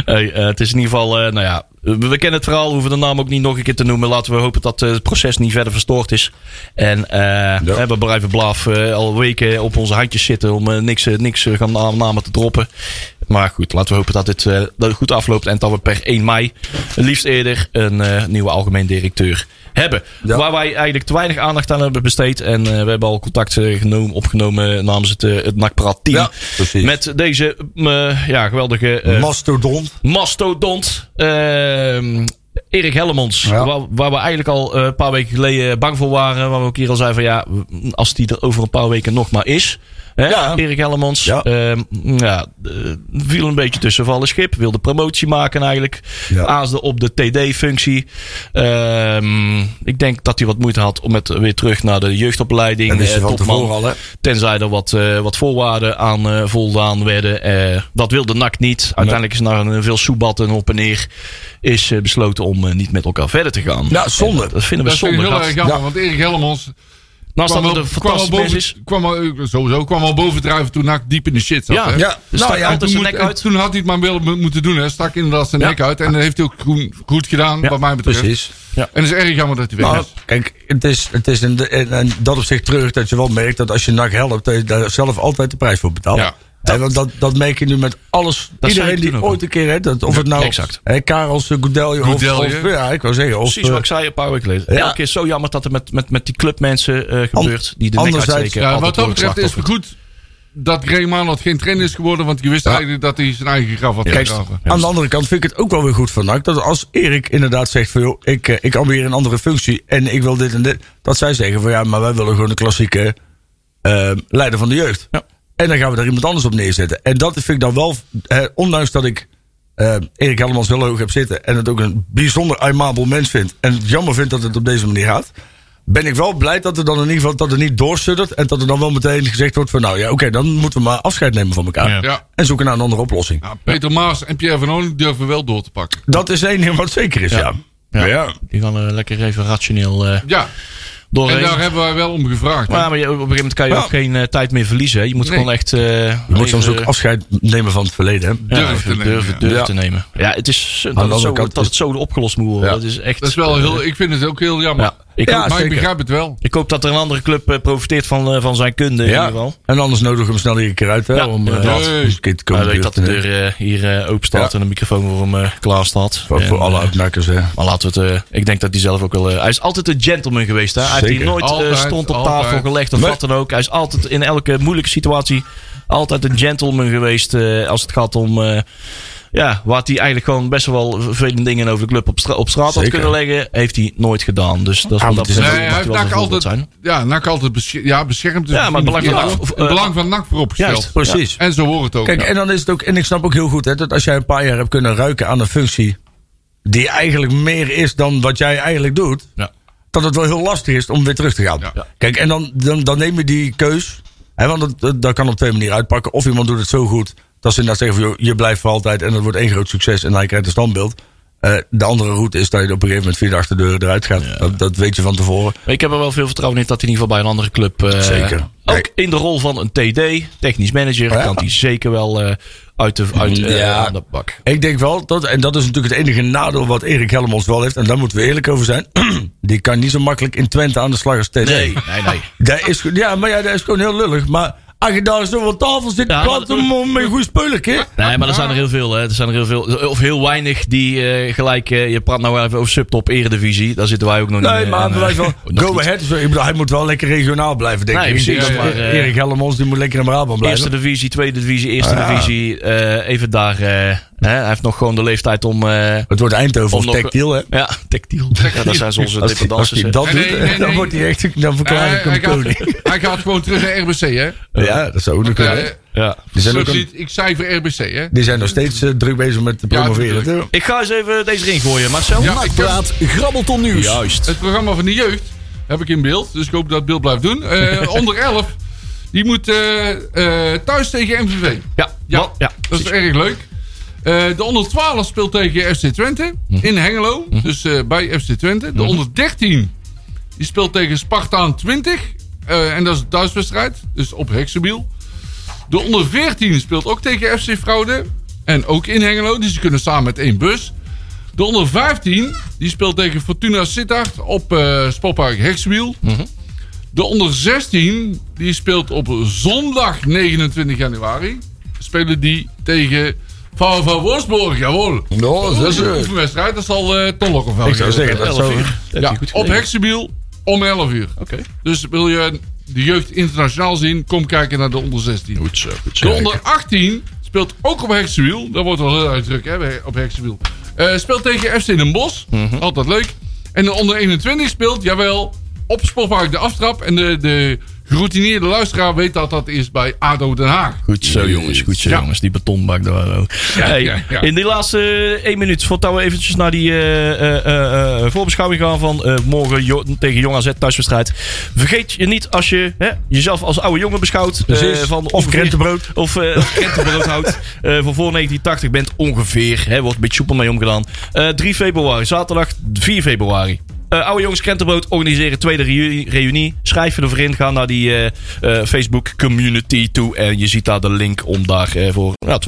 Speaker 2: Hey, eh, het is in ieder geval, eh, nou ja, we, we kennen het verhaal. We hoeven de naam ook niet nog een keer te noemen. Laten we hopen dat eh, het proces niet verder verstoord is. En eh, hè, we blijven blaf eh, al weken op onze handjes zitten om eh, niks, eh, niks eh, gaan na- namen te droppen. Maar goed, laten we hopen dat dit eh, dat het goed afloopt. En dat we per 1 mei liefst eerder een eh, nieuwe algemeen directeur hebben.
Speaker 3: Ja.
Speaker 2: Waar wij eigenlijk te weinig aandacht aan hebben besteed. En eh, we hebben al contact eh, genomen, opgenomen namens het, eh, het NAC-Parat-team.
Speaker 3: Ja, precies.
Speaker 2: met deze eh, ja, geweldige eh,
Speaker 3: Mastodont.
Speaker 2: mastodont. ehm, Erik Hellemons,
Speaker 3: Ja.
Speaker 2: waar, waar we eigenlijk al eh, een paar weken geleden bang voor waren. Waar we ook hier al zeiden van ja, als die er over een paar weken nog maar is. Hè?
Speaker 3: Ja.
Speaker 2: Erik Hellemons.
Speaker 3: Ja.
Speaker 2: ehm, ja, eh, viel een beetje tussen vallen schip. Wilde promotie maken eigenlijk.
Speaker 3: Ja.
Speaker 2: Aasde op de TD-functie. ik denk dat hij wat moeite had om met weer terug naar de jeugdopleiding.
Speaker 3: En is
Speaker 2: eh,
Speaker 3: er van
Speaker 2: topman.
Speaker 3: tevoren al, hè?
Speaker 2: Tenzij er wat, eh, wat voorwaarden aan eh, voldaan werden. Eh, dat wilde NAC niet. Uiteindelijk is na een veel soebat en op en neer is eh, besloten om eh, niet met elkaar verder te gaan.
Speaker 3: Ja, zonde.
Speaker 2: En Dat vinden we
Speaker 4: Dat is
Speaker 2: zonde.
Speaker 4: heel
Speaker 2: Gaat-
Speaker 4: erg jammer,
Speaker 3: Ja.
Speaker 4: want Erik Helmons
Speaker 2: Naast
Speaker 4: kwam
Speaker 2: dat het
Speaker 4: wel,
Speaker 2: een
Speaker 4: kwam wel
Speaker 2: fantastische mens
Speaker 4: boven,
Speaker 2: is.
Speaker 4: kwam wel, eh, sowieso kwam al bovendrijven toen NAC diep in de shit zat.
Speaker 2: Ja,
Speaker 4: hè?
Speaker 2: ja.
Speaker 3: Ja.
Speaker 2: Dus
Speaker 3: Nou
Speaker 2: stak
Speaker 3: ja,
Speaker 2: altijd
Speaker 4: Toen,
Speaker 2: zijn
Speaker 4: moet-
Speaker 2: nek uit.
Speaker 4: en toen had hij het maar wel mo- moeten doen. Hij stak inderdaad zijn
Speaker 2: Ja.
Speaker 4: nek uit. En dat heeft hij ook goed, goed gedaan,
Speaker 2: Ja,
Speaker 4: wat mij betreft.
Speaker 3: Precies.
Speaker 4: En het is erg jammer dat hij weg
Speaker 3: Nou,
Speaker 4: is.
Speaker 3: kijk, het is, het is in, de, in, in dat opzicht terug dat je wel merkt dat als je NAC helpt, dat je daar zelf altijd de prijs voor betaalt.
Speaker 4: Ja.
Speaker 3: Hè, want dat, dat merk je nu met alles.
Speaker 2: Dat zei
Speaker 3: iedereen
Speaker 2: ik toen
Speaker 3: die
Speaker 2: ook al.
Speaker 3: ooit een keer, hè, dat, of het nou
Speaker 2: exact.
Speaker 3: hè, Karels, eh, Goudelje, of,
Speaker 4: Goudelje.
Speaker 3: of- Ja, ik wou zeggen. Of, eh,
Speaker 2: Precies wat ik zei een paar weken geleden.
Speaker 3: Ja.
Speaker 2: Elke keer zo jammer dat er met, met, met die clubmensen eh, gebeurt. Die de nek
Speaker 3: anderzijds-
Speaker 2: uitsteken.
Speaker 4: Ja,
Speaker 2: altijd
Speaker 4: wat dat
Speaker 2: worden
Speaker 4: betreft is het
Speaker 2: slachtoffer.
Speaker 4: goed dat Greyman dat geen trainer is geworden. Want je wist eigenlijk dat hij zijn eigen graf had
Speaker 3: Kijk,
Speaker 4: gegraven.
Speaker 3: aan de andere kant vind ik het ook wel weer goed van NAC. Dat als Erik inderdaad zegt van joh, ik, eh, ik ambieer een andere functie en ik wil dit en dit. Dat zij zeggen van ja, maar wij willen gewoon een klassieke ehm, leider van de jeugd.
Speaker 2: Ja.
Speaker 3: En dan gaan we daar iemand anders op neerzetten. En dat vind ik dan wel, eh, ondanks dat ik eh, Erik Hellemans heel hoog heb zitten. En het ook een bijzonder aimabel mens vind. En het jammer vind dat het op deze manier gaat. Ben ik wel blij dat er dan in ieder geval dat er niet doorsuddert. En dat er dan wel meteen gezegd wordt van nou ja, oké, dan moeten we maar afscheid nemen van elkaar.
Speaker 2: Ja.
Speaker 4: Ja.
Speaker 3: En zoeken naar een andere oplossing.
Speaker 4: Ja, Peter Maas en Pierre van Hoon durven wel door te pakken.
Speaker 3: Dat is één ding wat zeker is, ja.
Speaker 2: Ja.
Speaker 3: Maar
Speaker 2: Ja. Die gaan er lekker even rationeel eh,
Speaker 4: Ja,
Speaker 2: doorheen.
Speaker 4: en daar hebben wij wel om gevraagd. hè.
Speaker 2: maar, ja, maar je- op een gegeven moment kan je
Speaker 3: Ja.
Speaker 2: ook geen eh, tijd meer verliezen. hè. Je moet
Speaker 4: Nee.
Speaker 2: gewoon echt... eh,
Speaker 3: Je moet soms ook afscheid nemen van het verleden, hè?
Speaker 4: Ja, durven
Speaker 2: even
Speaker 4: te nemen,
Speaker 2: durven-
Speaker 4: ja.
Speaker 2: durven
Speaker 3: Ja.
Speaker 2: te nemen. Ja, het is zo-
Speaker 3: Aan
Speaker 2: dat,
Speaker 3: de
Speaker 2: het zo,
Speaker 3: andere kant
Speaker 2: dat
Speaker 3: is-
Speaker 2: het zo opgelost moet worden.
Speaker 3: Ja.
Speaker 2: Dat is echt.
Speaker 4: Dat is wel heel, ik vind het ook heel jammer.
Speaker 2: Ja. Ik,
Speaker 3: Ja,
Speaker 2: hoop,
Speaker 4: maar ik
Speaker 3: zeker.
Speaker 4: begrijp het wel.
Speaker 2: ik hoop dat er een andere club eh, profiteert van, eh, van zijn kunde in
Speaker 4: Ja.
Speaker 2: ieder geval.
Speaker 3: En anders nodig hem snel hier een keer uit. Hè,
Speaker 2: Ja,
Speaker 3: om eh,
Speaker 2: inderdaad.
Speaker 3: eens een keer te komen.
Speaker 2: Maar weet dat de
Speaker 3: beurten.
Speaker 2: deur eh, hier eh, open staat en de microfoon voor hem eh, klaar staat.
Speaker 3: Voor,
Speaker 2: En,
Speaker 3: voor alle
Speaker 2: eh,
Speaker 3: uitnakkers, hè.
Speaker 2: maar laten we het, eh, ik denk dat hij zelf ook wel. eh, hij is altijd een gentleman geweest. Hè? Hij heeft hier
Speaker 3: Zeker.
Speaker 2: nooit eh,
Speaker 4: Altijd,
Speaker 2: stond op
Speaker 4: altijd.
Speaker 2: tafel gelegd of
Speaker 3: Nee.
Speaker 2: wat dan ook. Hij is altijd in elke moeilijke situatie altijd een gentleman geweest. eh, als het gaat om. eh, ja, wat hij eigenlijk gewoon best wel vele dingen over de club op, stra- op straat
Speaker 3: Zeker. Ah,
Speaker 2: had kunnen leggen, heeft hij nooit gedaan. Dus dat, is wat
Speaker 3: maar
Speaker 2: dat
Speaker 3: het is-
Speaker 2: betreft
Speaker 4: Nee,
Speaker 2: mag
Speaker 4: hij heeft
Speaker 2: wel een
Speaker 4: NAC
Speaker 2: voorbeeld
Speaker 4: altijd,
Speaker 2: zijn.
Speaker 4: ja, NAC altijd besche- ja, beschermd. is
Speaker 2: Ja, maar het belang van NAC-
Speaker 4: misschien wel.
Speaker 2: of, eh,
Speaker 4: het belang van NAC vooropgesteld.
Speaker 2: Juist.
Speaker 3: Precies.
Speaker 4: En zo hoort het ook.
Speaker 3: Kijk,
Speaker 4: ja.
Speaker 3: en dan is het ook, en ik snap ook heel goed hè, dat als jij een paar jaar hebt kunnen ruiken aan een functie die eigenlijk meer is dan wat jij eigenlijk doet,
Speaker 2: Ja.
Speaker 3: dat het wel heel lastig is om weer terug te gaan.
Speaker 4: Ja.
Speaker 3: Kijk, en dan, dan, dan neem je die keus, hè, want dat, dat, dat kan op twee manieren uitpakken. Of iemand doet het zo goed dat ze inderdaad zeggen van, joh, je blijft voor altijd en dat wordt één groot succes en hij krijgt een standbeeld. Eh, de andere route is dat je op een gegeven moment via de achterdeur eruit gaat. Dat, dat weet je van tevoren.
Speaker 2: Maar Ik heb er wel veel vertrouwen in dat hij in ieder geval bij een andere club. eh,
Speaker 3: Zeker.
Speaker 2: Ook
Speaker 3: Kijk. Oh
Speaker 2: in de rol van een TD, technisch manager,
Speaker 3: Ja.
Speaker 2: kan hij zeker wel eh, uit, de, uit eh,
Speaker 3: Ja.
Speaker 2: aan de bak.
Speaker 3: Ik denk wel, dat, en dat is natuurlijk het enige nadeel wat Erik Helm ons wel heeft. En daar moeten we eerlijk over zijn. Die kan niet zo makkelijk in Twente aan de slag als TD.
Speaker 2: Nee, nee, nee.
Speaker 3: Dat is, gewoon- ja, maar ja, dat is gewoon heel lullig. Maar als je daar zo op tafel zit,
Speaker 2: Ja,
Speaker 3: praat
Speaker 2: maar-
Speaker 3: hem om met een goede speulerke.
Speaker 2: Nee, maar er zijn er heel veel. Hè. Er zijn er heel veel. Of heel weinig die eh, gelijk. eh, je praat nou even over subtop eredivisie. Daar zitten wij ook nog niet.
Speaker 3: Nee,
Speaker 2: eh,
Speaker 3: maar
Speaker 2: aan,
Speaker 3: bij
Speaker 2: eh,
Speaker 3: wijze van
Speaker 2: nog
Speaker 3: go
Speaker 2: niet.
Speaker 3: ahead. Zo, ik bedoel, hij moet wel lekker regionaal blijven, denk ik.
Speaker 2: Nee,
Speaker 3: Ik denk
Speaker 2: precies,
Speaker 3: dat,
Speaker 2: maar, eh,
Speaker 3: Erik Helm ons die moet lekker in Brabant blijven.
Speaker 2: Eerste divisie, tweede divisie, eerste
Speaker 3: Ah, Ja.
Speaker 2: divisie. eh, even daar. eh, hè. Hij heeft nog gewoon de leeftijd om. eh,
Speaker 3: Het wordt Eindhoven
Speaker 2: Om
Speaker 3: of
Speaker 2: nog-
Speaker 3: tactiel, hè?
Speaker 2: ja, tactiel. Ja, dat zijn ze onze
Speaker 3: Als, als
Speaker 2: dependances.
Speaker 3: hij
Speaker 2: hè.
Speaker 3: dat
Speaker 4: Nee,
Speaker 3: doet,
Speaker 4: nee, nee,
Speaker 3: dan
Speaker 4: nee.
Speaker 3: wordt hij echt, dan
Speaker 4: hij,
Speaker 3: verklaar ik
Speaker 4: hij
Speaker 3: hem koning.
Speaker 4: gaat, hij gaat gewoon terug naar RBC, hè?
Speaker 3: Ja, dat zou ook nog kunnen. hè?
Speaker 4: Ja,
Speaker 2: Ja.
Speaker 3: Die zijn, ook een-
Speaker 4: Subsidied, ik cijfer RBC, hè?
Speaker 3: die zijn nog steeds eh, druk bezig met te promoveren.
Speaker 4: natuurlijk.
Speaker 2: Ik ga eens even deze erin gooien, Marcel.
Speaker 4: Ja, ik heb
Speaker 1: Praat Grabbelton Nieuws.
Speaker 2: Juist.
Speaker 4: het programma van de jeugd heb ik in beeld. Dus ik hoop dat het beeld blijft doen. Eh, onder 11, die moet eh, eh, thuis tegen MVV.
Speaker 2: Ja,
Speaker 4: Ja,
Speaker 2: wat- ja.
Speaker 4: dat is erg leuk. Eh, de onder 12 speelt tegen FC Twente
Speaker 2: Mhm.
Speaker 4: in Hengelo. Dus eh, bij FC Twente. De onder 13 die speelt tegen Spartaan 20. eh, en dat is een thuiswedstrijd. Dus op Heksenbiel. De onder 14 speelt ook tegen FC Fraude. En ook in Hengelo. Dus ze kunnen samen met één bus. De onder 15 die speelt tegen Fortuna Sittard op eh Sportpark Heksenbiel.
Speaker 3: Mhm.
Speaker 4: De onder 16 die speelt op zondag 29 januari. Spelen die tegen VV Wolfsburg, jawel.
Speaker 3: Oh,
Speaker 4: Dat
Speaker 3: dat
Speaker 4: is
Speaker 3: is
Speaker 4: een
Speaker 3: het.
Speaker 4: oefenwedstrijd, dat zal eh Ton Lokkenveld
Speaker 3: Ik zou
Speaker 4: geven.
Speaker 3: zeggen, dat
Speaker 2: 11
Speaker 3: zou...
Speaker 2: uur. Dat heb
Speaker 4: Ja,
Speaker 2: je goed
Speaker 4: op
Speaker 2: gekregen.
Speaker 4: Heksenbiel om 11 uur.
Speaker 2: Oké.
Speaker 4: Dus wil je de jeugd internationaal zien, kom kijken naar de onder 16.
Speaker 2: Goed zo, goed zo.
Speaker 4: De onder 18 speelt ook op Heksenwiel. Dat wordt wel heel erg druk, hè, bij- op Heksenwiel. Eh, speelt tegen FC Den Bosch.
Speaker 2: Mhm.
Speaker 4: Altijd leuk. En de onder 21 speelt, jawel, op Sportpark de aftrap. En de, de geroutineerde luisteraar weet dat dat is bij ADO Den Haag.
Speaker 2: Goed zo, jongens. Goed zo,
Speaker 4: Ja.
Speaker 2: jongens. Die betonbak daar ook. Hey,
Speaker 4: ja, ja.
Speaker 2: In die laatste eh, één minuut, voordat we eventjes naar die eh, eh, eh, eh, voorbeschouwing gaan van eh, morgen jo- tegen Jong AZ thuiswedstrijd. Vergeet je niet als je hè, jezelf als oude jongen beschouwt. eh,
Speaker 3: Precies.
Speaker 2: van
Speaker 3: Of
Speaker 2: ongeveer-
Speaker 3: krentenbrood.
Speaker 2: Of eh, of krentenbrood houdt. eh, van voor 1980 bent ongeveer. Hè, wordt een beetje soepel mee omgedaan. Eh 3 februari, zaterdag 4 februari. Eh oude jongens krentenbrood organiseren tweede reu- reunie. Schrijf je ervoor in. Ga naar die eh, eh, Facebook community toe. En je ziet daar de link om daar eh, voor ja,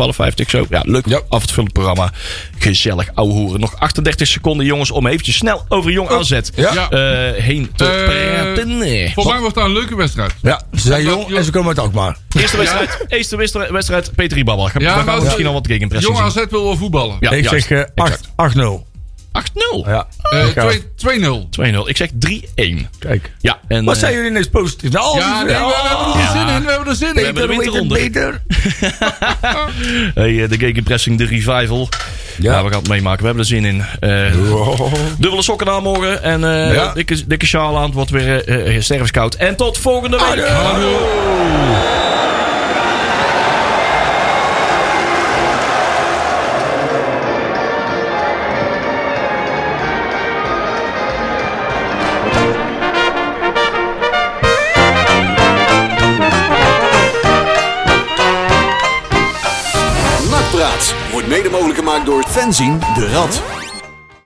Speaker 2: 12,50 zo. Ja, leuk
Speaker 3: Ja.
Speaker 2: af te vullen programma. Gezellig ouwe hoeren. Nog 38 seconden jongens om eventjes snel over Jong aanzet
Speaker 4: Oh. Ja.
Speaker 2: heen te
Speaker 4: Eh,
Speaker 2: praten.
Speaker 4: Voor mij wordt dat een leuke wedstrijd.
Speaker 3: Ja, ze zijn jong en ze komen uit Alkmaar.
Speaker 2: Eerste wedstrijd, eerste wedstrijd, wedstrijd Peter Ibaba. Daar gaan
Speaker 4: maar-
Speaker 2: we misschien al wat gegenpressie
Speaker 4: Jong
Speaker 2: zien.
Speaker 4: AZ wil wel voetballen.
Speaker 2: Ja,
Speaker 3: Ik
Speaker 2: juist.
Speaker 3: zeg eh,
Speaker 2: Exact.
Speaker 3: 8 8-0.
Speaker 2: 8-0.
Speaker 3: Ja.
Speaker 4: Eh,
Speaker 3: Ik ga-
Speaker 4: twee- 2-0.
Speaker 2: 2-0. Ik zeg 3-1.
Speaker 3: Kijk.
Speaker 2: Ja, en,
Speaker 3: Wat
Speaker 2: eh,
Speaker 3: zijn jullie niks positiefs? Nou,
Speaker 4: Ja, nee, we, hebben er zin in. We hebben er zin
Speaker 2: We
Speaker 4: in.
Speaker 2: hebben de winterronde.
Speaker 3: beter.
Speaker 2: hey, eh, de gegenpressing, de revival. Ja.
Speaker 3: Ja.
Speaker 2: we gaan het meemaken. We hebben er zin in. Eh, dubbele sokken aan morgen. En eh,
Speaker 3: Ja.
Speaker 2: dikke, dikke sjaal aan. Het wordt weer eh, eh, stervenskoud. En tot volgende week.
Speaker 1: Nakpraat wordt mede mogelijk gemaakt door Fenzin de Rad.